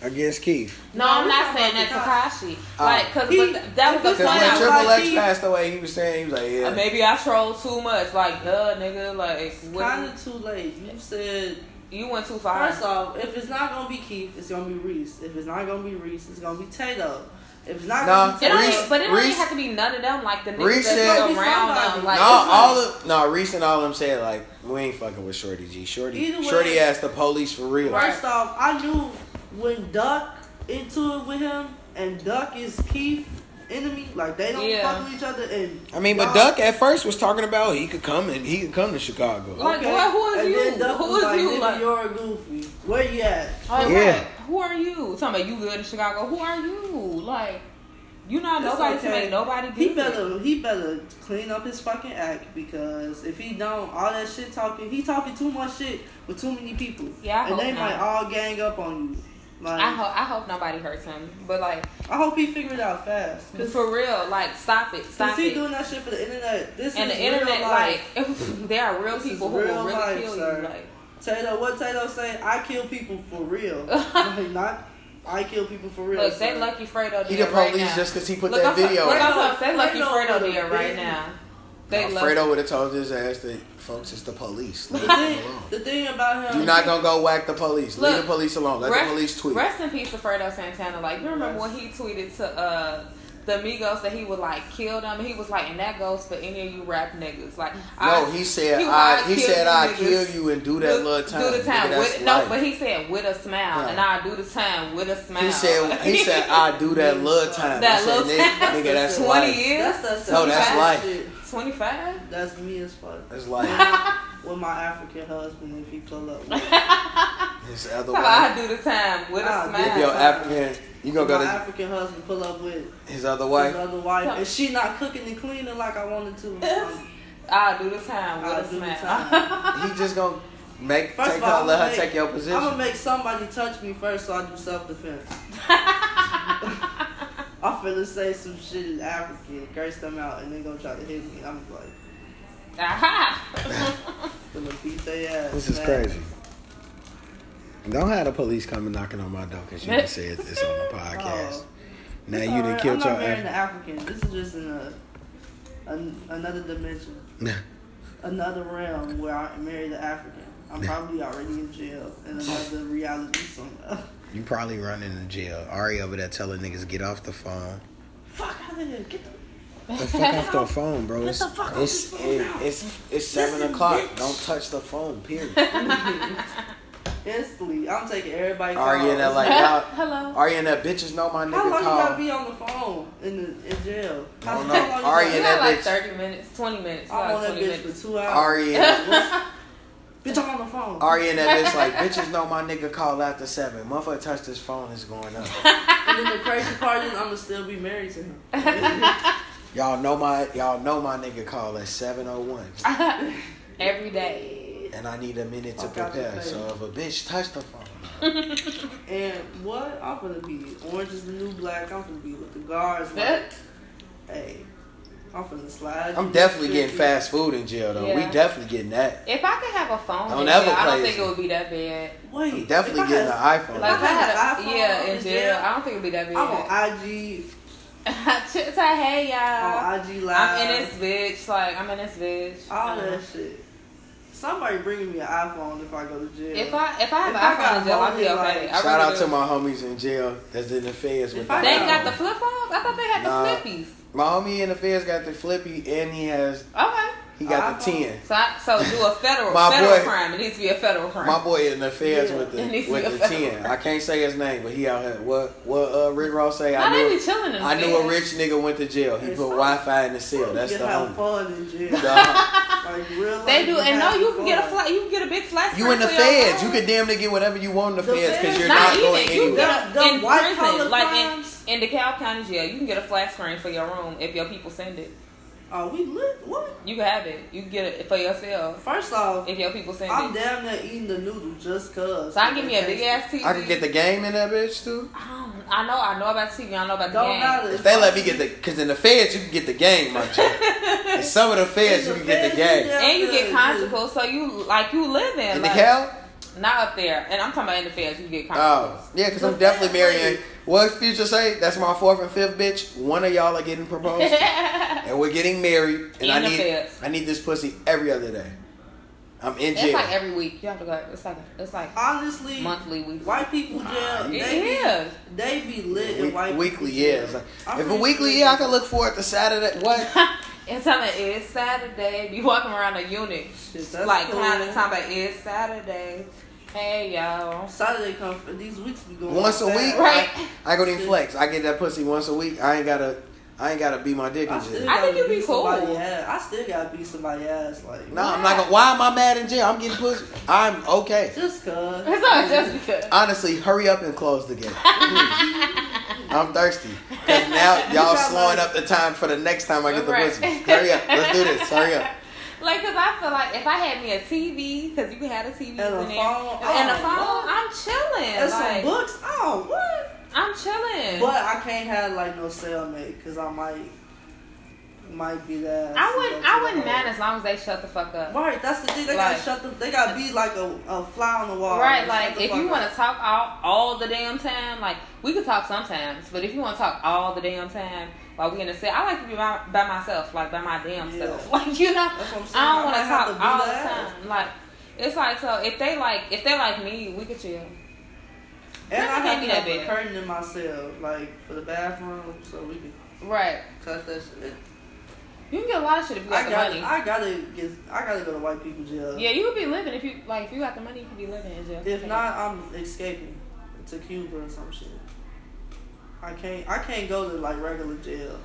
Speaker 3: against Keith.
Speaker 2: No,
Speaker 1: No,
Speaker 2: I'm
Speaker 1: we
Speaker 2: not
Speaker 1: talking
Speaker 2: saying
Speaker 1: about
Speaker 2: that Takashi.
Speaker 3: Oh.
Speaker 2: Like, cause
Speaker 1: He-
Speaker 2: but that was
Speaker 1: if
Speaker 2: the
Speaker 1: it's
Speaker 2: point.
Speaker 3: Because when
Speaker 1: like-
Speaker 2: I was,
Speaker 3: Triple X
Speaker 1: Keith-
Speaker 3: passed away, he was saying he was like, yeah.
Speaker 2: uh, maybe I trolled too much. Like, duh, nigga. Like, what-
Speaker 1: Kind of too late. You said
Speaker 2: you went too far.
Speaker 1: first off, if it's not gonna be Keith, it's gonna be Reese. If it's not gonna be Reese, it's gonna be Tato. If it's not
Speaker 3: Nah,
Speaker 1: gonna be
Speaker 2: It don't
Speaker 1: Tato,
Speaker 3: Reese-
Speaker 2: even, but it don't even
Speaker 3: Reese-
Speaker 2: have to be none of them. Like the niggas
Speaker 3: Reese
Speaker 2: that's
Speaker 3: said-
Speaker 2: around them. Like,
Speaker 3: no,
Speaker 1: it's
Speaker 3: all the no. Reese and all them said like we ain't fucking with Shorty G. Shorty,
Speaker 1: Either way-
Speaker 3: Shorty asked the police for real.
Speaker 2: Right.
Speaker 1: First off, I knew when Duck into it with him and Duck is Keith enemy, like they don't
Speaker 2: Yeah.
Speaker 1: fuck with each other. And
Speaker 3: I mean, but
Speaker 1: y'all-
Speaker 3: Duck at first was talking about he could come and he could come to Chicago.
Speaker 2: Like, what- who is
Speaker 1: and
Speaker 2: you?
Speaker 1: Then Duck
Speaker 2: Who
Speaker 1: was
Speaker 2: is
Speaker 1: like,
Speaker 2: you?
Speaker 1: "Nigga,
Speaker 2: Like- Oh,
Speaker 1: you're a goofy. Where you at?
Speaker 2: Like,
Speaker 3: Yeah.
Speaker 2: right, who are you? Talking about you good in Chicago. Who are you? Like, you not
Speaker 1: It's
Speaker 2: nobody to
Speaker 1: okay.
Speaker 2: make nobody good.
Speaker 1: He better he better clean up his fucking act because if he don't, all that shit talking, he talking too much shit with too many people.
Speaker 2: Yeah, I
Speaker 1: and
Speaker 2: hope
Speaker 1: they
Speaker 2: not.
Speaker 1: might all gang up on you. Like,
Speaker 2: I hope I hope nobody hurts him. But like,
Speaker 1: I hope he figured it out fast. Cause,
Speaker 2: for real, like, stop it,
Speaker 1: since
Speaker 2: stop
Speaker 1: he
Speaker 2: it.
Speaker 1: doing that shit for the internet, this
Speaker 2: and
Speaker 1: is
Speaker 2: the internet,
Speaker 1: real life.
Speaker 2: like, there are real
Speaker 1: This is
Speaker 2: people who
Speaker 1: real
Speaker 2: will really
Speaker 1: life,
Speaker 2: kill
Speaker 1: sir.
Speaker 2: you. Like,
Speaker 1: Tato, what Tato say? I kill people for real. like, not I kill people for real.
Speaker 2: look, they
Speaker 1: son.
Speaker 2: lucky Fredo
Speaker 3: he
Speaker 2: did
Speaker 3: the
Speaker 2: it right
Speaker 3: police
Speaker 2: now.
Speaker 3: just because he put
Speaker 2: look,
Speaker 3: that
Speaker 2: I'm sorry,
Speaker 3: video.
Speaker 2: Look,
Speaker 3: out.
Speaker 2: I'm sorry, they lucky
Speaker 1: Fredo
Speaker 2: Fredo
Speaker 1: would've
Speaker 2: did it right
Speaker 1: been-
Speaker 2: now. They
Speaker 3: Now,
Speaker 2: love-
Speaker 3: Fredo would have told his ass that folks, it's the police. Leave
Speaker 1: The
Speaker 3: them
Speaker 1: thing,
Speaker 3: alone.
Speaker 1: the thing about him,
Speaker 3: You're not gonna go whack the police. Leave
Speaker 2: Look,
Speaker 3: the police alone. Let
Speaker 2: rest,
Speaker 3: the police tweet.
Speaker 2: Rest in peace to Fredo Santana. Like you remember when he tweeted to uh the Migos that he would like kill them. He was like, and that goes for any of you rap niggas. Like
Speaker 3: no, he said
Speaker 2: he
Speaker 3: I.
Speaker 2: would
Speaker 3: He
Speaker 2: kill
Speaker 3: said
Speaker 2: you
Speaker 3: I
Speaker 2: niggas.
Speaker 3: kill you and do that
Speaker 2: do-
Speaker 3: little time.
Speaker 2: Do the time
Speaker 3: Nigga, that's
Speaker 2: with no,
Speaker 3: life.
Speaker 2: but he said with a smile,
Speaker 3: Yeah.
Speaker 2: and I do the time with a smile.
Speaker 3: He said he said I do that little time. I
Speaker 2: that
Speaker 3: said,
Speaker 2: little
Speaker 3: nigga,
Speaker 2: time.
Speaker 3: nigga, that's
Speaker 2: twenty
Speaker 3: life.
Speaker 2: years.
Speaker 1: that's that
Speaker 3: No, Oh, that's
Speaker 1: same
Speaker 3: life.
Speaker 1: shit.
Speaker 2: Twenty five.
Speaker 1: That's me as fuck.
Speaker 3: That's life.
Speaker 1: with my African husband, if he pull up, with
Speaker 3: It's other
Speaker 2: I
Speaker 3: wife.
Speaker 2: do the time with a
Speaker 1: Nah,
Speaker 2: smile.
Speaker 3: If your African, you gonna
Speaker 1: my
Speaker 3: go to
Speaker 1: African husband pull up with his
Speaker 3: his other wife.
Speaker 1: other wife, and she not cooking and cleaning like I wanted to.
Speaker 2: Yes. I do the time with
Speaker 1: I'll
Speaker 2: a
Speaker 1: do the
Speaker 2: smile.
Speaker 1: time.
Speaker 3: He just gonna make
Speaker 1: First
Speaker 3: take
Speaker 1: of all,
Speaker 3: her, let
Speaker 1: I'ma
Speaker 3: her
Speaker 1: make-
Speaker 3: take your
Speaker 1: I'm gonna
Speaker 3: position.
Speaker 1: make somebody touch me first, so I do self defense. I finna say some shit in African, curse them out, and they gonna try to hit me. I'm like,
Speaker 2: Aha.
Speaker 1: finna beat their ass.
Speaker 3: This is
Speaker 1: man.
Speaker 3: crazy. Don't have the police coming knocking on my door because you done said this on the podcast.
Speaker 1: Oh.
Speaker 3: Now you
Speaker 1: Sorry,
Speaker 3: done killed
Speaker 1: I'm
Speaker 3: your
Speaker 1: not married to
Speaker 3: African.
Speaker 1: African. This is just in a, an, another dimension, another realm where I married an African. I'm probably already in jail in another reality somewhere.
Speaker 3: You probably running to jail. Ari over there telling niggas get off the phone.
Speaker 1: Fuck out of here! Get the
Speaker 3: The fuck off the phone, bro.
Speaker 1: Get
Speaker 3: It's
Speaker 1: the fuck off this
Speaker 3: it's,
Speaker 1: phone
Speaker 3: it-
Speaker 1: now.
Speaker 3: it's it's seven
Speaker 1: Listen,
Speaker 3: o'clock.
Speaker 1: bitch.
Speaker 3: Don't touch the phone. Period.
Speaker 1: instantly. I'm taking everybody.
Speaker 3: Ari
Speaker 1: calls.
Speaker 3: and that like y'all.
Speaker 2: Hello.
Speaker 3: Ari and that bitches know my
Speaker 1: How long
Speaker 3: nigga
Speaker 1: you gotta
Speaker 3: call.
Speaker 1: be on the phone in the in jail?
Speaker 3: I
Speaker 1: How,
Speaker 3: don't
Speaker 1: how
Speaker 3: know.
Speaker 1: long you
Speaker 3: Ari
Speaker 1: gotta-
Speaker 2: You got
Speaker 3: and that
Speaker 2: like
Speaker 3: bitch-
Speaker 2: 30 minutes, 20 minutes.
Speaker 1: I'm on
Speaker 2: Like
Speaker 1: that
Speaker 2: 20
Speaker 1: bitch
Speaker 2: minutes.
Speaker 1: for two hours.
Speaker 3: Ari and
Speaker 1: bitch, I'm on the phone.
Speaker 3: Ari and that bitch like bitches know my nigga call after seven. Motherfucker touched his phone. It's going up.
Speaker 1: And then the crazy part is I'ma still be married to him.
Speaker 3: Y'all know my y'all know my nigga call at seven oh one.
Speaker 2: Every day.
Speaker 3: And I need a minute to
Speaker 1: Fuck out your
Speaker 3: prepare.
Speaker 1: face.
Speaker 3: So if a bitch touch the phone,
Speaker 1: And what? I'm gonna be orange is the new black. I'm gonna be with the guards. Like, hey, I'm finna slide.
Speaker 3: I'm
Speaker 1: you
Speaker 3: definitely
Speaker 1: this
Speaker 3: getting
Speaker 1: bitch.
Speaker 3: fast food in jail though.
Speaker 2: Yeah.
Speaker 3: We definitely getting that.
Speaker 2: If I could have a phone,
Speaker 3: Don't
Speaker 2: in
Speaker 3: ever
Speaker 2: jail, I
Speaker 3: play
Speaker 2: don't think
Speaker 3: this.
Speaker 2: it would be that bad.
Speaker 1: Wait,
Speaker 3: I'm definitely
Speaker 1: if I
Speaker 3: getting
Speaker 1: had-
Speaker 3: an iPhone.
Speaker 2: Like
Speaker 1: I
Speaker 2: if I
Speaker 1: had
Speaker 2: had
Speaker 1: an
Speaker 2: a,
Speaker 1: iPhone
Speaker 2: yeah,
Speaker 1: in
Speaker 2: in jail,
Speaker 1: jail,
Speaker 2: I don't think it'd be that
Speaker 1: I'm
Speaker 2: bad.
Speaker 1: on IG.
Speaker 2: Just say, hey
Speaker 1: On
Speaker 2: y'all,
Speaker 1: IG live.
Speaker 2: I'm in this bitch. Like I'm in this bitch.
Speaker 1: Oh, All
Speaker 2: Um,
Speaker 1: that shit. Somebody bringing me an iPhone if I go to jail.
Speaker 2: If I if I have
Speaker 1: If I got
Speaker 2: an iPhone in jail, I'll be
Speaker 1: money,
Speaker 2: okay.
Speaker 1: like-
Speaker 2: I
Speaker 3: Shout
Speaker 2: really
Speaker 3: out
Speaker 2: do.
Speaker 3: to my homies in jail that's in the feds with
Speaker 1: If I
Speaker 3: the
Speaker 2: They ain't
Speaker 1: No.
Speaker 2: got the flip phones. I thought they had the
Speaker 3: Nah.
Speaker 2: flippies.
Speaker 3: My homie in the feds got the flippy and he has
Speaker 2: Okay.
Speaker 3: he got the
Speaker 1: iPhone.
Speaker 3: ten.
Speaker 2: So I, so do a federal
Speaker 3: My
Speaker 2: federal
Speaker 3: boy-
Speaker 2: crime. It needs to be a federal crime.
Speaker 3: My boy in the feds
Speaker 1: Yeah.
Speaker 3: with the
Speaker 2: It needs to be
Speaker 3: with
Speaker 2: a
Speaker 3: the ten. I can't say his name, but he out here. What what uh, Rick Ross say?
Speaker 2: Now
Speaker 3: I
Speaker 2: they be
Speaker 3: knew
Speaker 2: chilling in the
Speaker 3: I knew a
Speaker 2: bed.
Speaker 3: rich nigga went to jail. He
Speaker 1: It's
Speaker 3: put
Speaker 1: fun.
Speaker 3: Wi Fi in the cell. That's
Speaker 1: you
Speaker 3: the
Speaker 1: can have
Speaker 3: homie.
Speaker 1: fun in jail.
Speaker 3: The homie.
Speaker 1: Like real life,
Speaker 2: They do, and no,
Speaker 1: have
Speaker 2: you can get a
Speaker 1: fun.
Speaker 2: flat. You can get a big flat.
Speaker 3: You in the
Speaker 2: screen for your
Speaker 3: feds. You
Speaker 2: phone.
Speaker 3: can damn near get whatever you want in the
Speaker 1: The
Speaker 3: feds because
Speaker 1: feds-
Speaker 3: you're
Speaker 2: not,
Speaker 3: not
Speaker 2: even.
Speaker 3: going
Speaker 2: you
Speaker 3: anywhere.
Speaker 2: get
Speaker 1: The- the
Speaker 2: in
Speaker 1: white collar
Speaker 2: prison, like
Speaker 1: crimes.
Speaker 2: in, in DeKalb County Jail, you can get a flat screen for your room if your people send it.
Speaker 1: Oh, we lit. What?
Speaker 2: You can have it. You can get it for yourself
Speaker 1: First off,
Speaker 2: if your people send
Speaker 1: I'm
Speaker 2: it.
Speaker 1: damn near eating the noodle just cause.
Speaker 2: So I give me a big ass TV.
Speaker 3: I could get the game in that bitch too.
Speaker 2: I, don't, I know. I know about TV. I know about the
Speaker 1: Don't
Speaker 2: game.
Speaker 1: matter.
Speaker 3: If they let me get the, cause in the feds you can get the game, my G. In some of the feds you
Speaker 1: In
Speaker 3: can
Speaker 1: the
Speaker 3: get the
Speaker 1: feds,
Speaker 3: game.
Speaker 1: yeah.
Speaker 2: And you get
Speaker 1: Good.
Speaker 2: conjugal, so you like you live in
Speaker 3: In the
Speaker 2: like,
Speaker 3: hell?
Speaker 2: not up there. And I'm talking about in the feds. You get conjugal.
Speaker 3: Oh, yeah, because
Speaker 1: The
Speaker 3: I'm definitely
Speaker 1: feds,
Speaker 3: marrying.
Speaker 1: like-
Speaker 3: What future say? That's my fourth and fifth bitch. One of y'all are getting proposed, and we're getting married. And
Speaker 2: In
Speaker 3: I
Speaker 2: the
Speaker 3: need,
Speaker 2: feds.
Speaker 3: I need this pussy every other day. I'm in
Speaker 2: it's
Speaker 3: jail.
Speaker 2: like every week. You have to go. It's like it's like
Speaker 1: Honestly,
Speaker 2: monthly, weekly.
Speaker 1: white people jail.
Speaker 2: It
Speaker 1: They,
Speaker 2: is.
Speaker 1: Be, they be lit in
Speaker 3: Week-
Speaker 1: white
Speaker 3: weekly,
Speaker 1: people jail.
Speaker 3: yeah. It's like,
Speaker 1: I'm
Speaker 3: if a
Speaker 1: pretty
Speaker 3: weekly,
Speaker 1: sure
Speaker 3: yeah, I can look forward to Saturday. What?
Speaker 2: and talking about it's Saturday, be walking around a unit.
Speaker 1: Shit, that's
Speaker 2: Like
Speaker 1: cool.
Speaker 2: clowning talking about it's Saturday. Hey y'all.
Speaker 1: Saturday come for these weeks be going
Speaker 3: Once a
Speaker 1: fast.
Speaker 3: week,
Speaker 2: Right.
Speaker 3: I, I go to flex. I get that pussy once a week. I ain't gotta, I ain't gotta beat my dick
Speaker 1: I
Speaker 3: in
Speaker 1: still
Speaker 3: jail.
Speaker 2: I think
Speaker 1: gotta
Speaker 2: it'd be
Speaker 1: beat somebody
Speaker 2: cool.
Speaker 1: Ass. I still gotta beat somebody ass. Like
Speaker 3: No, I'm not gonna. Why am I mad in jail? I'm getting pussy. I'm okay.
Speaker 1: just cause.
Speaker 2: It's not just because.
Speaker 3: Honestly, hurry up and close the gate. I'm thirsty. Cause now y'all slowing up the time for the next time I get the
Speaker 2: Right.
Speaker 3: pussy. Hurry up. Let's do this. Hurry up.
Speaker 2: Like, cause I feel like if I had me a TV, cause you can have a TV
Speaker 1: And a
Speaker 2: in there,
Speaker 1: phone.
Speaker 2: and a
Speaker 1: Oh,
Speaker 2: phone,
Speaker 1: what?
Speaker 2: I'm chilling.
Speaker 1: and some
Speaker 2: like,
Speaker 1: books. Oh, what?
Speaker 2: I'm chilling.
Speaker 1: But I can't have like no cellmate because I might might be that.
Speaker 2: I wouldn't. I wouldn't mind as long as they shut the fuck up.
Speaker 1: Right, that's the thing. They
Speaker 2: Like-
Speaker 1: gotta shut them. They gotta be like a, a fly on the wall.
Speaker 2: Right,
Speaker 1: Shut
Speaker 2: like
Speaker 1: the
Speaker 2: if
Speaker 1: fuck
Speaker 2: you
Speaker 1: up.
Speaker 2: want to talk all all the damn time, like we could talk sometimes, but if you want to talk all the damn time while we in the set, I like to be by, by myself, like by my damn
Speaker 1: Yeah.
Speaker 2: self, like you know.
Speaker 1: That's what I'm saying.
Speaker 2: I
Speaker 1: I
Speaker 2: don't want to
Speaker 1: might have to
Speaker 2: talk
Speaker 1: be
Speaker 2: all the
Speaker 1: that.
Speaker 2: time. Like it's like so if they like if they like me, we could chill.
Speaker 1: And I have
Speaker 2: Nothing can't
Speaker 1: to
Speaker 2: be that
Speaker 1: have a
Speaker 2: bad. curtain
Speaker 1: curtain in my cell, like for the bathroom, so we can
Speaker 2: Right.
Speaker 1: cut that shit.
Speaker 2: You can get a lot of shit if you got
Speaker 1: I
Speaker 2: the
Speaker 1: gotta,
Speaker 2: money.
Speaker 1: I gotta get, I gotta go to white people jail.
Speaker 2: yeah, you could be living if you like if you got the money, you could be living in jail.
Speaker 1: If not, I'm escaping to Cuba or some shit. I can't, I can't go to like regular jail.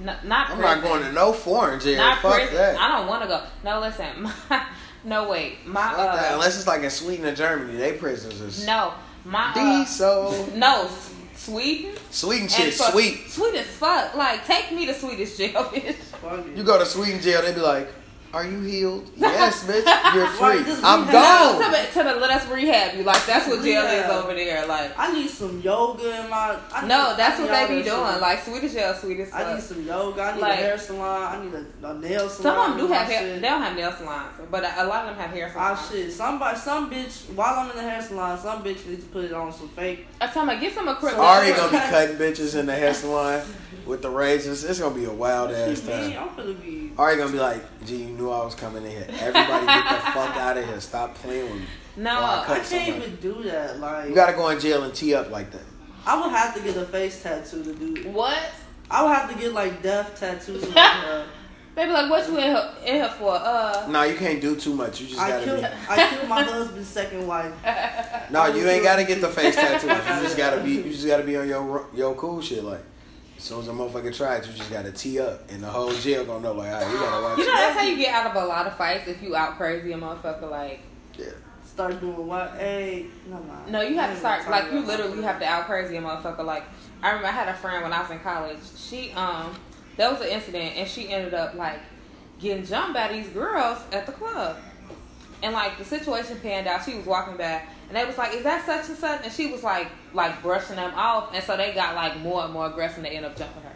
Speaker 2: N- not
Speaker 3: I'm
Speaker 2: prison.
Speaker 3: not going to no foreign jail.
Speaker 2: Not
Speaker 3: Fuck
Speaker 2: prison.
Speaker 3: that.
Speaker 2: I don't want to go. No, listen. My, no, wait. My
Speaker 3: Fuck
Speaker 2: uh,
Speaker 3: that. Unless it's like in Sweden or Germany, they prisons is
Speaker 2: no, my uh,
Speaker 3: D so
Speaker 2: No, S- Sweden.
Speaker 3: Sweden
Speaker 2: and
Speaker 3: shit
Speaker 2: fuck-
Speaker 3: sweet.
Speaker 2: Sweet as fuck. Like, take me to Swedish jail, bitch.
Speaker 1: Fuck it.
Speaker 3: You go to Sweden jail, they be like, "Are you healed? yes, bitch. You're
Speaker 1: Right,
Speaker 3: free.
Speaker 1: just
Speaker 3: I'm
Speaker 1: leave
Speaker 2: No,
Speaker 1: that
Speaker 2: to
Speaker 3: gone.
Speaker 2: the, to the let us rehab you. Like, that's what jail is
Speaker 1: Rehab.
Speaker 2: over there. Like,
Speaker 1: I need some yoga in my. I need,
Speaker 2: no, that's
Speaker 1: I
Speaker 2: what
Speaker 1: need
Speaker 2: they
Speaker 1: all
Speaker 2: be
Speaker 1: that
Speaker 2: doing.
Speaker 1: shit.
Speaker 2: Like, Swedish jail, sweet as
Speaker 1: I
Speaker 2: fuck.
Speaker 1: need some yoga. I need
Speaker 2: Like-
Speaker 1: a hair salon. I need a, a nail salon.
Speaker 2: Some of them do
Speaker 1: my
Speaker 2: have hair.
Speaker 1: shit.
Speaker 2: They don't have nail salons, but a a lot of them have hair salons.
Speaker 1: Ah shit! Somebody, some bitch. While I'm in the hair salon, some bitch needs to put it on some fake.
Speaker 2: I'm talking about, get some equipment.
Speaker 3: Ari gonna be cutting bitches in the hair salon with the razors. It's gonna be a wild ass
Speaker 1: What you mean?
Speaker 3: time.
Speaker 1: I'm gonna be.
Speaker 3: Ari gonna be like, "Gee, you knew I was coming in here. Everybody, get the fuck out of here. Stop playing with me. Well,
Speaker 2: No,
Speaker 3: I
Speaker 1: I
Speaker 3: cut
Speaker 1: can't
Speaker 3: somebody.
Speaker 1: even do that. Like,
Speaker 3: You gotta go in jail and tee up like that."
Speaker 1: I would have to get a face tattoo to do it.
Speaker 2: what?
Speaker 1: I would have to get like death tattoos. Like, uh,
Speaker 2: They be like, what you in here, in here for? Uh,
Speaker 3: No, you can't do too much. You just
Speaker 1: I
Speaker 3: gotta
Speaker 1: killed,
Speaker 3: be.
Speaker 1: I killed my husband's second wife.
Speaker 3: No, you ain't gotta get the face tattoos. You just gotta be. You just gotta be on your your cool shit. Like, as soon as a motherfucker tries, you just gotta tee up, and the whole jail gonna know. Like, all right, you gotta watch.
Speaker 2: you know,
Speaker 3: it.
Speaker 2: that's how you get out of a lot of fights if you out crazy a motherfucker. Like,
Speaker 1: Start doing what? Hey, no, no.
Speaker 2: No, you have to start like you literally have
Speaker 1: to.
Speaker 2: to out crazy a motherfucker. Like I remember I had a friend when I was in college. She um there was an incident and she ended up like getting jumped by these girls at the club. And like the situation panned out, she was walking back and they was like, Is that such and such? And she was like like brushing them off and so they got like more and more aggressive and they end up jumping her.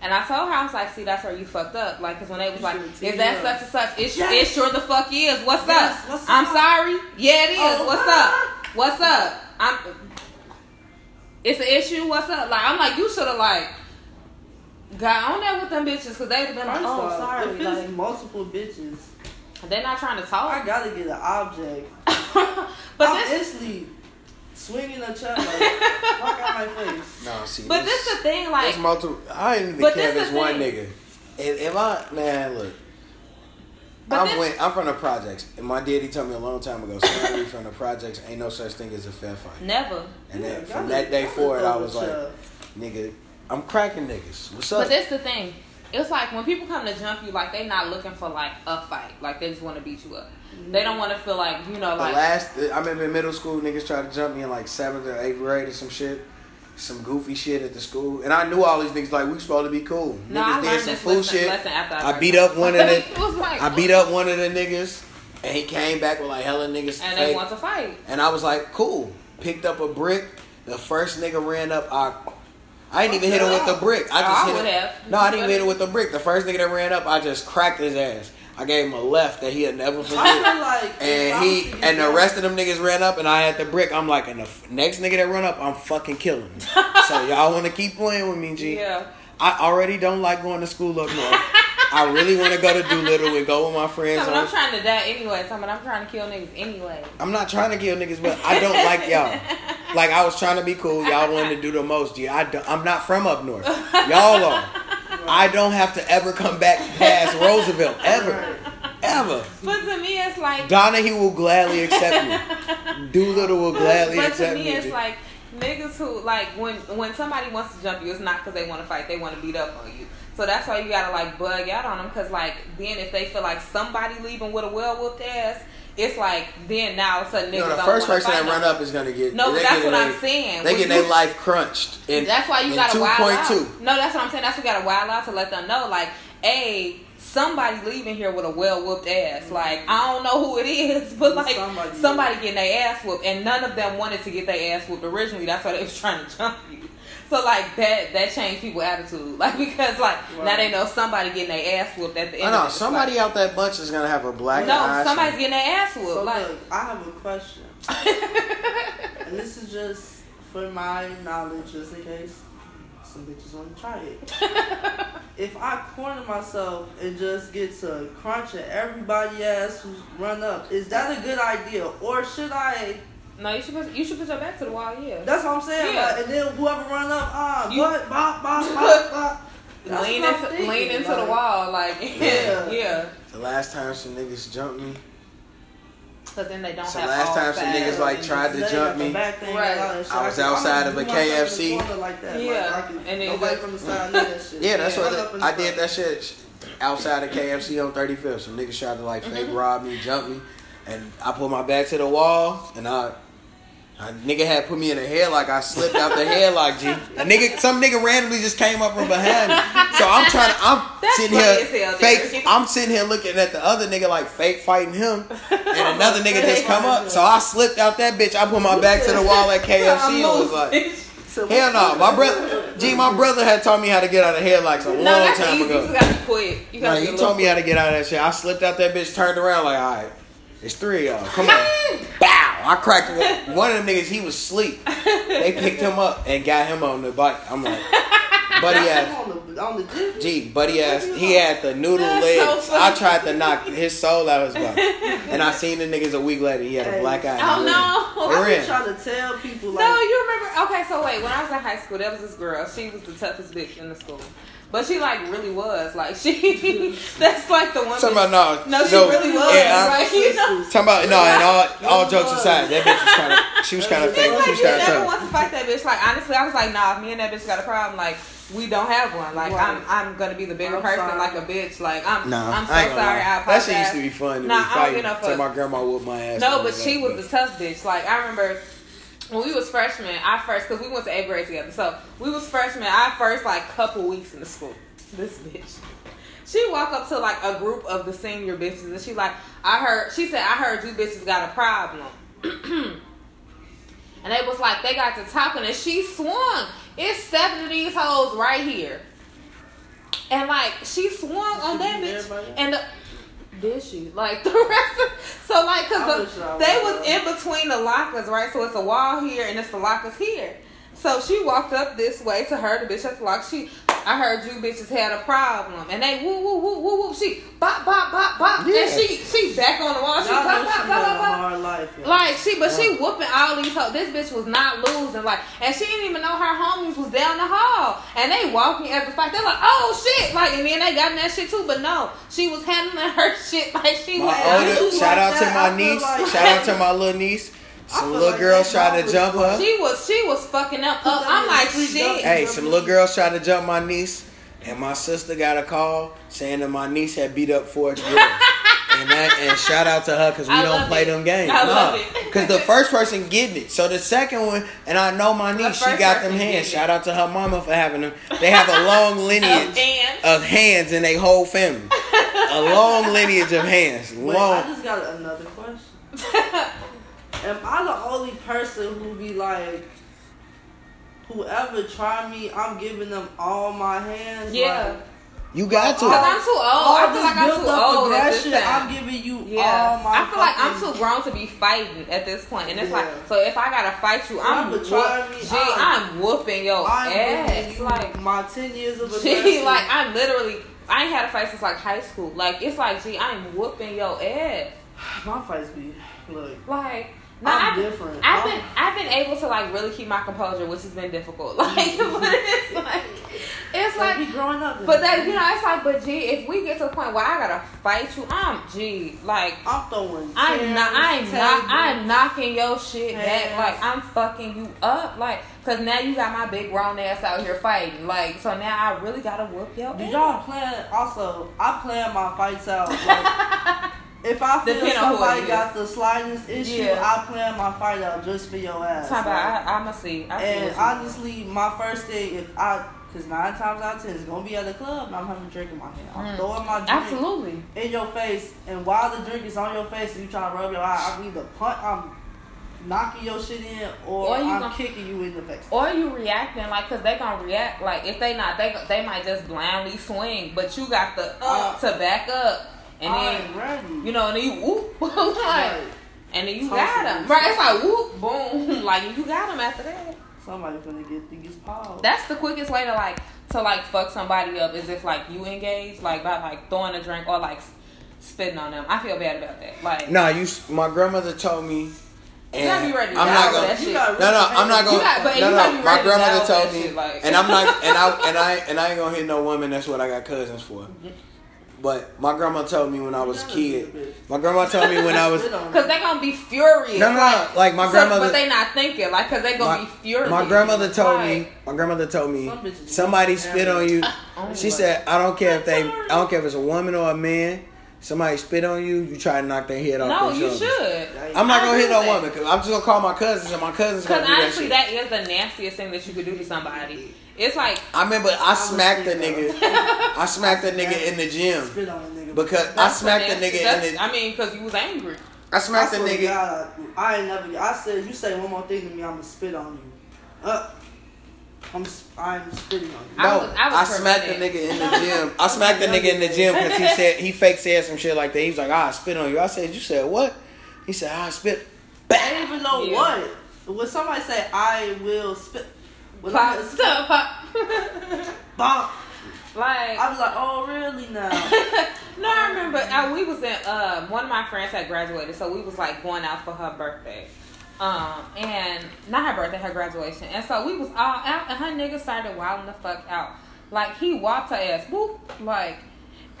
Speaker 2: And I told her, I was like, see, that's where you fucked up. Like, because when they was
Speaker 1: You
Speaker 2: like,
Speaker 1: should've
Speaker 2: is
Speaker 1: teed
Speaker 2: that
Speaker 1: up.
Speaker 2: such and such? It,
Speaker 1: Yes.
Speaker 2: it sure the fuck is. What's
Speaker 1: Yes,
Speaker 2: up?
Speaker 1: what's
Speaker 2: I'm
Speaker 1: up?
Speaker 2: sorry. Yeah, it is.
Speaker 1: Oh,
Speaker 2: what's
Speaker 1: what?
Speaker 2: up? What's up? I'm, it's an issue. What's up? Like I'm like you should have like got on that with them bitches because they'd have been like,
Speaker 1: First
Speaker 2: oh
Speaker 1: off,
Speaker 2: sorry,
Speaker 1: if it's
Speaker 2: like,
Speaker 1: multiple bitches,
Speaker 2: They're not trying to talk.
Speaker 1: I gotta get an object.
Speaker 2: Oh. but
Speaker 1: I'm
Speaker 2: this
Speaker 1: instantly swinging a chair like fuck out my face.
Speaker 3: No, see.
Speaker 2: But this is the thing, like,
Speaker 3: There's multiple. I didn't even
Speaker 2: But
Speaker 3: care if
Speaker 2: this
Speaker 3: it's
Speaker 2: the
Speaker 3: one
Speaker 2: thing.
Speaker 3: nigga. If, if I man, look,
Speaker 2: But
Speaker 3: I'm
Speaker 2: this-
Speaker 3: went, I'm from the projects, and my daddy told me a long time ago, somebody from the projects ain't no such thing as a fair fight.
Speaker 2: never.
Speaker 3: And
Speaker 1: Yeah,
Speaker 3: then
Speaker 1: y'all
Speaker 3: from that
Speaker 1: just-
Speaker 3: day
Speaker 1: y'all just
Speaker 3: forward, I
Speaker 1: throw
Speaker 3: was
Speaker 1: the
Speaker 3: like,
Speaker 1: chair.
Speaker 3: nigga, I'm cracking niggas. What's up?
Speaker 2: But that's the thing. It's like when people come to jump you, like they not looking for like a fight. Like they just want to beat you up. They don't want to feel like you know,
Speaker 3: the
Speaker 2: like
Speaker 3: last, I remember in middle school, niggas tried to jump me in like seventh or eighth grade or some shit. Some goofy shit at the school, and I knew all these niggas like we supposed to be cool.
Speaker 2: No, I
Speaker 3: niggas
Speaker 2: learned this lesson, lesson after I,
Speaker 3: I
Speaker 2: heard
Speaker 3: beat
Speaker 2: this.
Speaker 3: up one of the-
Speaker 2: It was like,
Speaker 3: I beat up one of the niggas, and he came back with like hella niggas.
Speaker 2: and they
Speaker 3: fake.
Speaker 2: want to fight.
Speaker 3: And I was like, cool. Picked up a brick. The first nigga ran up. I, I didn't even hit him with the brick. I
Speaker 2: Oh,
Speaker 3: just
Speaker 2: I
Speaker 3: hit
Speaker 2: would
Speaker 3: him.
Speaker 2: have.
Speaker 3: No, I didn't even hit him with the brick. The first nigga that ran up, I just cracked his ass. I gave him a left that he'll never
Speaker 1: I
Speaker 3: forget.
Speaker 1: feel like if I
Speaker 3: And
Speaker 1: was
Speaker 3: he
Speaker 1: to get
Speaker 3: and the
Speaker 1: that-
Speaker 3: rest of them niggas ran up, and I had the brick. I'm like, and the f- next nigga that run up, I'm fucking killing him. so y'all want to keep playing with me, G?
Speaker 2: Yeah.
Speaker 3: I already don't like going to school up north. I really want to go to Doolittle and go with my friends.
Speaker 2: Something
Speaker 3: on-
Speaker 2: I'm trying to die anyway. Something I'm trying to kill niggas anyway.
Speaker 3: I'm not trying to kill niggas, but I don't like y'all. Like I was trying to be cool, y'all wanted to do the most. Yeah, I don't, I'm not from up north. Y'all are. I don't have to ever come back past Roosevelt ever, ever.
Speaker 2: But to me, it's like.
Speaker 3: Donahue will gladly accept me. Doolittle will gladly
Speaker 2: but to
Speaker 3: accept
Speaker 2: me,
Speaker 3: me.
Speaker 2: it's
Speaker 3: G.
Speaker 2: like niggas who like when when somebody wants to jump you, it's not because they want to fight; they want to beat up on you. So that's why you gotta like bug out on them, because like then if they feel like somebody leaving with a well whooped ass, it's like then now all of a sudden niggas
Speaker 3: you know, the
Speaker 2: don't
Speaker 3: first
Speaker 2: wanna
Speaker 3: person
Speaker 2: fight
Speaker 3: that
Speaker 2: no
Speaker 3: run
Speaker 2: more.
Speaker 3: up is gonna get.
Speaker 2: No,
Speaker 3: they
Speaker 2: that's
Speaker 3: getting
Speaker 2: what I'm
Speaker 3: they-
Speaker 2: saying.
Speaker 3: They
Speaker 2: When
Speaker 3: get
Speaker 2: you-
Speaker 3: their life crunched. And
Speaker 2: That's why you gotta
Speaker 3: two
Speaker 2: wild
Speaker 3: point
Speaker 2: out.
Speaker 3: two.
Speaker 2: No, that's what I'm saying. That's what you gotta wild out to let them know, like, hey, somebody leaving here with a well whooped ass. Like, I don't know who it is, but like somebody,
Speaker 1: Somebody.
Speaker 2: getting their ass whooped, and none of them wanted to get their ass whooped originally. That's why they was trying to jump you. So like that that changed people attitude, like because like now
Speaker 1: Right.
Speaker 2: they know somebody getting their ass whooped at the
Speaker 3: I
Speaker 2: end. of
Speaker 3: know
Speaker 2: it.
Speaker 3: somebody out that bunch is gonna have a black
Speaker 2: Like,
Speaker 3: eye.
Speaker 2: no, somebody's getting their ass whooped.
Speaker 1: So
Speaker 2: like,
Speaker 1: look, I have a question. and this is just for my knowledge, just in case some bitches want to try it. if I corner myself and just get to crunching everybody ass who's run up, is that a good idea? Or should I?
Speaker 2: no, you should put, you should put your back to the wall. Yeah,
Speaker 1: That's what I'm saying.
Speaker 2: Yeah.
Speaker 1: like, and then whoever run up, ah,
Speaker 2: You-
Speaker 1: what? Bop, bop, bop, bop. That's
Speaker 2: lean
Speaker 1: what I'm
Speaker 2: into
Speaker 1: thinking,
Speaker 2: lean into the
Speaker 1: like,
Speaker 2: wall. Like, yeah.
Speaker 1: Yeah.
Speaker 2: yeah.
Speaker 3: The last time some niggas jumped me,
Speaker 2: Because then they don't
Speaker 3: So
Speaker 2: have
Speaker 3: last
Speaker 2: all
Speaker 3: time some
Speaker 2: sides.
Speaker 3: niggas, like, tried to
Speaker 1: They got
Speaker 3: jump
Speaker 1: the
Speaker 3: me.
Speaker 1: back thing
Speaker 2: Right.
Speaker 1: out and shit.
Speaker 3: I was
Speaker 1: can- I'm
Speaker 3: outside
Speaker 1: gonna
Speaker 3: of a
Speaker 1: do myself in the
Speaker 3: KFC.
Speaker 1: corner Like that.
Speaker 2: Yeah.
Speaker 1: Like, I can,
Speaker 2: And
Speaker 1: and
Speaker 2: then
Speaker 1: nobody
Speaker 2: just-
Speaker 1: from the side knew that shit.
Speaker 3: Yeah, that's
Speaker 2: Yeah.
Speaker 3: what
Speaker 1: Run up in
Speaker 3: the,
Speaker 1: the
Speaker 3: I did.
Speaker 1: front.
Speaker 3: That shit sh- outside of KFC on 35th. Some niggas tried to like fake
Speaker 2: Mm-hmm.
Speaker 3: rob me, jump me, and I put my back to the wall, and I. A nigga had put me in a headlock. I slipped out the headlock, G. A nigga, some nigga randomly just came up from behind me. So I'm trying to, I'm
Speaker 2: That's
Speaker 3: sitting
Speaker 2: funny as
Speaker 3: here
Speaker 2: hell,
Speaker 3: fake.
Speaker 2: Derek.
Speaker 3: I'm sitting here looking at the other nigga like fake fighting him, and another nigga just come up. So I slipped out that bitch. I put my back to the wall at KFC. and was like,
Speaker 1: So
Speaker 3: Hell no, my brother. Gee, my brother had taught me how to get out of headlocks
Speaker 2: no,
Speaker 3: a long
Speaker 2: that's
Speaker 3: time
Speaker 2: easy. You
Speaker 3: ago.
Speaker 2: gotta be quick. You gotta
Speaker 3: Like,
Speaker 2: be
Speaker 3: he
Speaker 2: a
Speaker 3: told me
Speaker 2: little
Speaker 3: how to get out of that shit. I slipped out that bitch, turned around like, all right, it's three of y'all. Come on, bow. I cracked one, one of them niggas. He was asleep. They picked him up and got him on the bike. I'm like, buddy ass.
Speaker 1: on the, on the dick.
Speaker 3: Gee, buddy ass. He had the noodle legs.
Speaker 2: so
Speaker 3: I tried to knock his soul out of his body, and I seen the niggas a week later. He had a black eye.
Speaker 2: Oh, no.
Speaker 3: They
Speaker 1: I
Speaker 3: ran.
Speaker 1: be trying to tell people like,
Speaker 2: No, you remember? Okay, so wait. When I was in high school, there was this girl. She was the toughest bitch in the school, but she like really was. Like she, that's like the one.
Speaker 3: Talking
Speaker 2: bitch-
Speaker 3: about no,
Speaker 2: no, she really was.
Speaker 3: yeah, I'm-
Speaker 2: like you know,
Speaker 1: sisters.
Speaker 3: Talking about no, and all all jokes aside, that bitch was kind of she was kind of fake.
Speaker 2: It's
Speaker 3: She
Speaker 2: like
Speaker 3: was
Speaker 2: you
Speaker 3: kind of
Speaker 2: never
Speaker 3: tough.
Speaker 2: want to fight that bitch. Like honestly, I was like, nah, if me and that bitch got a problem, like we don't have one. Like
Speaker 1: Right.
Speaker 2: I'm, I'm gonna be the bigger
Speaker 1: I'm
Speaker 2: person,
Speaker 1: sorry.
Speaker 2: like a bitch. Like I'm,
Speaker 3: Nah,
Speaker 2: I'm so
Speaker 3: I ain't gonna
Speaker 2: sorry. I
Speaker 3: lie. that
Speaker 2: apologize.
Speaker 3: shit used to be fun. To
Speaker 2: Nah,
Speaker 3: be
Speaker 2: I don't
Speaker 3: fighting.
Speaker 2: get no
Speaker 3: Till
Speaker 2: fuck.
Speaker 3: my grandma whooped my ass.
Speaker 2: No,
Speaker 3: and
Speaker 2: but
Speaker 3: all
Speaker 2: she
Speaker 3: that,
Speaker 2: was the tough bitch. Like I remember when we was freshmen, I first because we went to eighth grade together. So we was freshmen. I first like couple weeks in the school. This bitch. She walk up to like a group of the senior bitches and she like, I heard. She said, I heard you bitches got a problem. and they was like, they got to talking and she swung. It's seven of these hoes right here. And like she swung on
Speaker 1: she
Speaker 2: that
Speaker 1: beat
Speaker 2: bitch,
Speaker 1: everybody?
Speaker 2: and the, did she? Like the rest of so like
Speaker 1: I
Speaker 2: because
Speaker 1: wish I
Speaker 2: they
Speaker 1: would've.
Speaker 2: was in between the lockers, right? So it's a wall here and it's the lockers here. So she walked up this way to her, the bitch at the lock. She, I heard you bitches had a problem, and they woo woo woo woo woo. She bop bop bop bop,
Speaker 3: Yeah.
Speaker 2: and she she back on the wall. She
Speaker 1: Y'all
Speaker 2: bop
Speaker 1: know
Speaker 2: bop
Speaker 1: she
Speaker 2: bop
Speaker 1: lived a
Speaker 2: bop bop.
Speaker 1: hard life. y'all.
Speaker 2: Like she, but she whooping all these hoes. This bitch was not losing, like, and she didn't even know her homies was down the hall, and they walking as a fight. They're like, "Oh shit!" Like, and then they got in that shit too. But no, she was handling her shit like she was.
Speaker 1: I
Speaker 3: My older,
Speaker 1: feel
Speaker 3: shout out
Speaker 1: like
Speaker 3: to
Speaker 1: that.
Speaker 3: my
Speaker 1: I feel
Speaker 3: niece.
Speaker 1: like-
Speaker 3: shout out to my little niece.
Speaker 1: I
Speaker 3: Some
Speaker 1: feel
Speaker 3: little
Speaker 1: like
Speaker 3: girls
Speaker 1: that
Speaker 3: tried to
Speaker 1: was-
Speaker 3: jump her.
Speaker 2: She was, she was fucking up. up. I'm like, shit.
Speaker 3: Hey, some little girls tried to jump my niece, and my sister got a call saying that my niece had beat up four girls. and, that, and shout out to her because we
Speaker 2: I
Speaker 3: don't
Speaker 2: love
Speaker 3: play
Speaker 2: it.
Speaker 3: them games.
Speaker 2: I love it.
Speaker 3: because the first person getting it. So the second one, and I know my niece, she
Speaker 2: first
Speaker 3: got them
Speaker 2: person getting
Speaker 3: hands.
Speaker 2: it.
Speaker 3: Shout out to her mama for having them. They have a long lineage
Speaker 2: Of hands.
Speaker 3: of hands in their whole family. a long lineage of hands.
Speaker 1: Wait,
Speaker 3: Long.
Speaker 1: I just got another question. Am I the only person who be like, whoever try me, I'm giving them all my hands?
Speaker 2: Yeah.
Speaker 1: Like,
Speaker 3: you got to.
Speaker 2: Cause I'm too old.
Speaker 1: all
Speaker 2: Oh, I feel
Speaker 1: this
Speaker 2: like I'm too
Speaker 1: built-up
Speaker 2: old at this
Speaker 1: aggression,
Speaker 2: time.
Speaker 1: I'm giving you
Speaker 2: Yeah,
Speaker 1: all my
Speaker 2: I feel like I'm
Speaker 1: fucking-
Speaker 2: too grown to be fighting at this point, and it's
Speaker 1: Yeah.
Speaker 2: like, so if I gotta fight you, I'm
Speaker 1: Whoever
Speaker 2: whoop,
Speaker 1: tried me,
Speaker 2: Gee,
Speaker 1: I'm-
Speaker 2: I'm, whooping your
Speaker 1: I'm giving
Speaker 2: ass.
Speaker 1: you
Speaker 2: Like,
Speaker 1: my 10 years of aggression.
Speaker 2: gee, like I literally, I ain't had a fight since like high school. Like, it's like, gee, I'm whooping your ass.
Speaker 1: my fights be, look.
Speaker 2: Like, nah,
Speaker 1: I'm
Speaker 2: I've,
Speaker 1: different.
Speaker 2: I've
Speaker 1: I'm-
Speaker 2: been, I've been able to like really keep my composure, which has been difficult. Like, but it's like, it's
Speaker 1: Like,
Speaker 2: like
Speaker 1: we growing up.
Speaker 2: But that you know, it's like, but gee, if we get to the point where I gotta fight you, I'm gee, like
Speaker 1: I'm throwing.
Speaker 2: I'm not, I'm
Speaker 1: chairs,
Speaker 2: not,
Speaker 1: tables.
Speaker 2: I'm knocking your shit back.
Speaker 1: Yes.
Speaker 2: Like I'm fucking you up, like, cause now you got my big grown ass out here fighting, like, so now I really gotta whoop your
Speaker 1: Do
Speaker 2: ass.
Speaker 1: y'all plan? Also, I plan my fights out. Like, if I feel
Speaker 2: Depend on who it
Speaker 1: somebody
Speaker 2: is.
Speaker 1: got the slightest issue,
Speaker 2: Yeah.
Speaker 1: I plan my fight out just for your ass.
Speaker 2: Talking
Speaker 1: Like,
Speaker 2: about, I, I'ma see. I see
Speaker 1: and
Speaker 2: what you
Speaker 1: honestly, my first thing, if I, because nine times out of ten, it's gonna be at the club, and I'm having a drink in my hand. I'm
Speaker 2: Mm.
Speaker 1: throwing my drink
Speaker 2: absolutely.
Speaker 1: in your face, and while the drink is on your face, and you try to rub your eye, I'm either punt, I'm knocking your shit in, or,
Speaker 2: Or you
Speaker 1: I'm
Speaker 2: gonna-
Speaker 1: kicking you in the face.
Speaker 2: Or you reacting like, cause they gonna react like if they not, they go- they might just blindly swing, but you got the
Speaker 1: Uh,
Speaker 2: up to back up, and
Speaker 1: I'm
Speaker 2: then
Speaker 1: ready.
Speaker 2: you know, and then you whoop, like.
Speaker 1: Like,
Speaker 2: And then you
Speaker 1: Toss
Speaker 2: got
Speaker 1: it.
Speaker 2: them. Right, it's like whoop, boom. Like you got them after that.
Speaker 1: somebody's gonna get these paws.
Speaker 2: That's the quickest way to like to like fuck somebody up is if like you engage like by like throwing a drink or like s- spitting on them. I feel bad about that. Like
Speaker 3: No, you. My grandmother told me, and
Speaker 2: gotta be ready to
Speaker 3: I'm
Speaker 2: die
Speaker 3: not
Speaker 2: for
Speaker 3: gonna.
Speaker 2: that shit.
Speaker 3: No, no, I'm not
Speaker 2: You got- but
Speaker 3: gonna.
Speaker 2: you
Speaker 3: No,
Speaker 2: gotta
Speaker 3: no,
Speaker 2: be
Speaker 3: my
Speaker 2: ready to
Speaker 3: grandmother
Speaker 2: battle that
Speaker 3: told me,
Speaker 2: shit, like-
Speaker 3: and I'm not, and I, and I, and I ain't gonna hit no woman. That's what I got cousins for. But my grandma told me when I was a kid. My grandma told me when I was.
Speaker 1: Spit on
Speaker 2: because
Speaker 1: it.
Speaker 2: they gonna be furious.
Speaker 3: No, no, no. Like my
Speaker 2: So-
Speaker 3: grandmother.
Speaker 2: but they not thinking like because they gonna
Speaker 3: my,
Speaker 2: be furious.
Speaker 3: my grandmother told me.
Speaker 2: Like,
Speaker 3: My grandmother told me.
Speaker 1: Some bitches
Speaker 3: Somebody
Speaker 1: don't
Speaker 3: spit
Speaker 1: have
Speaker 3: on
Speaker 1: it.
Speaker 3: you.
Speaker 2: Oh,
Speaker 3: She
Speaker 2: my.
Speaker 3: said, I don't care if they. I don't care if it's a woman or a man. Somebody spit on you. You try to knock their head off.
Speaker 2: no,
Speaker 3: their
Speaker 2: you
Speaker 3: shoulders.
Speaker 2: should.
Speaker 3: I'm not
Speaker 2: I
Speaker 3: gonna
Speaker 2: agree
Speaker 3: hit no
Speaker 2: with that.
Speaker 3: woman because I'm just gonna call my cousins and my cousins gonna
Speaker 2: Because
Speaker 3: do that
Speaker 2: honestly,
Speaker 3: shit.
Speaker 2: that is the nastiest thing that you could do to somebody. It's like
Speaker 3: I remember I
Speaker 1: would
Speaker 3: smacked the
Speaker 1: say
Speaker 3: nigga. I smacked the nigga in the gym
Speaker 1: Spit on a nigga.
Speaker 3: because I
Speaker 2: that's
Speaker 3: smacked the
Speaker 2: nasty-
Speaker 3: nigga
Speaker 2: that's-
Speaker 3: in the.
Speaker 2: I mean, because you was angry.
Speaker 3: I
Speaker 1: I
Speaker 3: smacked the
Speaker 1: swear to
Speaker 3: nigga.
Speaker 1: God, I ain't never. I said you say one more thing to me, I'ma spit on you. Uh, I'm s- I'm spitting on you.
Speaker 2: I
Speaker 3: No,
Speaker 2: was- I was
Speaker 3: I smacked the
Speaker 2: pregnant.
Speaker 3: nigga in the gym. I smacked the nigga in the gym because he said he fake said some shit like that. He was like, "I spit on you." I said, "You said what?" He said, "I spit."
Speaker 1: I didn't even know
Speaker 2: Yeah.
Speaker 1: what. When somebody say I will spit, when I
Speaker 2: Pop,
Speaker 1: just
Speaker 2: stop, pop.
Speaker 1: bop,
Speaker 2: like
Speaker 1: I be like, oh really now?
Speaker 2: No, I remember uh, we was in uh, one of my friends had graduated, so we was like going out for her birthday. Um, and not her birthday, her graduation. And so we was all out and her nigga started wilding the fuck out. Like he whopped her ass, whoop, like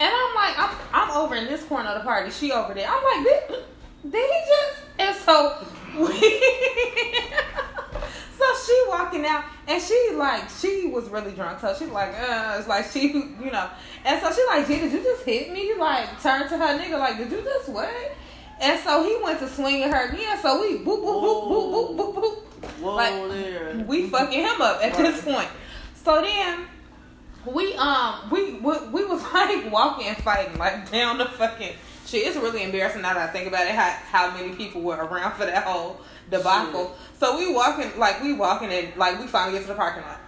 Speaker 2: and I'm like, I'm I'm over in this corner of the party, she over there. I'm like, did, did he just and so we So she walking out and she like she was really drunk. So she like uh it's like she you know and so she like G, did you just hit me? Like turned to her nigga like did you just what? And so he went to swing at her again. So we boop boop boop boop boop boop boop
Speaker 1: Whoa
Speaker 2: Like,
Speaker 1: there.
Speaker 2: we fucking him up at this point. So then we um we, we we was like walking and fighting like down the fucking shit. It's really embarrassing now that I think about it how how many people were around for that whole debacle. So we walking like we walking and like we finally get to the parking lot.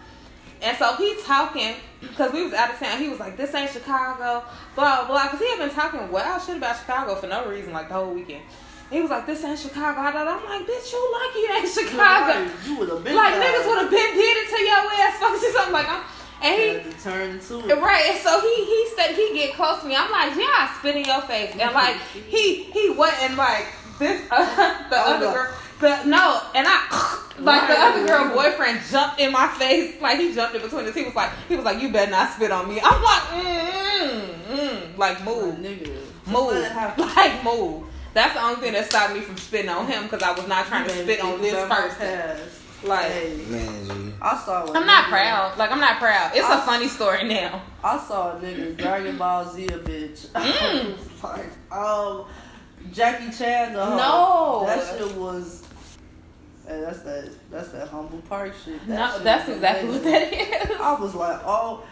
Speaker 2: And so he talking because we was out of town. He was like, "This ain't Chicago," blah blah. Because he had been talking wild shit about Chicago for no reason, like the whole weekend. He was like, "This ain't Chicago." I thought I'm like, "Bitch, you lucky it ain't Chicago."
Speaker 1: Like, you would have been
Speaker 2: Like
Speaker 1: down.
Speaker 2: niggas would have been did it to your ass, fucking something like I'm. And he,
Speaker 1: had to turn to it.
Speaker 2: Right, and so he he said he get close to me. I'm like, yeah, I spit in your face, and like he he wasn't like this uh, the
Speaker 1: Oh,
Speaker 2: other
Speaker 1: no.
Speaker 2: girl. The, no, and I like the
Speaker 1: Right.
Speaker 2: other girl boyfriend jumped in my face, like he jumped in between us. He was like, he was like, you better not spit on me. I'm like, mm, mm, mm, like
Speaker 1: Like,
Speaker 2: move,
Speaker 1: nigga. Just let it
Speaker 2: move,
Speaker 1: happen.
Speaker 2: like move. That's the only thing that stopped me from spitting on him because I was not trying to
Speaker 1: Man,
Speaker 2: spit on
Speaker 1: you
Speaker 2: this
Speaker 1: done my
Speaker 2: person.
Speaker 1: past.
Speaker 2: Like-
Speaker 1: Hey,
Speaker 3: Man, G.
Speaker 1: I saw. a
Speaker 2: I'm not
Speaker 1: nigga-
Speaker 2: proud. Like I'm not proud. It's a
Speaker 1: I-
Speaker 2: funny story now.
Speaker 1: I saw a nigga Dragon Ball Z a bitch. I
Speaker 2: Mm.
Speaker 1: was like, um, Jackie Chan. The hoe.
Speaker 2: No.
Speaker 1: that shit was. Hey, that's that. That's that humble park shit. That
Speaker 2: No,
Speaker 1: shit
Speaker 2: that's
Speaker 1: was
Speaker 2: exactly what
Speaker 1: amazing.
Speaker 2: that is.
Speaker 1: I was like, oh,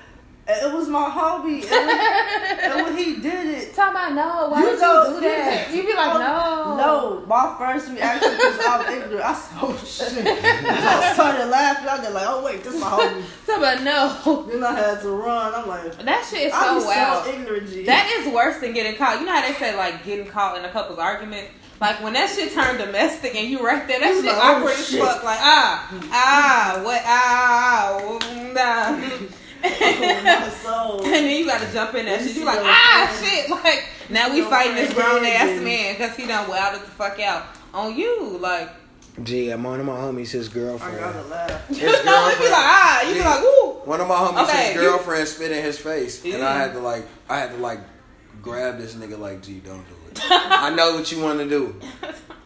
Speaker 1: and it was my hobby, and when, and when he did it,
Speaker 2: Talking about no, why
Speaker 1: You
Speaker 2: did
Speaker 1: know-
Speaker 2: you do that? You be like, no,
Speaker 1: No, my first reaction because I'm ignorant. I said, oh shit. I started laughing. I was like, oh wait, this my homie.
Speaker 2: Talking about no.
Speaker 1: Then I had to run. I'm like,
Speaker 2: That shit is
Speaker 1: I
Speaker 2: so
Speaker 1: was
Speaker 2: wild.
Speaker 1: so ignorant. G.
Speaker 2: that is worse than getting caught. You know how they say like getting caught in a couple's argument. Like when that shit turned domestic and you right there, that
Speaker 1: You
Speaker 2: shit
Speaker 1: like, oh,
Speaker 2: awkward as
Speaker 1: shit.
Speaker 2: fuck. Like ah ah what ah, ah mm, nah.
Speaker 1: Oh, my soul.
Speaker 2: And then you gotta jump in that
Speaker 1: You
Speaker 2: shit.
Speaker 1: see
Speaker 2: You like,
Speaker 1: those
Speaker 2: ah,
Speaker 1: friends-
Speaker 2: shit. Like, now we
Speaker 1: those
Speaker 2: fighting this
Speaker 1: friends
Speaker 2: grown ass
Speaker 1: hanging.
Speaker 2: man because he done wilded the fuck out on you. Like,
Speaker 3: G, I'm one of my homies, his
Speaker 1: I
Speaker 3: girlfriend.
Speaker 1: gotta laugh.
Speaker 2: you know, you be like, ah, you be
Speaker 3: Yeah.
Speaker 2: like, ooh.
Speaker 3: One of my homies,
Speaker 2: Okay,
Speaker 3: his
Speaker 2: you-
Speaker 3: girlfriend spit in his face, and I
Speaker 2: Ew.
Speaker 3: had to like, I had to like, grab this nigga like, G, don't do it. I know what you want to do,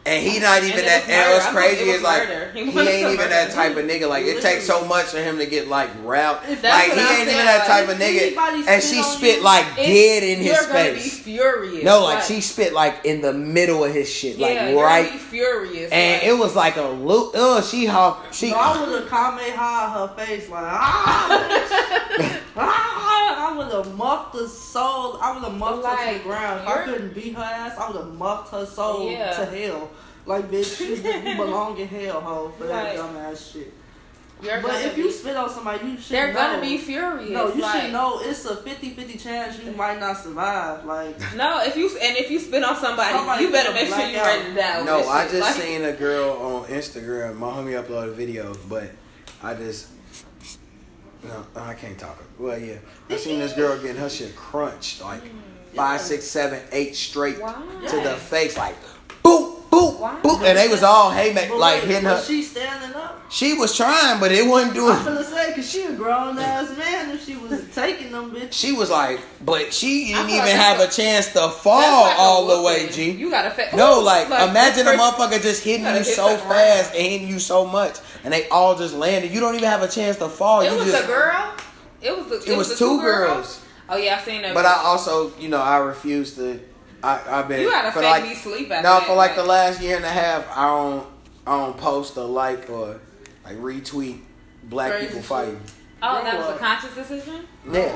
Speaker 3: and he not even
Speaker 2: And it
Speaker 3: that.
Speaker 2: was murder. I thought
Speaker 3: And it was crazy.
Speaker 2: it was
Speaker 3: it's like
Speaker 2: murder. He
Speaker 3: he,
Speaker 2: wanted to
Speaker 3: ain't even
Speaker 2: murder.
Speaker 3: that type of nigga. Like it takes so much for him to get like route. Like
Speaker 2: That's
Speaker 3: he
Speaker 2: what I'm
Speaker 3: ain't
Speaker 2: saying,
Speaker 3: even that type
Speaker 2: like,
Speaker 3: of
Speaker 1: if
Speaker 3: nigga.
Speaker 1: anybody
Speaker 3: And
Speaker 1: spit
Speaker 3: she
Speaker 1: on
Speaker 3: spit
Speaker 1: you,
Speaker 3: like
Speaker 2: It's-
Speaker 3: dead in his
Speaker 2: you're gonna be
Speaker 3: face.
Speaker 2: furious.
Speaker 3: No, like she spit like in the middle of his shit, like
Speaker 2: yeah, you're gonna
Speaker 3: right.
Speaker 2: be furious.
Speaker 3: And
Speaker 2: like,
Speaker 3: it was like a loop. Oh, she how she.
Speaker 1: So I would have Kamehameha her face like ah, ah I would have muffed the soul. I would have muffed her to
Speaker 2: Like,
Speaker 1: the ground. If I
Speaker 2: you're-
Speaker 1: couldn't beat her ass, I would have muffed her soul
Speaker 2: Yeah.
Speaker 1: to hell. Like bitch, you you belong in hell, hoe, for that
Speaker 2: Like-
Speaker 1: dumb ass shit.
Speaker 2: you're
Speaker 1: But
Speaker 2: gonna
Speaker 1: if
Speaker 2: be,
Speaker 1: you spit on somebody, you should.
Speaker 2: they're
Speaker 1: know.
Speaker 2: gonna be furious.
Speaker 1: No, you
Speaker 2: like,
Speaker 1: should know it's a 50-50 chance you might not survive. Like
Speaker 2: No, if you and if you spit on somebody,
Speaker 1: Somebody
Speaker 2: you better
Speaker 1: gonna
Speaker 2: make sure
Speaker 1: black
Speaker 2: you
Speaker 1: out.
Speaker 2: ready to die. with
Speaker 3: No,
Speaker 2: that
Speaker 3: I
Speaker 2: shit.
Speaker 3: just
Speaker 2: like,
Speaker 3: seen a girl on Instagram. My homie uploaded a video, but I just no, I can't talk. Well, yeah, I seen this girl getting her shit crunched like five, six, seven, eight straight
Speaker 2: Wow.
Speaker 3: to the face, like boop, boop,
Speaker 2: Wow.
Speaker 3: boop, and they was all haymaker,
Speaker 1: but
Speaker 3: like
Speaker 1: wait,
Speaker 3: hitting her.
Speaker 1: was she standing up?
Speaker 3: She was trying, but it wasn't doing.
Speaker 1: I'm gonna say, cause she a grown ass man if she was taking them bitches.
Speaker 3: She was like, but she
Speaker 2: I
Speaker 3: didn't
Speaker 2: feel
Speaker 3: even
Speaker 2: like
Speaker 3: have a
Speaker 2: that's
Speaker 3: chance to
Speaker 2: that's
Speaker 3: fall
Speaker 2: like a
Speaker 3: all the way,
Speaker 2: whooping.
Speaker 3: G.
Speaker 2: You gotta fa-
Speaker 3: No, like, imagine a
Speaker 2: a
Speaker 3: motherfucker just hitting
Speaker 2: You
Speaker 3: you
Speaker 2: gotta hit
Speaker 3: so
Speaker 2: the ground.
Speaker 3: fast and hitting you so much, and they all just landed. You don't even have a chance to fall.
Speaker 2: It
Speaker 3: Oh, you
Speaker 2: was
Speaker 3: just,
Speaker 2: a girl. It was the,
Speaker 3: It was
Speaker 2: the
Speaker 3: two
Speaker 2: girls?
Speaker 3: girls.
Speaker 2: Oh yeah, I've seen that.
Speaker 3: But I also, you know, I refuse to. I, I've been
Speaker 2: you gotta
Speaker 3: for
Speaker 2: fake
Speaker 3: like
Speaker 2: me sleep.
Speaker 3: no
Speaker 2: After that,
Speaker 3: for like the last year and a half. I don't, I don't post or like or like retweet black
Speaker 1: Crazy
Speaker 3: people
Speaker 1: shit.
Speaker 3: fighting.
Speaker 2: Oh, and that was a
Speaker 1: Grow up.
Speaker 2: conscious decision.
Speaker 3: Yeah.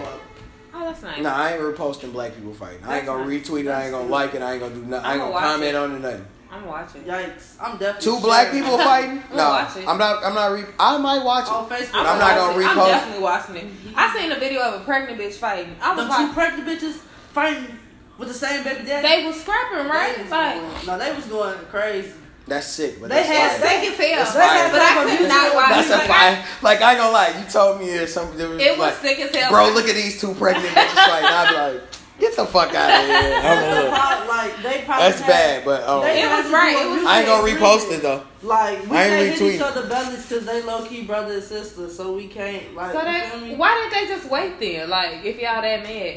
Speaker 2: Oh, that's nice.
Speaker 3: No, I ain't reposting black people fighting. I
Speaker 2: That's
Speaker 3: ain't gonna
Speaker 2: not-
Speaker 3: retweet it. I ain't gonna like it. I ain't gonna do nothing. I ain't
Speaker 2: I'ma
Speaker 3: gonna
Speaker 2: watch
Speaker 3: comment
Speaker 2: it.
Speaker 3: on it. Nothing.
Speaker 2: I'm watching.
Speaker 1: Yikes! I'm definitely
Speaker 3: Two black
Speaker 1: sharing.
Speaker 3: people fighting?
Speaker 2: I'ma
Speaker 3: No,
Speaker 2: watch it.
Speaker 3: I'm not. I'm not. Re- I might watch it.
Speaker 1: on Facebook.
Speaker 3: But I'm not gonna
Speaker 2: watching.
Speaker 3: repost.
Speaker 2: I'm definitely watching it. I seen a video of a pregnant bitch fighting. I was
Speaker 1: Them
Speaker 2: like,
Speaker 1: two pregnant bitches fighting with the same baby daddy.
Speaker 2: they was scrapping,
Speaker 1: They was
Speaker 2: right? Like,
Speaker 1: going- no, they was going crazy.
Speaker 3: That's sick. But
Speaker 1: They
Speaker 3: that's
Speaker 1: had
Speaker 3: fire.
Speaker 1: sex.
Speaker 2: sick as hell.
Speaker 3: That's
Speaker 2: But
Speaker 3: fire.
Speaker 2: I could not watch
Speaker 3: That's
Speaker 2: it.
Speaker 3: a
Speaker 2: Like,
Speaker 3: fire. Like I ain't gonna lie, you told me there's something. There was
Speaker 2: It was
Speaker 3: like,
Speaker 2: sick as hell.
Speaker 3: Bro, look at these two pregnant bitches fighting. I'd be like, get the fuck out of here. I'm
Speaker 1: They
Speaker 3: like,
Speaker 1: probably- like they probably
Speaker 3: That's
Speaker 1: had-
Speaker 3: bad, but um,
Speaker 1: They
Speaker 2: It
Speaker 3: I
Speaker 2: was
Speaker 1: had to
Speaker 2: right,
Speaker 1: do a
Speaker 2: it was-
Speaker 1: mutual
Speaker 3: ain't gonna repost it
Speaker 1: agreement.
Speaker 3: though.
Speaker 1: Like we
Speaker 3: I ain't
Speaker 1: can't hit each
Speaker 3: retweeting.
Speaker 1: other bellies because they low key brother and sister, so we can't like.
Speaker 2: So
Speaker 1: you feel
Speaker 2: they,
Speaker 1: me?
Speaker 2: why didn't they just wait then? Like, if y'all that mad,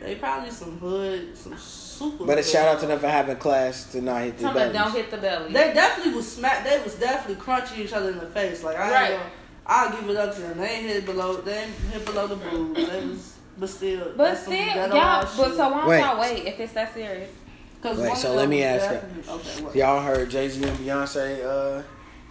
Speaker 1: They probably some hood, some super.
Speaker 3: But a
Speaker 1: hood.
Speaker 3: shout out to them for having class to not hit the
Speaker 2: tell them don't
Speaker 3: bellies.
Speaker 2: hit the belly.
Speaker 1: They definitely was smack. They was definitely crunching each other in the face. Like I ain't
Speaker 2: Right.
Speaker 1: gonna, I'll give it up to them. They ain't hit below. They ain't hit below the boobs. They was, but still.
Speaker 2: but
Speaker 1: that's some
Speaker 2: still, y'all.
Speaker 1: ghetto
Speaker 2: But
Speaker 1: ass shit.
Speaker 2: so why don't
Speaker 3: Wait.
Speaker 2: y'all wait if it's that serious?
Speaker 1: 'Cause
Speaker 3: Wait,
Speaker 1: one
Speaker 3: so
Speaker 1: of
Speaker 3: let
Speaker 1: them
Speaker 3: me
Speaker 1: was
Speaker 3: ask
Speaker 1: definitely- Okay, what?
Speaker 3: Y'all heard Jay Z and Beyonce. Uh,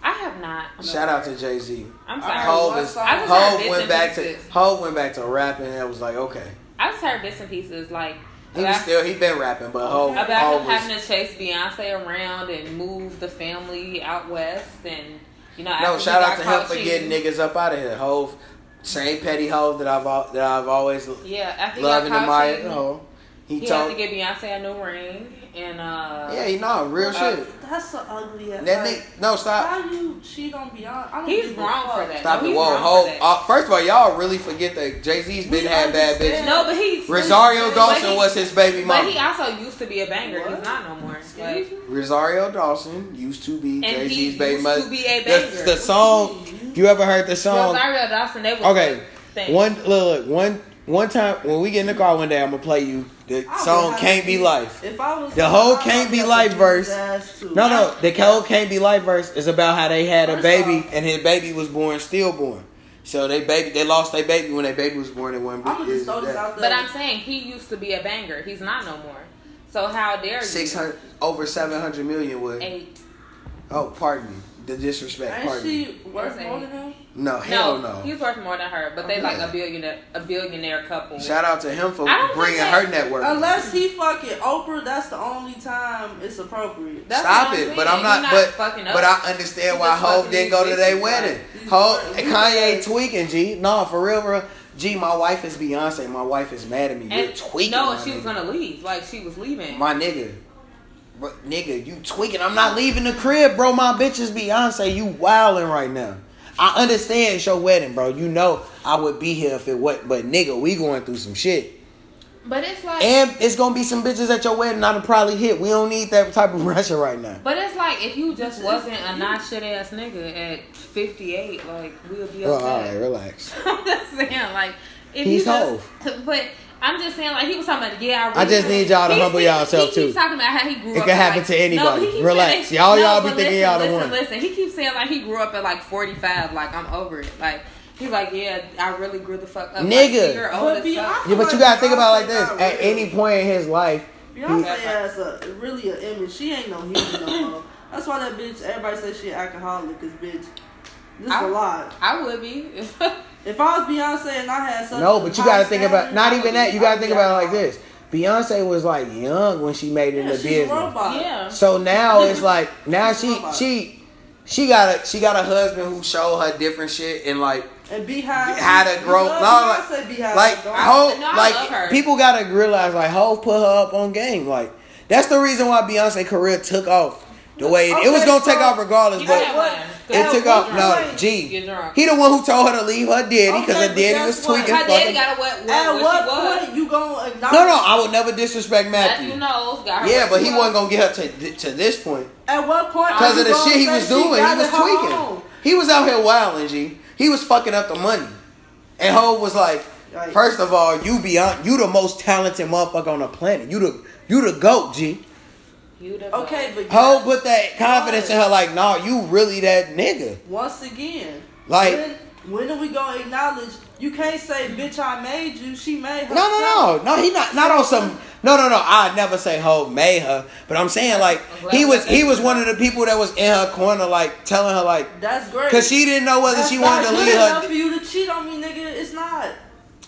Speaker 2: I have not.
Speaker 3: Shout out to Jay Z.
Speaker 2: I'm
Speaker 1: I heard
Speaker 2: sorry.
Speaker 1: Cole-
Speaker 3: Hove, is,
Speaker 1: I
Speaker 2: just heard
Speaker 3: Hove
Speaker 2: bits
Speaker 3: went
Speaker 2: and
Speaker 3: back to
Speaker 2: pieces.
Speaker 3: Hove went back to rapping and it was like okay.
Speaker 2: I just heard bits and pieces like
Speaker 3: He was
Speaker 2: about,
Speaker 3: still he been rapping, but Hove
Speaker 2: about
Speaker 3: Hove
Speaker 2: him
Speaker 3: was
Speaker 2: having to chase Beyonce around and move the family out west and you know. after
Speaker 3: no.
Speaker 2: he
Speaker 3: Shout
Speaker 2: got
Speaker 3: out to him
Speaker 2: caught
Speaker 3: for
Speaker 2: cheating.
Speaker 3: getting niggas up out of here. Hove, same petty Hove that I've al- that I've always
Speaker 2: Yeah, after he got
Speaker 3: loved and
Speaker 2: caught
Speaker 3: admired.
Speaker 2: cheating,
Speaker 3: Hove, oh, he
Speaker 2: he had
Speaker 3: told
Speaker 2: to give Beyonce a new ring and uh
Speaker 3: Yeah, you know, real
Speaker 1: Like,
Speaker 3: shit.
Speaker 1: That's so ugly. Ass,
Speaker 3: That
Speaker 1: like,
Speaker 3: nigga, no stop.
Speaker 1: How you cheat on Beyonce? I don't
Speaker 2: He's
Speaker 1: give a
Speaker 2: wrong for
Speaker 1: fuck.
Speaker 2: that.
Speaker 3: Stop
Speaker 2: no,
Speaker 3: it.
Speaker 2: he's
Speaker 3: Whoa,
Speaker 2: wrong
Speaker 3: hold.
Speaker 2: for that.
Speaker 3: Uh, first of all, y'all really forget that Jay Z's been
Speaker 1: We
Speaker 3: had bad bitches.
Speaker 1: understand.
Speaker 2: No, but he's
Speaker 3: Rosario
Speaker 2: but
Speaker 3: Dawson
Speaker 2: he-
Speaker 3: was his baby
Speaker 2: But he
Speaker 3: mama.
Speaker 2: also used to be a banger. He's
Speaker 1: What?
Speaker 2: not no more. Like,
Speaker 1: Excuse me?
Speaker 3: Rosario Dawson used to be
Speaker 2: and
Speaker 3: Jay
Speaker 2: he
Speaker 3: Z's
Speaker 2: used
Speaker 3: baby mother.
Speaker 2: to be a
Speaker 3: The,
Speaker 2: banger.
Speaker 3: the song. You ever heard the song?
Speaker 2: Rosario Dawson, they was
Speaker 3: Okay.
Speaker 2: thing.
Speaker 3: One look, look, one one time when we get in the car one day, I'm gonna play you the
Speaker 1: I would
Speaker 3: song
Speaker 1: have
Speaker 3: "Can't
Speaker 1: to
Speaker 3: Be
Speaker 1: be-
Speaker 3: Life."
Speaker 1: If I was
Speaker 3: The whole
Speaker 1: I'd
Speaker 3: Can't Be
Speaker 1: have to
Speaker 3: Life
Speaker 1: beat
Speaker 3: verse.
Speaker 1: his ass, too.
Speaker 3: No, no, the whole "Can't Be Life" verse is about how they had a
Speaker 1: First
Speaker 3: baby
Speaker 1: off-
Speaker 3: and his baby was born stillborn. So they baby, they lost their baby when their baby was born. They wasn't.
Speaker 1: I'm gonna just throw this out there.
Speaker 2: But I'm saying he used to be a banger. He's not no more. So how dare you?
Speaker 3: Six hundred over seven hundred million was.
Speaker 2: Eight.
Speaker 3: Oh, pardon me, the disrespect.
Speaker 1: Ain't
Speaker 3: Pardon me.
Speaker 1: she worth more than him?
Speaker 3: No,
Speaker 2: No,
Speaker 3: hell
Speaker 2: he's
Speaker 3: no.
Speaker 2: worth more than her. But they like
Speaker 3: Yeah.
Speaker 2: a billionaire, a billionaire couple.
Speaker 3: Shout out to him for
Speaker 2: I don't think
Speaker 3: bringing
Speaker 2: that-
Speaker 3: her network.
Speaker 1: Unless he fucking Oprah, that's the only time it's appropriate.
Speaker 2: That's
Speaker 3: Stop
Speaker 2: what I'm
Speaker 3: it, but
Speaker 2: saying.
Speaker 3: I'm not.
Speaker 2: You're not
Speaker 3: But
Speaker 2: fucking up.
Speaker 3: but I understand
Speaker 2: You
Speaker 3: why
Speaker 2: just
Speaker 3: Hov
Speaker 2: fucking
Speaker 3: didn't go to
Speaker 2: these
Speaker 3: their
Speaker 2: bitches,
Speaker 3: wedding.
Speaker 1: like,
Speaker 3: Hov
Speaker 1: these
Speaker 3: Kanye
Speaker 1: bitches.
Speaker 3: tweaking G. No, for real, bro. G, my wife is Beyonce. My wife is mad at me. You're
Speaker 2: and
Speaker 3: tweaking.
Speaker 2: no,
Speaker 3: my
Speaker 2: and she was
Speaker 3: nigga.
Speaker 2: gonna leave. Like she was leaving.
Speaker 3: My nigga, bro, nigga, you tweaking. I'm not leaving the crib, bro. My bitch is Beyonce. You wilding right now. I understand it's your wedding, bro. You know I would be here if it wasn't. But nigga, we going through some shit.
Speaker 2: but it's like.
Speaker 3: And it's gonna be some bitches at your wedding I'll probably hit. We don't need that type of pressure right now.
Speaker 2: but it's like if you just wasn't a not shit ass nigga at 58, like we'll be okay.
Speaker 3: Oh, all right, relax.
Speaker 2: I'm just saying, like, if
Speaker 3: He's
Speaker 2: you just, but I'm just saying, like, he was talking about, yeah, I,
Speaker 3: I just need y'all to humble
Speaker 2: yourself
Speaker 3: y'allself,
Speaker 2: he
Speaker 3: too.
Speaker 2: Keeps talking about how he grew
Speaker 3: It
Speaker 2: up.
Speaker 3: can
Speaker 2: at,
Speaker 3: happen
Speaker 2: like-
Speaker 3: to anybody.
Speaker 2: but he keeps
Speaker 3: Relax.
Speaker 2: saying
Speaker 3: Y'all- y'all
Speaker 2: but
Speaker 3: be
Speaker 2: listen,
Speaker 3: thinking y'all the
Speaker 2: listen,
Speaker 3: one.
Speaker 2: Listen, he keeps saying like he grew up at like 45. Like I'm over it. Like he's like, yeah, I really grew the fuck up. Like,
Speaker 3: Nigga.
Speaker 2: you're
Speaker 1: But
Speaker 2: old as
Speaker 1: be
Speaker 2: fuck.
Speaker 1: honest-
Speaker 3: Yeah, but you gotta think about it like this. At any point in his life,
Speaker 1: Beyonce
Speaker 2: Yeah.
Speaker 1: ass a, really an image. She ain't no human no more. That's why that bitch. Everybody says she an alcoholic. Cause bitch, this
Speaker 2: I-
Speaker 1: a lot.
Speaker 2: I would be.
Speaker 1: If I was Beyonce and I had such
Speaker 3: no, but you
Speaker 1: high
Speaker 3: gotta think about
Speaker 1: standards,
Speaker 3: not
Speaker 1: I would
Speaker 3: even that.
Speaker 1: be-
Speaker 3: You gotta
Speaker 1: I'd
Speaker 3: think
Speaker 1: be
Speaker 3: about it like
Speaker 1: alcoholic.
Speaker 3: this. Beyonce was like young when she made it in
Speaker 1: Yeah,
Speaker 3: the
Speaker 1: she's a
Speaker 3: business.
Speaker 1: robot.
Speaker 2: yeah.
Speaker 3: So now it's like now she
Speaker 1: Robot.
Speaker 3: she she got a she got a husband who showed her different shit and like
Speaker 1: And be high.
Speaker 3: how to grow. No, like,
Speaker 1: Beyonce be high.
Speaker 3: like
Speaker 1: Don't-
Speaker 3: Hope,
Speaker 2: No, I love her.
Speaker 3: like people gotta realize like Hope put her up on game. Like that's the reason why Beyonce career took off the way it, it was
Speaker 1: Okay,
Speaker 3: gonna take
Speaker 1: so-
Speaker 3: off regardless.
Speaker 2: You
Speaker 3: But
Speaker 2: gotta have one.
Speaker 3: It
Speaker 1: At
Speaker 3: took
Speaker 1: what
Speaker 3: off. No,
Speaker 1: point-
Speaker 3: G.
Speaker 2: You're drunk.
Speaker 3: He the one who told her to leave her daddy because
Speaker 1: Okay,
Speaker 3: her
Speaker 1: but
Speaker 3: daddy
Speaker 1: guess
Speaker 3: was
Speaker 1: what?
Speaker 3: tweaking.
Speaker 2: My daddy
Speaker 3: Fucking.
Speaker 2: got a wet
Speaker 1: At
Speaker 2: wet what she
Speaker 1: what
Speaker 2: was.
Speaker 1: point you gonna acknowledge?
Speaker 3: No, no, I would never disrespect
Speaker 2: Matthew
Speaker 3: Matthew.
Speaker 2: knows got her.
Speaker 3: Yeah,
Speaker 2: wet
Speaker 3: but
Speaker 2: she
Speaker 3: he
Speaker 2: was.
Speaker 3: wasn't gonna get her to to this point
Speaker 1: At what point? are
Speaker 3: because
Speaker 1: you
Speaker 3: of the
Speaker 1: gonna
Speaker 3: shit he
Speaker 1: say
Speaker 3: was
Speaker 1: she
Speaker 3: doing. He
Speaker 1: got
Speaker 3: was
Speaker 1: it her own?
Speaker 3: tweaking. He was out here wilding. G. He was fucking up the money, and Ho was like,
Speaker 1: Yikes.
Speaker 3: first of all, you beyond you the most talented motherfucker on the planet. You the you the goat, G.
Speaker 2: You the
Speaker 1: Okay, but
Speaker 3: Ho
Speaker 1: guess-
Speaker 3: put that confidence in her like, nah, you really that nigga.
Speaker 1: once again,
Speaker 3: Like-
Speaker 1: when, when are we gonna acknowledge? You can't say, "Bitch, I made you." She made
Speaker 3: No,
Speaker 1: herself.
Speaker 3: no, no, no. He not not on some. No, no, no. I never say ho may her, but I'm saying like he was he was one of the people that was in her corner, like telling her like
Speaker 1: That's great.
Speaker 3: because she didn't know whether
Speaker 1: That's
Speaker 3: she wanted
Speaker 1: not
Speaker 3: to
Speaker 1: good
Speaker 3: leave
Speaker 1: enough
Speaker 3: her.
Speaker 1: for you to cheat on me, nigga. It's not.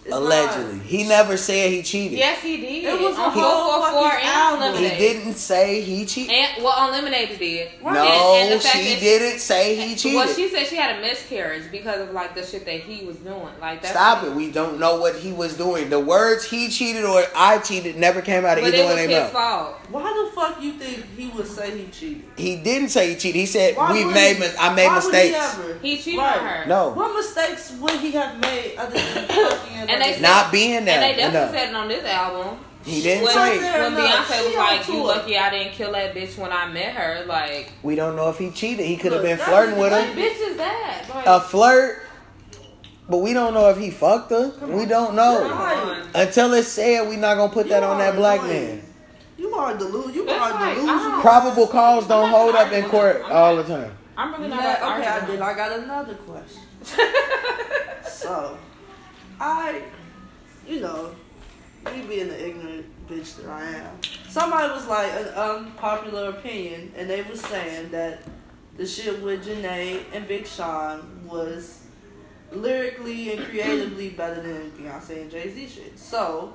Speaker 1: It's not.
Speaker 3: Allegedly, he never said he cheated.
Speaker 2: Yes, he did.
Speaker 1: It was a
Speaker 2: on
Speaker 1: whole
Speaker 2: 444
Speaker 1: fucking
Speaker 2: and
Speaker 1: album.
Speaker 2: on
Speaker 3: he
Speaker 2: Lemonade.
Speaker 3: didn't say he cheated.
Speaker 2: And well, on Lemonade did.
Speaker 1: Right.
Speaker 3: No,
Speaker 2: And- and the fact
Speaker 3: she
Speaker 2: that-
Speaker 3: didn't say he cheated.
Speaker 2: Well, she said she had a miscarriage because of like the shit that he was doing. Like that's
Speaker 3: Stop it. We don't know what he was doing. The words he cheated or I cheated never came out
Speaker 2: But
Speaker 3: of
Speaker 2: it
Speaker 3: either
Speaker 2: was
Speaker 3: one
Speaker 2: his
Speaker 3: of them. mouth.
Speaker 2: fault.
Speaker 1: Why the fuck you think he would say he cheated?
Speaker 3: He didn't say he cheated. He said
Speaker 1: Why
Speaker 3: we
Speaker 1: would
Speaker 3: made.
Speaker 1: he?
Speaker 3: mis- I made
Speaker 1: Why would
Speaker 3: mistakes. Oh.
Speaker 1: He, ever?
Speaker 2: He cheated
Speaker 1: Right.
Speaker 2: on her.
Speaker 3: No.
Speaker 1: What mistakes would he have made other than fucking?
Speaker 2: And they said-
Speaker 3: Not being there.
Speaker 2: and they
Speaker 3: enough.
Speaker 2: definitely said it on this album.
Speaker 3: He didn't
Speaker 2: When,
Speaker 1: Well,
Speaker 3: say.
Speaker 1: out there
Speaker 2: when
Speaker 1: enough.
Speaker 2: Beyonce
Speaker 1: She
Speaker 2: was
Speaker 1: on
Speaker 2: like, "You
Speaker 1: tour.
Speaker 2: lucky I didn't kill that bitch when I met her." Like,
Speaker 3: We don't know if he cheated. He could have
Speaker 1: Look,
Speaker 3: been
Speaker 1: that
Speaker 3: flirting with
Speaker 1: What?
Speaker 2: what
Speaker 3: her.
Speaker 1: nigga-
Speaker 2: bitch is that? Like,
Speaker 3: A flirt. But we don't know if he fucked her. We don't
Speaker 2: come
Speaker 3: know.
Speaker 1: on.
Speaker 2: on.
Speaker 3: Until it's said, we not gonna put that
Speaker 1: You
Speaker 3: on that
Speaker 1: are
Speaker 3: black
Speaker 1: annoying.
Speaker 3: man.
Speaker 1: You are delusional. You
Speaker 2: That's
Speaker 1: are
Speaker 2: like,
Speaker 1: delusional.
Speaker 2: oh.
Speaker 3: Probable cause don't
Speaker 2: I'm not
Speaker 3: hold up in
Speaker 2: arguing.
Speaker 3: court
Speaker 2: I'm not-
Speaker 3: all the time.
Speaker 2: I'm really not. about to
Speaker 1: Yeah, okay, I
Speaker 2: argue
Speaker 1: did.
Speaker 2: with her.
Speaker 1: I got another question. So, I, you know, me being the ignorant bitch that I am, somebody was like an unpopular opinion, and they was saying that the shit with Janae and Big Sean was lyrically and creatively better than Beyonce and Jay Z shit. So,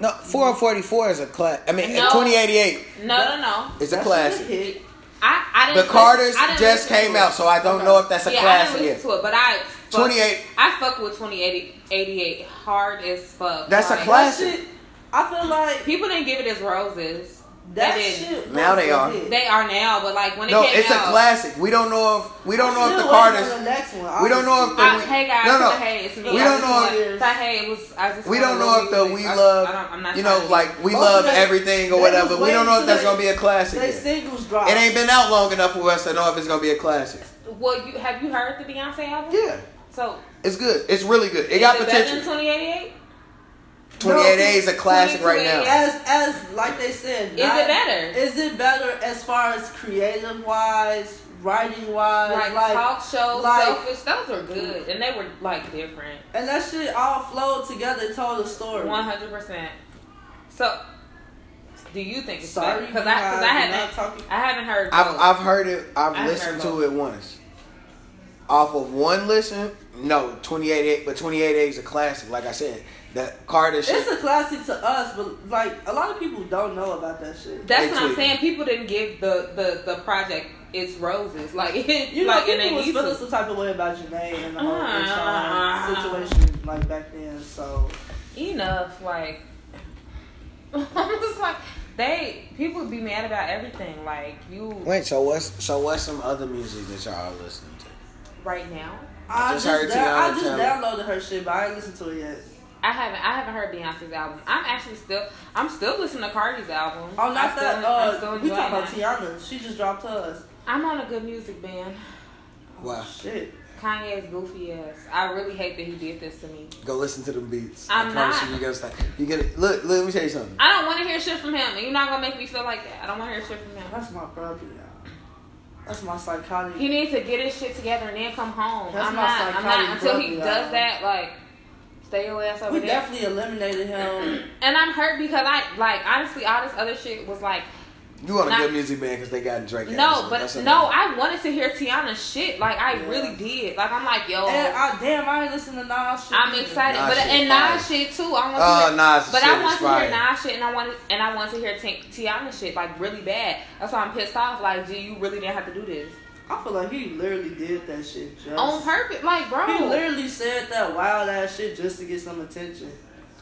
Speaker 3: No, 444 is a class. I mean,
Speaker 2: No.
Speaker 3: 2088
Speaker 2: No, no, no.
Speaker 3: is
Speaker 1: that
Speaker 3: a
Speaker 1: shit
Speaker 3: classic.
Speaker 1: hit.
Speaker 2: I, I
Speaker 3: The
Speaker 2: didn't.
Speaker 3: Carters
Speaker 2: listen- I didn't
Speaker 3: just
Speaker 2: listen to
Speaker 3: came
Speaker 2: it.
Speaker 3: out, so I don't know if that's a
Speaker 2: yeah, I
Speaker 3: classic
Speaker 2: didn't listen
Speaker 3: yet.
Speaker 2: to it, but I fuck,
Speaker 3: 28.
Speaker 2: I fuck with 2888 hard as fuck.
Speaker 3: That's a
Speaker 2: Like,
Speaker 3: classic.
Speaker 1: That shit, I feel like
Speaker 2: People didn't give it as roses.
Speaker 1: That
Speaker 2: They didn't.
Speaker 1: shit.
Speaker 3: Now
Speaker 1: was
Speaker 3: they are.
Speaker 1: legit.
Speaker 2: They are now, but like when it
Speaker 3: No,
Speaker 2: came
Speaker 3: it's a
Speaker 2: out,
Speaker 3: classic. We don't know if we don't know if
Speaker 1: Still
Speaker 3: the
Speaker 1: waiting on
Speaker 3: Carters.
Speaker 1: The next one,
Speaker 3: we don't know if
Speaker 1: honestly.
Speaker 2: I,
Speaker 3: the-
Speaker 2: hey guys,
Speaker 3: No, no.
Speaker 2: hey, it's me.
Speaker 3: We
Speaker 2: I
Speaker 3: don't
Speaker 2: just
Speaker 3: know
Speaker 2: wanna-
Speaker 1: if-
Speaker 2: say, hey, it was. I just
Speaker 3: We
Speaker 2: wanna
Speaker 3: don't
Speaker 2: know
Speaker 3: know
Speaker 2: what
Speaker 3: if
Speaker 2: we
Speaker 3: the
Speaker 2: was-
Speaker 3: we
Speaker 2: I- I
Speaker 3: love.
Speaker 2: don't, I'm not
Speaker 3: You
Speaker 2: trying
Speaker 3: know,
Speaker 2: to be-
Speaker 3: like we
Speaker 1: Oh,
Speaker 3: love
Speaker 1: they-
Speaker 3: everything or
Speaker 1: they
Speaker 3: whatever.
Speaker 1: was
Speaker 3: We don't know if
Speaker 1: waiting
Speaker 3: that's
Speaker 1: till
Speaker 3: gonna be a classic.
Speaker 1: They
Speaker 3: yet.
Speaker 1: singles drop.
Speaker 3: It ain't been out long enough for us to know if it's gonna be a classic.
Speaker 2: Well, you have you heard the Beyonce album?
Speaker 3: Yeah,
Speaker 2: So
Speaker 3: it's good. It's really good. It
Speaker 2: is
Speaker 3: got
Speaker 2: it Better
Speaker 3: potential.
Speaker 2: than 2088?
Speaker 3: Twenty Eight A is a classic right
Speaker 2: 28
Speaker 3: now.
Speaker 1: As as like they said,
Speaker 2: Is it better?
Speaker 1: Is it better as far as creative wise, writing wise,
Speaker 2: Like,
Speaker 1: like,
Speaker 2: talk shows,
Speaker 1: like-
Speaker 2: selfish, those are good, and they were like different,
Speaker 1: and that shit all flowed together, told a story.
Speaker 2: one hundred percent. So, do you think it's
Speaker 1: Sorry,
Speaker 2: better? Because I,
Speaker 1: guys,
Speaker 2: cause I
Speaker 1: I'm not
Speaker 2: haven't,
Speaker 1: talking.
Speaker 2: I haven't heard.
Speaker 3: I've
Speaker 2: both.
Speaker 3: I've heard it. I've
Speaker 2: I've
Speaker 3: listened
Speaker 2: heard
Speaker 3: to it once. Off of one listen, no twenty eight, but twenty eight A is a classic. Like I said, that Carter
Speaker 1: It's
Speaker 3: shit.
Speaker 1: a classic to us, but like a lot of people don't know about that shit.
Speaker 2: That's
Speaker 3: They
Speaker 2: what I'm
Speaker 3: tweaking.
Speaker 2: saying. People didn't give the the the project its roses, like
Speaker 1: You know,
Speaker 2: like and
Speaker 1: people
Speaker 2: they
Speaker 1: was
Speaker 2: need to.
Speaker 1: feeling some type of way about Janae and the whole
Speaker 2: Ah.
Speaker 1: Rashawn situation like back then. So
Speaker 2: enough. Like, I'm just like, they people be mad about everything. Like you
Speaker 3: Wait, so what's so what's some other music that y'all are listening to?
Speaker 2: right now.
Speaker 1: I
Speaker 3: just
Speaker 1: just,
Speaker 3: heard
Speaker 1: down-
Speaker 3: Tiana
Speaker 1: I just
Speaker 3: tell me.
Speaker 1: downloaded her shit, but I ain't listened to it yet.
Speaker 2: I haven't I haven't heard Beyonce's album. I'm actually still I'm still listening to Cardi's album.
Speaker 1: Oh,
Speaker 2: I'm
Speaker 1: not
Speaker 2: still,
Speaker 1: that.
Speaker 2: I'm still
Speaker 1: Uh, we
Speaker 2: enjoying
Speaker 1: talking about
Speaker 2: that.
Speaker 1: Tiana. She just dropped hers. Oh,
Speaker 2: I'm on a good music band.
Speaker 3: Wow,
Speaker 1: Shit.
Speaker 2: Kanye's goofy ass. I really hate that he did this to me.
Speaker 3: go listen to them beats.
Speaker 2: I'm
Speaker 3: promise
Speaker 2: not.
Speaker 3: you, you gonna stop. You gonna look. look, Let me tell you something.
Speaker 2: I don't want to hear shit from him. You're not gonna make me feel like that. I don't want to hear shit from him.
Speaker 1: That's my problem, y'all. That's my psychotic.
Speaker 2: He needs to get his shit together and then come home.
Speaker 1: That's
Speaker 2: I'm
Speaker 1: my
Speaker 2: not. I'm not
Speaker 1: psychotic
Speaker 2: until he
Speaker 1: brother,
Speaker 2: does
Speaker 1: y'all.
Speaker 2: that. Like, stay your ass over
Speaker 1: we
Speaker 2: there.
Speaker 1: definitely eliminated him.
Speaker 2: And I'm hurt because I like honestly all this other shit was like
Speaker 3: You want a
Speaker 2: Not-
Speaker 3: good music band because they got Drake.
Speaker 2: no,
Speaker 3: Anderson.
Speaker 2: but
Speaker 3: That's
Speaker 2: no,
Speaker 3: another-
Speaker 2: I wanted to hear Tiana's shit. Like I
Speaker 1: Yeah.
Speaker 2: really did. Like I'm like yo,
Speaker 1: and I damn, I ain't listening to Nas shit.
Speaker 2: I'm
Speaker 1: either.
Speaker 2: excited.
Speaker 3: Nas
Speaker 2: but
Speaker 3: shit
Speaker 2: and
Speaker 3: fire.
Speaker 2: Nas shit too. I
Speaker 1: Uh,
Speaker 2: want
Speaker 3: Oh,
Speaker 2: to hear,
Speaker 3: Nas
Speaker 2: but
Speaker 3: shit
Speaker 2: I
Speaker 3: is
Speaker 2: want to
Speaker 3: fire.
Speaker 2: hear Nas shit and I wanted and I want to hear T- Tiana's shit like really bad. That's why I'm pissed off. Like gee, you really didn't have to do this
Speaker 1: I feel like he literally did that shit just.
Speaker 2: on purpose. Like bro,
Speaker 1: He literally said that wild ass shit just to get some attention.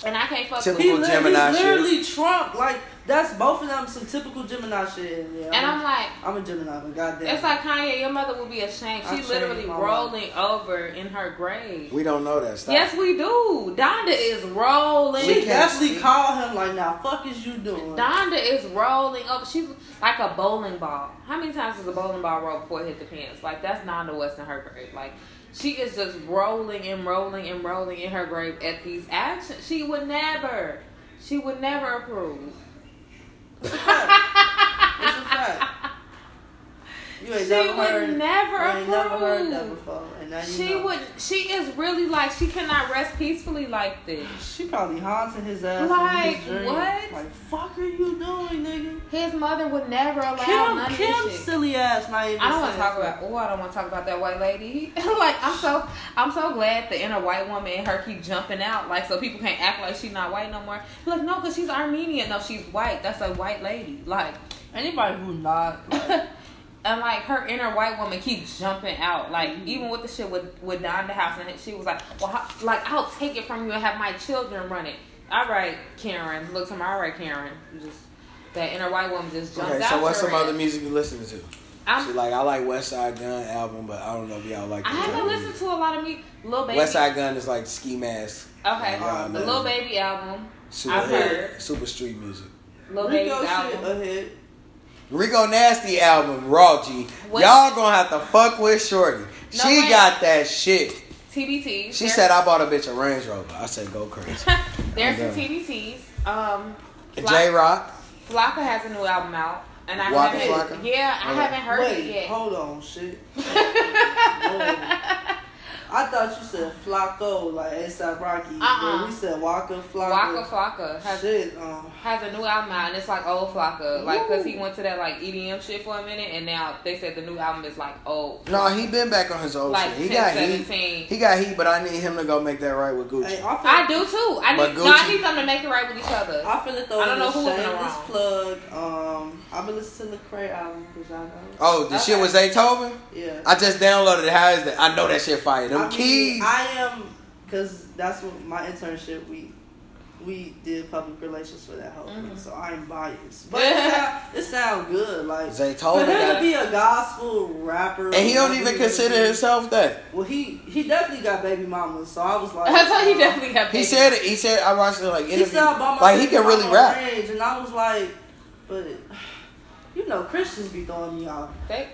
Speaker 2: and I can't fuck
Speaker 3: Till
Speaker 2: with.
Speaker 1: He
Speaker 3: Typical
Speaker 1: li-
Speaker 3: Gemini
Speaker 1: he's
Speaker 3: shit.
Speaker 1: literally Trump. Like that's both of them some typical Gemini shit. Yeah,
Speaker 2: And I'm like.
Speaker 1: I'm a Gemini, but goddamn,
Speaker 2: It's like Kanye, your mother would be ashamed.
Speaker 1: I'm
Speaker 2: She's literally
Speaker 1: ashamed of my
Speaker 2: rolling over in her grave.
Speaker 3: we don't know that stuff.
Speaker 2: Yes, we do. Donda is rolling.
Speaker 3: We
Speaker 1: she
Speaker 3: can't
Speaker 1: definitely
Speaker 3: speak.
Speaker 1: called him like, "Now, fuck is you doing?"
Speaker 2: Donda is rolling up. She's like a bowling ball. How many times does a bowling ball roll before it hit the pins? Like that's Donda West in her grave. Like she is just rolling and rolling and rolling in her grave at these actions. She would never. She would never approve.
Speaker 1: It's a fact. It's a fact. You ain't
Speaker 2: She
Speaker 1: never
Speaker 2: would
Speaker 1: heard.
Speaker 2: never
Speaker 1: you ain't never heard that
Speaker 2: approve.
Speaker 1: before, and now you
Speaker 2: She
Speaker 1: know.
Speaker 2: would. She is really like she cannot rest peacefully like this.
Speaker 1: She probably haunting his ass. in
Speaker 2: Like,
Speaker 1: his dreams.
Speaker 2: what?
Speaker 1: Like, fuck are you doing, nigga?
Speaker 2: His mother would never allow none
Speaker 1: Kim,
Speaker 2: of this
Speaker 1: Kim,
Speaker 2: shit.
Speaker 1: silly ass. Not even.
Speaker 2: I don't want to
Speaker 1: saying
Speaker 2: talk
Speaker 1: that.
Speaker 2: about. Oh, I don't want to talk about that white lady. like I'm so, I'm so glad the inner white woman and her keep jumping out. Like so people can't act like she's not white no more. Like no, cause she's Armenian. No, she's white. That's a white lady. Like,
Speaker 1: anybody who not. Like,
Speaker 2: and like her inner white woman keep jumping out. Like even with the shit with with Donda House, and she was like, well, how, like I'll take it from you and have my children run it. All right, Karen. Look to my all right, Karen. Just that inner white woman just jumped
Speaker 3: Okay,
Speaker 2: out.
Speaker 3: so what's
Speaker 2: her
Speaker 3: some other
Speaker 2: ass.
Speaker 3: music you listening to?
Speaker 2: I'm-
Speaker 3: See, like I like West Side Gun album, but I don't know if y'all like.
Speaker 2: I
Speaker 3: that type
Speaker 2: haven't
Speaker 3: of
Speaker 2: listened
Speaker 3: music.
Speaker 2: to a lot of me. Little baby.
Speaker 3: West Side Gun is like ski mask.
Speaker 2: Okay,
Speaker 3: Yeah,
Speaker 2: the
Speaker 3: man.
Speaker 2: Lil Baby album,
Speaker 3: Super,
Speaker 2: I've heard.
Speaker 3: super street music.
Speaker 2: Lil
Speaker 1: Rico
Speaker 2: Baby's
Speaker 1: shit
Speaker 2: album.
Speaker 1: ahead.
Speaker 3: Rico Nasty album, Raw G.
Speaker 2: What-
Speaker 3: Y'all gonna have to fuck with Shorty.
Speaker 2: No
Speaker 3: she
Speaker 2: way.
Speaker 3: got that shit.
Speaker 2: TBT.
Speaker 3: She said, "I bought a bitch a Range Rover." I said, "Go crazy."
Speaker 2: "There's some
Speaker 3: I'm done.
Speaker 2: TBTs." Um,
Speaker 3: J
Speaker 2: Flocka,
Speaker 3: Rock,
Speaker 2: Flocka has a new album out, and I
Speaker 3: Waka
Speaker 2: haven't.
Speaker 3: Flocka? Oh.
Speaker 2: Yeah, I
Speaker 3: Okay.
Speaker 2: haven't heard
Speaker 1: Wait,
Speaker 2: it yet.
Speaker 1: hold on, shit. Whoa. I thought you said Flacco, like ASAP Rocky.
Speaker 2: Uh-uh.
Speaker 1: but We said Walker
Speaker 2: Waka
Speaker 1: Flocka.
Speaker 2: Flocka has
Speaker 1: Shit, um,
Speaker 2: has a new album out, and it's like old Flocka, like because he
Speaker 1: Woo.
Speaker 2: went to that like EDM shit for a minute, and now they said the new album is like old.
Speaker 3: no, he been back on his old
Speaker 2: Like
Speaker 3: shit. He
Speaker 2: 10,
Speaker 3: got
Speaker 2: 17.
Speaker 3: heat. He got heat, but I need him to go make that right with Gucci.
Speaker 1: hey, I, feel,
Speaker 2: I do too. I
Speaker 3: But
Speaker 2: need, no, I
Speaker 3: Gucci-
Speaker 2: need them to make it right with each other.
Speaker 1: I feel it though.
Speaker 2: I don't know who was in the
Speaker 1: shameless
Speaker 2: wrong.
Speaker 1: plug. Um, I've been listening to the Cray album because y'all know.
Speaker 3: oh, the shit
Speaker 2: Okay.
Speaker 3: was Beethoven.
Speaker 1: Yeah.
Speaker 3: I just downloaded it. How is that? I know that shit fire. Them
Speaker 1: I mean,
Speaker 3: keys.
Speaker 1: I am, cause that's what my internship week we did public relations for that whole
Speaker 2: Mm-hmm.
Speaker 1: thing, so I'm biased. But it sound, it sound good, like
Speaker 3: Zaytoven
Speaker 1: for him
Speaker 3: got-
Speaker 1: to be a gospel rapper,
Speaker 3: And he don't
Speaker 1: like,
Speaker 3: even
Speaker 1: he-
Speaker 3: consider himself that.
Speaker 1: Well, he he definitely got baby mama, so I was like,
Speaker 2: I thought he definitely got paid.
Speaker 3: He said it. He said I watched it like
Speaker 1: He
Speaker 3: interview.
Speaker 1: said by my
Speaker 3: Like he can really rap.
Speaker 1: Range, and I was like, but you know Christians be throwing me off.
Speaker 2: they,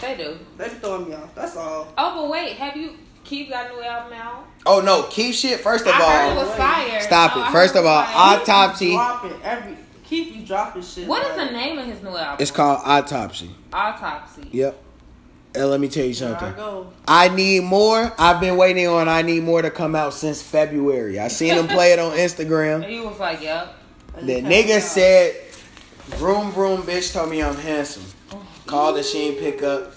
Speaker 2: they do.
Speaker 1: They be throwing me off. That's all.
Speaker 2: Oh, but wait, have you Keith got a new album out?
Speaker 3: Oh no, keep shit. First
Speaker 2: I
Speaker 3: of
Speaker 2: heard it
Speaker 3: all,
Speaker 2: was fire.
Speaker 3: Stop
Speaker 2: Oh,
Speaker 3: it.
Speaker 2: I heard
Speaker 3: First of
Speaker 2: was
Speaker 3: all,
Speaker 2: fire.
Speaker 3: I- Autopsy.
Speaker 1: Keep dropping every. Keep you dropping shit.
Speaker 2: What is
Speaker 1: like-
Speaker 2: the name of his new album?
Speaker 3: it's called autopsy.
Speaker 2: Autopsy.
Speaker 3: Yep. And let me tell you
Speaker 1: There I
Speaker 3: something.
Speaker 1: go.
Speaker 3: I need more. I've been waiting on I need more to come out since February. I seen him play it on Instagram.
Speaker 2: And he was like, "Yep."
Speaker 1: And
Speaker 3: The
Speaker 1: it came
Speaker 3: nigga
Speaker 1: out.
Speaker 3: said, "Vroom vroom, bitch told me I'm handsome." Called her, she ain't pick up.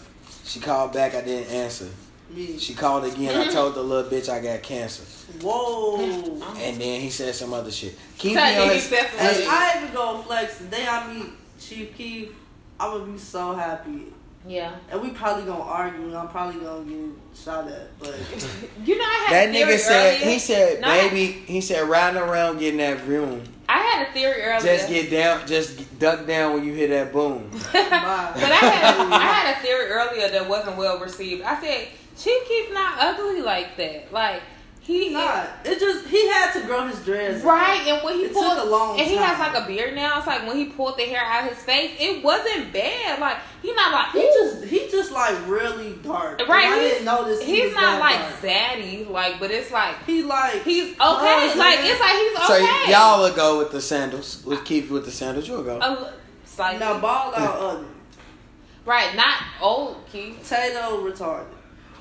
Speaker 3: She called back, I didn't answer.
Speaker 1: Me.
Speaker 3: She called again. I told the little bitch I got cancer.
Speaker 1: Whoa.
Speaker 3: And then he said some other shit. Keep me
Speaker 2: Tell you
Speaker 3: on
Speaker 2: he
Speaker 3: his.
Speaker 2: said some
Speaker 1: If
Speaker 2: other
Speaker 3: Hey,
Speaker 1: I even go flex the day I meet Chief Keef, I would be so happy.
Speaker 2: Yeah.
Speaker 1: And we probably gonna argue, and I'm probably gonna get shot at. But
Speaker 2: You know, I had
Speaker 3: That
Speaker 2: a theory
Speaker 3: nigga said
Speaker 2: earlier.
Speaker 3: he said
Speaker 2: No, I had-
Speaker 3: baby he said riding around getting that room
Speaker 2: I had a theory earlier.
Speaker 3: just get down just duck down when you hear that boom
Speaker 1: bye.
Speaker 2: But I had I had a theory earlier that wasn't well received. I said Chief Keef not ugly like that. Like he
Speaker 1: He not. It just he had to grow his dreads.
Speaker 2: right, and when he
Speaker 1: It took
Speaker 2: pulled
Speaker 1: a long
Speaker 2: and he has
Speaker 1: time.
Speaker 2: like a beard now. It's like when he pulled the hair out his face, it wasn't bad. Like he not like
Speaker 1: He
Speaker 2: "Ooh."
Speaker 1: just he just like really dark.
Speaker 2: Right,
Speaker 1: And I
Speaker 2: he's-
Speaker 1: didn't notice. he
Speaker 2: he's
Speaker 1: was
Speaker 2: not
Speaker 1: that
Speaker 2: like
Speaker 1: dark.
Speaker 2: zaddy. Like, but it's like
Speaker 1: he like
Speaker 2: he's okay.
Speaker 1: Oh,
Speaker 2: like
Speaker 1: yeah.
Speaker 2: it's like he's
Speaker 3: so
Speaker 2: okay.
Speaker 3: y'all will go with the sandals with keep with the sandals you'll go
Speaker 2: A, slightly
Speaker 1: now ball out ugly.
Speaker 2: right, not old Keith,
Speaker 1: Tato retarded.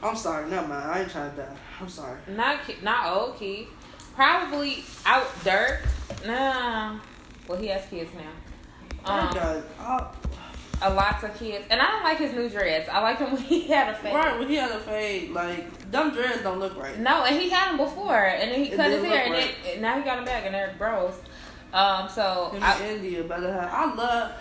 Speaker 1: I'm sorry, never mind. I ain't trying to die. I'm sorry.
Speaker 2: not Ke- not old Keith. Probably out Dirk. Nah, well he has kids now.
Speaker 1: Um,
Speaker 2: Um, a lot of kids, and I don't like his new dreads. I like him when he had a fade.
Speaker 1: right when he had a fade, like them dreads don't look right.
Speaker 2: No, and he had them before, and then he
Speaker 1: It
Speaker 2: cut his
Speaker 1: didn't
Speaker 2: hair, and,
Speaker 1: look
Speaker 2: then, and now he got them back, and they're gross. Um, so
Speaker 1: Him
Speaker 2: I,
Speaker 1: and India better have. I love.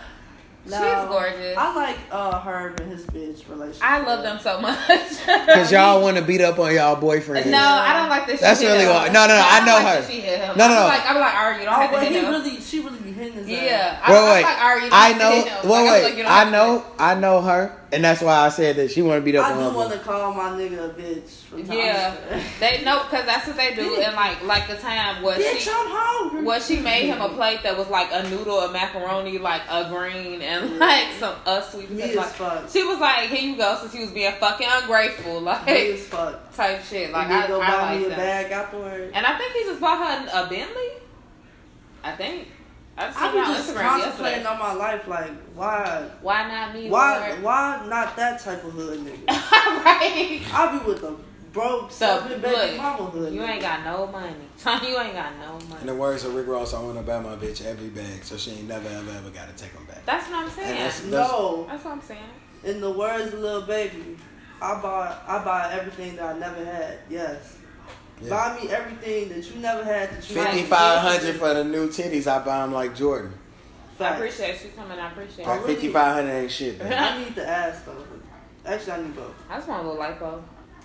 Speaker 2: She's
Speaker 1: No,
Speaker 2: gorgeous.
Speaker 1: I like uh Herb and his bitch relationship.
Speaker 2: I love them so much.
Speaker 3: because y'all want to beat up on y'all boyfriend
Speaker 2: No, I don't like this.
Speaker 3: That's
Speaker 2: she hit
Speaker 3: really
Speaker 2: him.
Speaker 3: why- no, no, no, I
Speaker 2: don't
Speaker 3: know
Speaker 2: like
Speaker 3: her.
Speaker 2: that She hit him.
Speaker 3: No, no,
Speaker 2: I'm
Speaker 3: no.
Speaker 2: Like, I'm like, Ari, you don't
Speaker 1: Oh,
Speaker 2: have to
Speaker 1: but
Speaker 2: hit
Speaker 1: he
Speaker 2: him.
Speaker 1: really, she really be hitting his ass.
Speaker 2: yeah,
Speaker 3: Wait,
Speaker 2: I, I'm
Speaker 3: wait.
Speaker 2: like, Ari, you don't
Speaker 3: I
Speaker 2: have to
Speaker 3: know.
Speaker 2: hit him.
Speaker 3: Wait,
Speaker 2: Like, I'm like,
Speaker 3: wait.
Speaker 2: you don't have
Speaker 3: I
Speaker 2: to hit
Speaker 3: know.
Speaker 2: him.
Speaker 3: I know her, and that's why I said that she want to beat up
Speaker 1: I
Speaker 3: on
Speaker 1: do want
Speaker 3: her.
Speaker 1: to call my nigga a bitch from time
Speaker 2: Yeah,
Speaker 1: to time.
Speaker 2: they know because that's what they do. And like, like the time was
Speaker 1: Bitch,
Speaker 2: she.
Speaker 1: I'm hungry.
Speaker 2: Well, she made him a plate that was like a noodle, a macaroni, like a green, and like some uh, sweet
Speaker 1: Me
Speaker 2: potatoes.
Speaker 1: as
Speaker 2: Like,
Speaker 1: fuck.
Speaker 2: she was like, "Here you go," since he was being fucking ungrateful,
Speaker 1: Me
Speaker 2: like
Speaker 1: as fuck.
Speaker 2: type shit. Like
Speaker 1: you need
Speaker 2: I,
Speaker 1: to go buy me
Speaker 2: I like
Speaker 1: a
Speaker 2: that.
Speaker 1: bag afterwards.
Speaker 2: And I think he just bought her a Bentley. I think. I
Speaker 1: I
Speaker 2: seen it on
Speaker 1: was just
Speaker 2: Instagram
Speaker 1: contemplating
Speaker 2: yesterday.
Speaker 1: on my life, like why,
Speaker 2: Why not me?
Speaker 1: why,
Speaker 2: Lord?
Speaker 1: why not that type of hood nigga?
Speaker 2: right?
Speaker 1: I be with the broke,
Speaker 2: So
Speaker 1: sucking baby mama
Speaker 2: look,
Speaker 1: hood.
Speaker 2: you
Speaker 1: nigga.
Speaker 2: ain't got no money. you ain't got no
Speaker 3: In
Speaker 2: money.
Speaker 3: the words of Rick Ross, I want to buy my bitch every bag, so she ain't never ever ever gotta take them back.
Speaker 2: That's what I'm saying.
Speaker 3: that's-
Speaker 2: That's,
Speaker 1: No,
Speaker 2: what I'm saying.
Speaker 1: in the words of little baby, I bought, I buy everything that I never had. Yes,
Speaker 3: Yeah.
Speaker 1: buy me everything that you never had. That you
Speaker 3: Fifty five hundred for the new titties. I buy them like Jordan.
Speaker 2: I
Speaker 1: Facts.
Speaker 2: appreciate you coming. I appreciate
Speaker 1: Right.
Speaker 2: it.
Speaker 3: Like
Speaker 1: really-
Speaker 3: fifty five hundred ain't shit. man.
Speaker 1: I need the ass though. Actually, I need both.
Speaker 2: I just want a little lipo.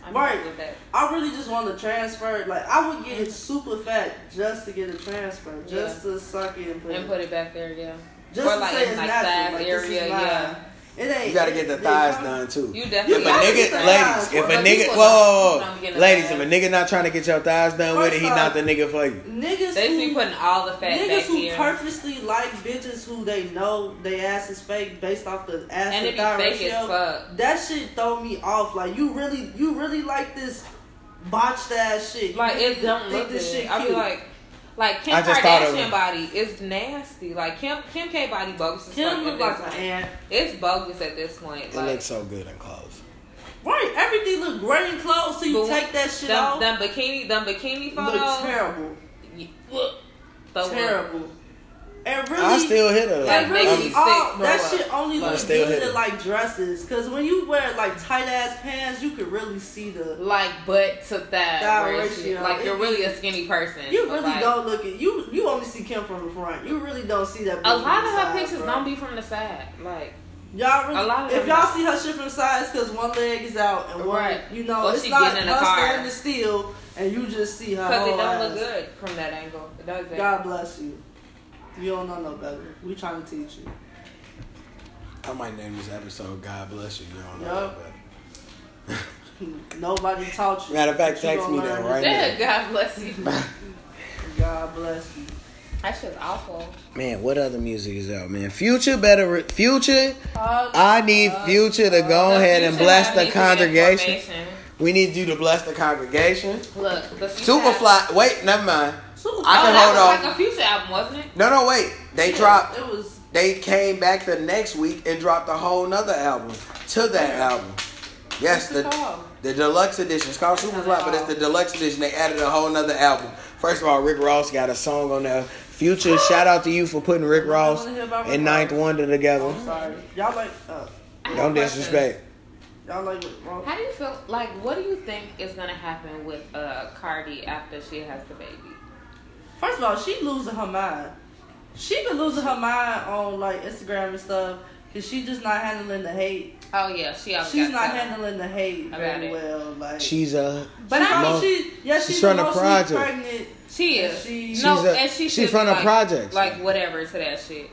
Speaker 2: I'm
Speaker 1: Right.
Speaker 2: good with that.
Speaker 1: I really just want to transfer. Like I would
Speaker 2: Mm-hmm.
Speaker 1: get super fat just to get a transfer, just to suck it and put,
Speaker 2: And
Speaker 1: it.
Speaker 2: put it back there, yeah.
Speaker 1: Just
Speaker 2: or
Speaker 1: to
Speaker 2: like
Speaker 1: say
Speaker 2: in,
Speaker 1: it's
Speaker 2: like,
Speaker 1: natural.
Speaker 2: thighs
Speaker 1: Like this
Speaker 2: area,
Speaker 1: is mine.
Speaker 2: yeah.
Speaker 1: It ain't.
Speaker 3: You gotta get the thighs
Speaker 1: it-
Speaker 3: done too.
Speaker 2: You
Speaker 3: If
Speaker 2: definitely
Speaker 3: a
Speaker 1: gotta get
Speaker 3: nigga,
Speaker 1: the
Speaker 3: ladies,
Speaker 1: thighs.
Speaker 3: if
Speaker 2: Well,
Speaker 3: a
Speaker 2: people
Speaker 3: nigga, whoa,
Speaker 2: don't get the
Speaker 3: ladies, if
Speaker 2: thighs.
Speaker 3: a nigga not trying to get your thighs done with it, he
Speaker 1: First
Speaker 3: not
Speaker 1: off,
Speaker 3: the nigga for you.
Speaker 1: Niggas
Speaker 2: They
Speaker 1: who,
Speaker 2: be putting all the fat back
Speaker 1: niggas who
Speaker 2: here.
Speaker 1: purposely like bitches who they know they ass is fake based off the ass
Speaker 2: and
Speaker 1: to
Speaker 2: it be
Speaker 1: thigh
Speaker 2: fake as
Speaker 1: ratio.
Speaker 2: fuck.
Speaker 1: That shit throw me off. Like you really, you really like this botched ass shit. You
Speaker 2: Like
Speaker 1: really
Speaker 2: it don't
Speaker 1: think
Speaker 2: look
Speaker 1: this
Speaker 2: good.
Speaker 1: shit
Speaker 2: I be
Speaker 1: cute.
Speaker 2: like, like Kim
Speaker 3: I just thought of
Speaker 2: Kardashian
Speaker 3: it.
Speaker 2: body is nasty. Like Kim Kim K body bogus. as fuck
Speaker 1: Kim
Speaker 2: at
Speaker 1: look
Speaker 2: this
Speaker 1: like an
Speaker 2: point.
Speaker 1: ant.
Speaker 2: It's bogus at this point.
Speaker 3: It
Speaker 2: Like
Speaker 3: looks so good in clothes.
Speaker 1: Right, everything look great and clothes, so you
Speaker 2: But
Speaker 1: take that shit
Speaker 2: them,
Speaker 1: off.
Speaker 2: them bikini them bikini
Speaker 1: look
Speaker 2: photos.
Speaker 1: terrible,
Speaker 2: y- look, throw up.
Speaker 1: terrible. And really,
Speaker 3: I still hit her.
Speaker 2: Like,
Speaker 1: Like
Speaker 3: though.
Speaker 2: make
Speaker 1: really,
Speaker 2: you
Speaker 3: I'm-
Speaker 1: all,
Speaker 2: sick, bro.
Speaker 1: that shit only
Speaker 2: Like,
Speaker 1: looks
Speaker 3: still
Speaker 1: good
Speaker 3: hit it.
Speaker 1: in like dresses. Cause when you wear like tight ass pants, you can really see the.
Speaker 2: Like butt to that
Speaker 1: Thigh
Speaker 2: ratio.
Speaker 1: ratio.
Speaker 2: Like
Speaker 1: It
Speaker 2: you're
Speaker 1: be-
Speaker 2: really a skinny person.
Speaker 1: You
Speaker 2: but,
Speaker 1: really
Speaker 2: like,
Speaker 1: don't look at you. You only see Kim from the front. You really don't see that.
Speaker 2: A
Speaker 1: bitch
Speaker 2: lot
Speaker 1: from
Speaker 2: of
Speaker 1: the
Speaker 2: her
Speaker 1: side,
Speaker 2: pictures
Speaker 1: bro.
Speaker 2: don't be from the side. Like
Speaker 1: Y'all really,
Speaker 2: a lot of
Speaker 1: if
Speaker 2: them
Speaker 1: y'all
Speaker 2: don't.
Speaker 1: see her shit from the side, it's cause one leg is out and one,
Speaker 2: Right.
Speaker 1: you know,
Speaker 2: Or
Speaker 1: it's
Speaker 2: she
Speaker 1: not
Speaker 2: getting in the
Speaker 1: her
Speaker 2: car.
Speaker 1: standing still and you just see how.
Speaker 2: Because it
Speaker 1: whole
Speaker 2: don't
Speaker 1: ass-
Speaker 2: look good from that angle. It doesn't.
Speaker 1: God bless you. You don't know no better. We trying to teach you.
Speaker 3: I might name this episode "God Bless You." You don't
Speaker 1: Yup.
Speaker 3: know,
Speaker 1: Nobody taught
Speaker 3: but
Speaker 1: you.
Speaker 3: matter of
Speaker 1: But
Speaker 3: fact,
Speaker 1: you
Speaker 3: text me
Speaker 1: gonna
Speaker 3: that
Speaker 1: learn
Speaker 3: right
Speaker 2: Yeah,
Speaker 3: now.
Speaker 2: God bless you.
Speaker 1: God bless you.
Speaker 2: That shit's awful.
Speaker 3: Man, what other music is out, man? Future better, re- Future.
Speaker 2: Oh,
Speaker 3: I need Future to go ahead and
Speaker 2: future
Speaker 3: bless
Speaker 2: have
Speaker 3: the
Speaker 2: me through
Speaker 3: congregation.
Speaker 2: information.
Speaker 3: We need you to bless the congregation.
Speaker 2: Look, the future
Speaker 3: Superfly. Wait, never mind.
Speaker 1: So
Speaker 3: I
Speaker 2: oh,
Speaker 3: can
Speaker 2: that
Speaker 3: hold
Speaker 2: was
Speaker 3: off.
Speaker 2: like a future album, wasn't it?
Speaker 3: No, no, wait. They dropped.
Speaker 1: It was
Speaker 3: They came back the next week and dropped a whole nother album to that album. Yes,
Speaker 2: What's it
Speaker 3: the
Speaker 2: called?
Speaker 3: the deluxe edition. It's called Superfly, but it's the deluxe edition. They added a whole nother album. First of all, Rick Ross got a song on there. Future, shout out to you for putting Rick Ross
Speaker 1: wanna hear about Rick
Speaker 3: and Ninth
Speaker 1: Ross.
Speaker 3: Wonder together.
Speaker 1: I'm sorry. Y'all like uh,
Speaker 2: I have
Speaker 3: Don't
Speaker 2: a question.
Speaker 3: disrespect.
Speaker 1: y'all like what wrong?
Speaker 2: How do you feel? Like, what do you think is gonna happen with uh, Cardi after she has the baby?
Speaker 1: First of all, she losing her mind. She been losing her mind on like Instagram and stuff because she just not handling the hate.
Speaker 2: Oh yeah, she always
Speaker 1: She's
Speaker 2: got
Speaker 1: not
Speaker 2: some.
Speaker 1: handling the hate
Speaker 2: About
Speaker 1: very
Speaker 2: it.
Speaker 1: well. Like,
Speaker 3: She's a
Speaker 1: but I
Speaker 3: Mo-
Speaker 1: mean, she yeah, she's,
Speaker 3: she's from the
Speaker 1: emotionally
Speaker 3: project.
Speaker 1: pregnant.
Speaker 2: She is.
Speaker 1: She's
Speaker 2: no,
Speaker 3: a-
Speaker 2: and she
Speaker 3: she's
Speaker 2: should
Speaker 3: from
Speaker 2: be
Speaker 3: the
Speaker 2: like,
Speaker 3: projects.
Speaker 2: Like whatever to that shit.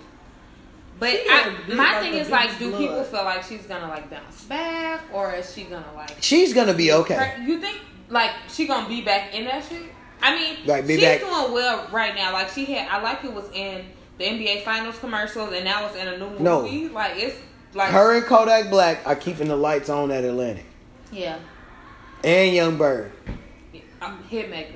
Speaker 2: But
Speaker 1: She
Speaker 2: I,
Speaker 1: a bitch
Speaker 2: my
Speaker 1: like
Speaker 2: thing
Speaker 1: a
Speaker 2: is like,
Speaker 1: bitch
Speaker 2: do
Speaker 1: blood.
Speaker 2: people feel like she's gonna like bounce back, or is she gonna like?
Speaker 3: she's gonna be okay.
Speaker 2: Her- you think like she gonna be back in that shit? I mean,
Speaker 3: Like, be
Speaker 2: she's
Speaker 3: back-
Speaker 2: doing well right now. Like she had, I like it was in the NBA Finals commercials, and now it's in a new movie.
Speaker 3: No.
Speaker 2: Like it's like
Speaker 3: Her and Kodak Black are keeping the lights on at Atlantic
Speaker 2: Yeah,
Speaker 3: and Young Bird.
Speaker 2: I'm um, hitmaker.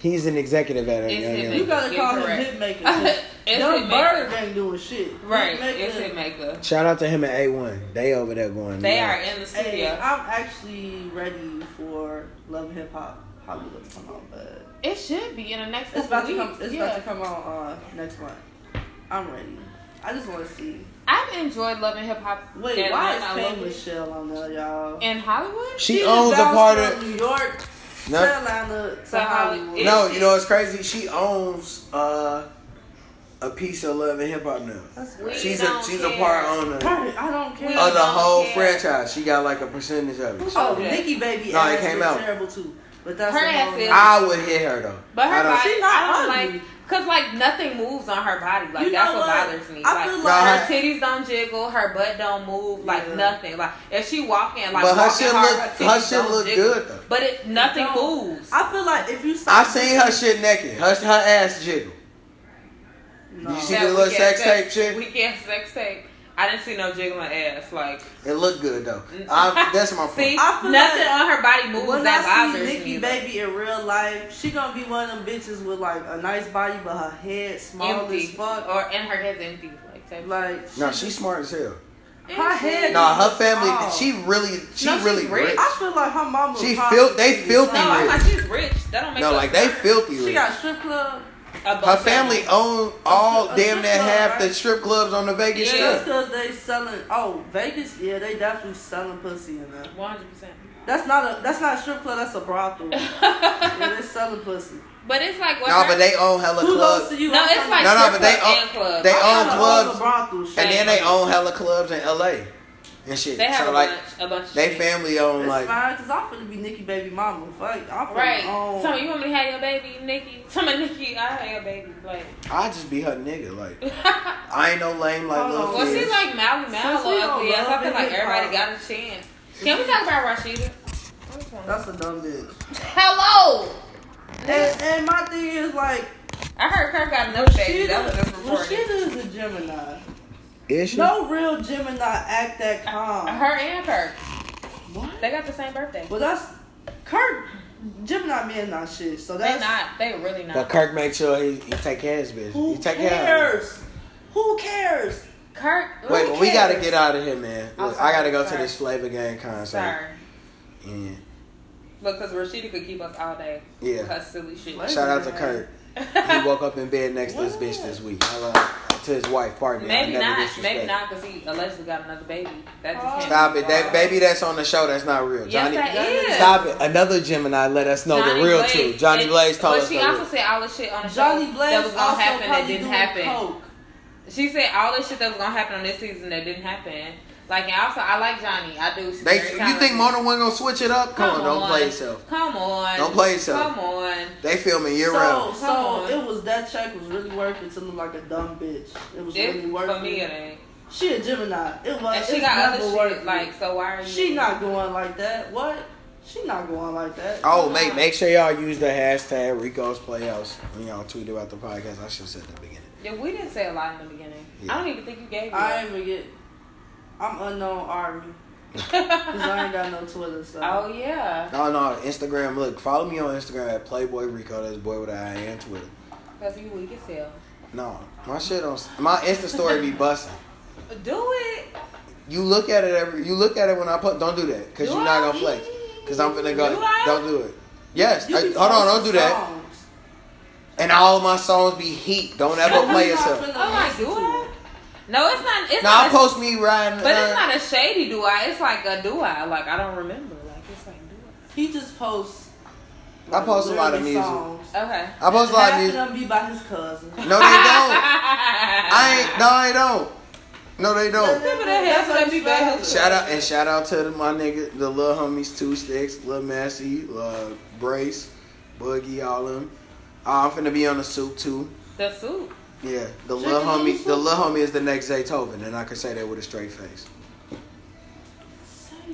Speaker 3: He's an executive at
Speaker 2: It's
Speaker 3: Young
Speaker 2: him.
Speaker 1: You
Speaker 3: Bird.
Speaker 1: gotta
Speaker 2: Yeah,
Speaker 1: call
Speaker 2: correct.
Speaker 1: him hitmaker. 'cause
Speaker 2: It's
Speaker 1: Young
Speaker 2: hitmaker.
Speaker 1: Bird ain't doing shit.
Speaker 2: Right,
Speaker 1: Hitmaker-
Speaker 2: it's hitmaker.
Speaker 3: Shout out to him at A1. They over there going.
Speaker 2: They
Speaker 3: nuts.
Speaker 2: are in the studio.
Speaker 1: Hey, I'm actually ready for Love and Hip Hop Hollywood to come out, but
Speaker 2: It should be in the next
Speaker 1: it's
Speaker 2: couple
Speaker 1: about to
Speaker 2: weeks.
Speaker 1: come. It's
Speaker 2: yeah.
Speaker 1: about to come out uh, next month. I'm ready. I just want to see.
Speaker 2: I've enjoyed Love and Hip Hop.
Speaker 1: Wait,
Speaker 2: and
Speaker 1: why is
Speaker 2: Lana
Speaker 1: K
Speaker 2: Lopez
Speaker 1: Michelle on there, y'all?
Speaker 2: in Hollywood?
Speaker 3: She
Speaker 1: just
Speaker 3: owns a
Speaker 1: bounced
Speaker 3: part
Speaker 1: from
Speaker 3: of-
Speaker 1: New York,
Speaker 3: No,
Speaker 1: Carolina to
Speaker 2: So Hollywood.
Speaker 1: Hollywood.
Speaker 3: no, you know what's crazy? She owns uh, a piece of love and hip hop now.
Speaker 1: That's
Speaker 2: We
Speaker 1: great.
Speaker 3: She's a
Speaker 2: don't
Speaker 3: she's a
Speaker 2: care.
Speaker 3: part owner
Speaker 1: Right, I don't care.
Speaker 2: We
Speaker 3: of the
Speaker 2: don't
Speaker 3: whole
Speaker 2: care.
Speaker 3: franchise. She got like a percentage of it.
Speaker 1: oh,
Speaker 2: Okay.
Speaker 1: Nicki Baby
Speaker 3: No, it
Speaker 1: ass
Speaker 3: came
Speaker 1: is
Speaker 3: out.
Speaker 1: terrible too, but that's
Speaker 2: Her
Speaker 1: a
Speaker 2: ass
Speaker 1: whole
Speaker 2: is-
Speaker 1: nother-
Speaker 3: I would hit her though.
Speaker 2: But her
Speaker 3: I don't-
Speaker 2: body,
Speaker 1: She not
Speaker 2: I don't
Speaker 1: ugly.
Speaker 2: like, cause like nothing moves on her body. Like
Speaker 1: You
Speaker 2: that's
Speaker 1: know
Speaker 2: what
Speaker 1: what?
Speaker 2: bothers me.
Speaker 1: I
Speaker 2: like,
Speaker 1: feel
Speaker 3: like-
Speaker 2: her titties don't jiggle, her butt don't move, like
Speaker 1: Yeah.
Speaker 2: nothing. Like if she walking, like
Speaker 3: But her
Speaker 2: walking
Speaker 3: shit
Speaker 2: hard,
Speaker 3: look-
Speaker 2: her,
Speaker 3: her
Speaker 2: titties
Speaker 3: shit
Speaker 2: don't
Speaker 3: look
Speaker 2: jiggle.
Speaker 3: good, though.
Speaker 2: But it nothing
Speaker 1: It don't.
Speaker 2: moves.
Speaker 1: I feel like if you saw
Speaker 3: I seen her shit naked. Her her ass jiggle.
Speaker 1: No.
Speaker 3: You see-
Speaker 2: That
Speaker 3: the little
Speaker 2: weak-ass
Speaker 3: sex tape shit?
Speaker 2: Weekend sex tape. I didn't see no jiggling ass. Like
Speaker 3: It looked good though.
Speaker 2: Mm.
Speaker 3: I, Ah, that's my
Speaker 2: See,
Speaker 3: point.
Speaker 1: I feel
Speaker 2: nothing
Speaker 1: like
Speaker 2: on her body moves
Speaker 1: when
Speaker 2: that
Speaker 1: I see
Speaker 2: bothers
Speaker 1: Nicki
Speaker 2: me.
Speaker 1: Baby in real life, she gonna be one of them bitches with like a nice body, but her head small
Speaker 2: empty, Oh.
Speaker 1: as fuck.
Speaker 2: or and her head's empty. Like, type
Speaker 1: like
Speaker 3: No, she's smart as hell.
Speaker 2: shit.
Speaker 1: her head-
Speaker 3: No, her family.
Speaker 1: Oh.
Speaker 3: She really. She
Speaker 2: No, she's
Speaker 3: really
Speaker 2: rich.
Speaker 3: rich.
Speaker 1: I feel like her mama.
Speaker 3: She
Speaker 1: probably-
Speaker 3: fil- they filthy
Speaker 2: No, I'm
Speaker 3: rich.
Speaker 2: like she's rich. That don't make
Speaker 3: No,
Speaker 2: her
Speaker 3: like they
Speaker 2: smart.
Speaker 3: filthy
Speaker 1: She
Speaker 3: rich.
Speaker 1: got strip club.
Speaker 2: A
Speaker 3: Her
Speaker 2: bum
Speaker 3: family own all
Speaker 1: A strip
Speaker 3: damn near
Speaker 1: club,
Speaker 3: half the
Speaker 1: right?
Speaker 3: strip clubs on the
Speaker 2: Yeah.
Speaker 3: Vegas strip.
Speaker 1: Just cause they selling oh Vegas, yeah, they definitely selling pussy in there.
Speaker 2: 100%.
Speaker 1: That's not a that's not a strip club, that's a brothel. yeah, they selling pussy.
Speaker 2: But it's like what?
Speaker 3: No,
Speaker 2: her-
Speaker 3: but they own hella
Speaker 1: Who goes
Speaker 3: clubs.
Speaker 1: to you?
Speaker 2: No,
Speaker 1: I'm
Speaker 2: it's
Speaker 1: talking
Speaker 2: like
Speaker 3: No,
Speaker 1: about-
Speaker 2: strip
Speaker 3: no, but they
Speaker 2: club
Speaker 3: own-
Speaker 2: and club.
Speaker 3: they
Speaker 1: I'm
Speaker 3: own
Speaker 1: talking
Speaker 3: clubs.
Speaker 1: about the brothel shit.
Speaker 3: And then they own hella clubs in LA and shit.
Speaker 2: They have
Speaker 3: so
Speaker 2: a
Speaker 3: like
Speaker 2: bunch, a bunch. Of
Speaker 3: they
Speaker 2: shit.
Speaker 3: family own
Speaker 1: It's
Speaker 3: like
Speaker 1: fine, cause I'm finna be Nikki baby mama. Fuck, I'm finna
Speaker 2: Right.
Speaker 1: own.
Speaker 2: Tell me, you want me to have your baby, Nikki? Tell me, Nikki, I have your baby. Like,
Speaker 3: I just be her nigga. Like I ain't no lame like
Speaker 1: Hold
Speaker 3: little
Speaker 1: on.
Speaker 2: well,
Speaker 3: kids.
Speaker 2: she's like Maui Maui
Speaker 1: Since we
Speaker 2: or
Speaker 1: don't
Speaker 2: ugly ass.
Speaker 1: love
Speaker 2: I feel like
Speaker 1: it,
Speaker 2: everybody
Speaker 1: um,
Speaker 2: got a chance. Can we talk about Rashida? I just wanna-
Speaker 1: That's a dumb bitch.
Speaker 2: Hello.
Speaker 1: And, and my thing is like,
Speaker 2: I heard Kirk got another baby.
Speaker 1: Rashida,
Speaker 2: That was just
Speaker 1: Rashida
Speaker 2: reported.
Speaker 1: is a Gemini.
Speaker 3: Is she?
Speaker 1: No real Gemini act that calm.
Speaker 2: Her and Kirk,
Speaker 1: What?
Speaker 2: they got the same birthday.
Speaker 1: Well, that's Kirk. Gemini men not shit. So
Speaker 2: They
Speaker 1: that's
Speaker 2: not. They really not.
Speaker 3: But Kirk make sure he, he take care of his business.
Speaker 1: Who
Speaker 3: he take care of her.
Speaker 1: cares? Who cares?
Speaker 2: Kirk.
Speaker 3: Wait,
Speaker 2: who
Speaker 3: but we gotta
Speaker 2: cares?
Speaker 3: get out of here, man.
Speaker 2: I'm
Speaker 3: Look, I gotta
Speaker 2: sorry,
Speaker 3: go to
Speaker 2: sorry.
Speaker 3: this Flavor Gang concert.
Speaker 2: Sorry.
Speaker 3: Yeah.
Speaker 2: Look, because Rashida could keep us all day.
Speaker 3: Yeah.
Speaker 2: Her silly shit.
Speaker 1: What?
Speaker 3: Shout out to
Speaker 1: Gang.
Speaker 3: Kirk. He woke up in bed next to his bitch this week. I love- to his wife, pardon me. I
Speaker 2: maybe
Speaker 3: never
Speaker 2: not.
Speaker 3: disrespect.
Speaker 2: Maybe not because he allegedly got another baby. That just
Speaker 1: Oh.
Speaker 2: can't
Speaker 3: Stop
Speaker 2: be
Speaker 3: it. That
Speaker 2: right.
Speaker 3: baby that's on the show, that's not real.
Speaker 2: Yes,
Speaker 3: Johnny,
Speaker 2: that is.
Speaker 3: Stop it. Another Gemini let us know
Speaker 2: Johnny
Speaker 3: the real
Speaker 2: Blaze.
Speaker 3: truth. Johnny
Speaker 2: And-
Speaker 3: Blaze told
Speaker 2: But
Speaker 3: us
Speaker 2: she
Speaker 3: the
Speaker 2: also
Speaker 3: real.
Speaker 2: said all the shit on the
Speaker 1: Johnny
Speaker 2: show
Speaker 1: Blaze
Speaker 2: that was gonna
Speaker 1: also
Speaker 2: happen that
Speaker 1: probably
Speaker 2: didn't
Speaker 1: doing
Speaker 2: happen.
Speaker 1: coke.
Speaker 2: She said all the shit that was gonna happen on this season that didn't happen. Like and also, I like Johnny. I do. She's
Speaker 3: They,
Speaker 2: very
Speaker 3: you
Speaker 2: talented.
Speaker 3: think Mona wasn't gonna switch it up? Come, on, don't play yourself.
Speaker 2: Come on.
Speaker 3: Don't play yourself.
Speaker 2: Come on.
Speaker 3: They filming year
Speaker 1: so,
Speaker 3: round.
Speaker 1: so it was that check was really worth it to look like a dumb bitch. It was
Speaker 2: It,
Speaker 1: really worth
Speaker 2: for me,
Speaker 1: it.
Speaker 2: it ain't.
Speaker 1: She a Gemini. It was.
Speaker 2: And she
Speaker 1: it's
Speaker 2: got
Speaker 1: never
Speaker 2: other
Speaker 1: worth
Speaker 2: shit.
Speaker 1: it.
Speaker 2: Like, so why are you?
Speaker 1: she not going like that. What? She not going like that.
Speaker 3: Oh, mate, make sure y'all use the hashtag Rico's Playhouse when y'all tweet about the podcast. I should have said at the beginning.
Speaker 2: Yeah, we didn't say a lot in the beginning.
Speaker 3: Yeah.
Speaker 2: I don't even think you gave me.
Speaker 1: I
Speaker 2: that.
Speaker 1: ain't even get. I'm unknown army because I ain't got no Twitter. So
Speaker 2: oh yeah,
Speaker 3: No, no, Instagram. Look, follow me on Instagram at Playboy Rico. That's boy with an I and Twitter.
Speaker 2: because you weak as hell.
Speaker 3: No, my shit on my Insta story be busting.
Speaker 2: Do it.
Speaker 3: You look at it every. You look at it when I put. Don't do that because
Speaker 2: Do
Speaker 3: you're not
Speaker 2: I?
Speaker 3: gonna flex. Because I'm finna go.
Speaker 2: Do I?
Speaker 3: Don't do it. Yes.
Speaker 1: You
Speaker 3: I-
Speaker 1: be
Speaker 3: hold on. Don't do
Speaker 1: posting
Speaker 3: that.
Speaker 1: songs.
Speaker 3: And all my songs be heat. Don't ever play
Speaker 1: You're not
Speaker 3: yourself.
Speaker 1: finna
Speaker 2: Oh, I
Speaker 1: listen
Speaker 2: do
Speaker 1: to
Speaker 2: I?
Speaker 1: it.
Speaker 2: No, it's not. It's
Speaker 3: No,
Speaker 2: not.
Speaker 3: I post me riding.
Speaker 2: but it's
Speaker 3: uh,
Speaker 2: not a shady do I. It's like a do I. Like I don't remember. Like it's like do
Speaker 1: He just posts.
Speaker 3: I post a lot of
Speaker 1: literally
Speaker 3: music.
Speaker 1: songs.
Speaker 2: I. Okay.
Speaker 3: I post a lot of
Speaker 1: Half
Speaker 3: music.
Speaker 1: them be by his cousin.
Speaker 3: No, they don't. I ain't. No, they don't. No, they don't.
Speaker 2: Remember that half of them be by his
Speaker 3: Shout out and shout out to my nigga, the little homies, Two Sticks, Lil Massey, Lil Brace, Boogie, all them. I'm finna be on the soup too.
Speaker 2: The suit.
Speaker 3: Yeah, the
Speaker 1: Chicken
Speaker 3: little
Speaker 1: noodle
Speaker 3: homie,
Speaker 1: soup.
Speaker 3: the little homie is the next Zaytoven, and I can say that with a straight face.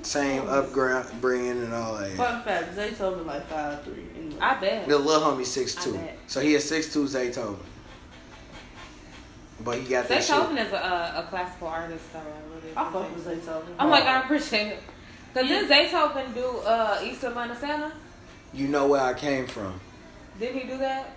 Speaker 3: Same
Speaker 2: Oh.
Speaker 3: upbringing and all that.
Speaker 1: Fun fact: Zaytoven like five three. Anyway.
Speaker 2: I bet.
Speaker 3: The little homie six two,
Speaker 2: I bet.
Speaker 3: so he is six two Zaytoven. But he got that
Speaker 2: Zach
Speaker 3: shit.
Speaker 2: Coven is a, a classical artist, though. I really.
Speaker 1: I fuck
Speaker 2: appreciate
Speaker 1: with
Speaker 2: it.
Speaker 1: Zaytoven.
Speaker 2: I'm like, I appreciate it. Cause didn't Zaytoven do uh, East Atlanta Santa?
Speaker 3: You know where I came from.
Speaker 2: Didn't he do that?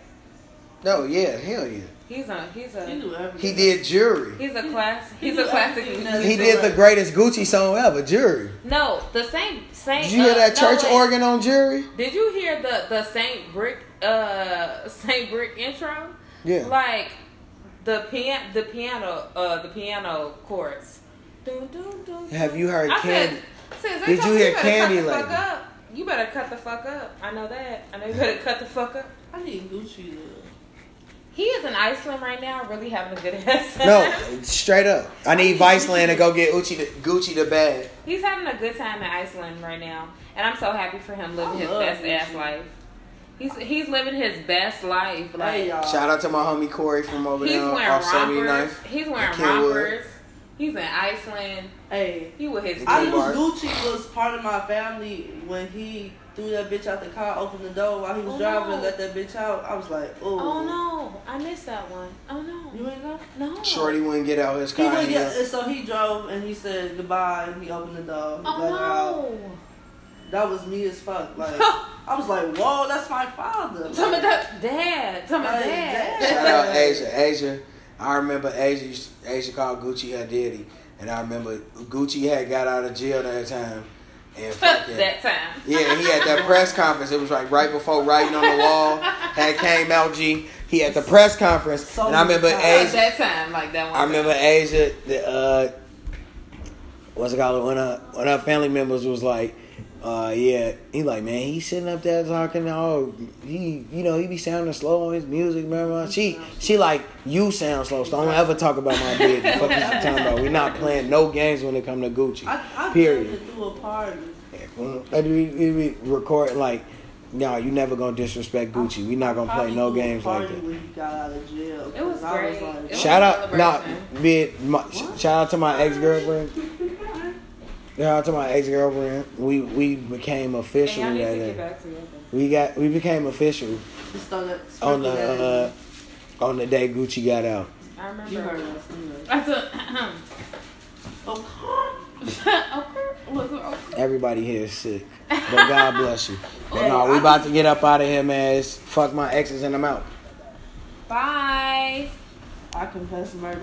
Speaker 3: No, yeah, hell yeah.
Speaker 2: He's a he's
Speaker 1: He
Speaker 2: a
Speaker 1: do everything.
Speaker 3: He did Jury.
Speaker 2: he's a class
Speaker 1: He
Speaker 2: he's
Speaker 1: do
Speaker 2: a classic.
Speaker 1: everything that's-
Speaker 3: He did the greatest Gucci song ever, Jury.
Speaker 2: No, the same same.
Speaker 3: Did you hear
Speaker 2: uh,
Speaker 3: that
Speaker 2: no,
Speaker 3: church
Speaker 2: wait.
Speaker 3: organ on Jury?
Speaker 2: Did you hear the the Saint Brick uh Saint Brick intro?
Speaker 3: Yeah.
Speaker 2: Like the pian the piano uh the piano chords. Dun, dun, dun,
Speaker 3: Have you heard
Speaker 2: I
Speaker 3: Candy?
Speaker 2: Said, said,
Speaker 3: Did
Speaker 2: Zaytoven,
Speaker 3: you
Speaker 2: better
Speaker 3: hear
Speaker 2: cut the
Speaker 3: Candy
Speaker 2: fuck
Speaker 3: Lady?
Speaker 2: up. You better cut the fuck up. I know that. I know you better cut the fuck up.
Speaker 1: I need Gucci. To,
Speaker 2: He is in Iceland right now, really having a good ass.
Speaker 3: No, straight up. I need Viceland to go get Gucci the, Gucci the bag.
Speaker 2: He's having a good time in Iceland right now, and I'm so happy for him living
Speaker 1: I
Speaker 2: his
Speaker 1: love
Speaker 2: best
Speaker 1: Gucci.
Speaker 2: ass life. He's he's living his best life. Like
Speaker 1: hey y'all.
Speaker 3: Shout out to my homie Corey from over
Speaker 2: he's
Speaker 3: there
Speaker 2: wearing
Speaker 3: off
Speaker 2: rompers.
Speaker 3: 79th.
Speaker 2: He's wearing
Speaker 3: Kenwood.
Speaker 2: rompers. He's in Iceland.
Speaker 1: Hey.
Speaker 2: He with his.
Speaker 1: I
Speaker 3: Kenwood.
Speaker 1: knew
Speaker 3: Bar.
Speaker 1: Gucci was part of my family when he threw that bitch out the car, opened the door while he was
Speaker 2: Oh,
Speaker 1: driving,
Speaker 2: no.
Speaker 1: let that bitch out. I was like, oh,
Speaker 2: Oh no! I missed that one. Oh no!
Speaker 1: you ain't know.
Speaker 2: No.
Speaker 3: Shorty wouldn't get out his
Speaker 1: He
Speaker 3: car.
Speaker 1: went,
Speaker 3: he
Speaker 1: yeah, and so he drove and he said goodbye. And he opened the door. He let her out.
Speaker 2: Oh no!
Speaker 1: That was me as fuck. Like I was like, whoa, that's my father.
Speaker 2: Tell me that, Dad. Tell me
Speaker 1: Like,
Speaker 2: Dad.
Speaker 1: Dad.
Speaker 3: Shout out Asia. Asia, I remember Asia. used- Asia called Gucci her daddy, and I remember Gucci had got out of jail that time, and fucking.
Speaker 2: that time.
Speaker 3: Yeah, he had that press conference. It was like right before writing on the wall had came out. G. He had the press conference,
Speaker 1: So
Speaker 3: and I remember
Speaker 1: many times.
Speaker 3: Asia.
Speaker 2: That time, like that one.
Speaker 3: I remember Asia. The uh, what's it called? One of one of her family members was like, uh, yeah. He like, man, he sitting up there talking. Oh, he, you know, he be sounding slow on his music. Blah, blah. She, she like, you sound slow. So don't ever talk about my business. Fuck you talking about. We not playing no games when it come to Gucci.
Speaker 1: I, I
Speaker 3: Period.
Speaker 1: Period. through a party.
Speaker 3: And we, we, we record like, no, you never gonna disrespect Gucci. We not gonna play
Speaker 1: Probably
Speaker 3: no
Speaker 1: threw a
Speaker 3: games like
Speaker 1: party
Speaker 3: that.
Speaker 1: When he got out of jail,
Speaker 2: It was
Speaker 1: 'cause I
Speaker 2: great.
Speaker 1: like,
Speaker 2: It was-
Speaker 3: Shout out, nah,
Speaker 2: celebration.
Speaker 3: bitch. My, sh- shout out to my ex girlfriend. Shout out to my ex girlfriend. We we became
Speaker 2: And
Speaker 3: official
Speaker 2: y'all
Speaker 3: that
Speaker 2: need to get
Speaker 3: day.
Speaker 2: back together.
Speaker 3: We got we became official
Speaker 1: he started
Speaker 3: on the
Speaker 1: speculating.
Speaker 3: uh, on the day Gucci got out.
Speaker 2: I
Speaker 1: you heard
Speaker 2: remember.
Speaker 1: us. Anyway.
Speaker 2: I took.
Speaker 1: Oh,
Speaker 2: okay. Was it okay?
Speaker 3: Everybody here is sick, but God bless you. But no, we
Speaker 1: I
Speaker 3: about to get up out of here, man. It's fuck my exes and I'm out.
Speaker 2: Bye.
Speaker 1: I confess murder.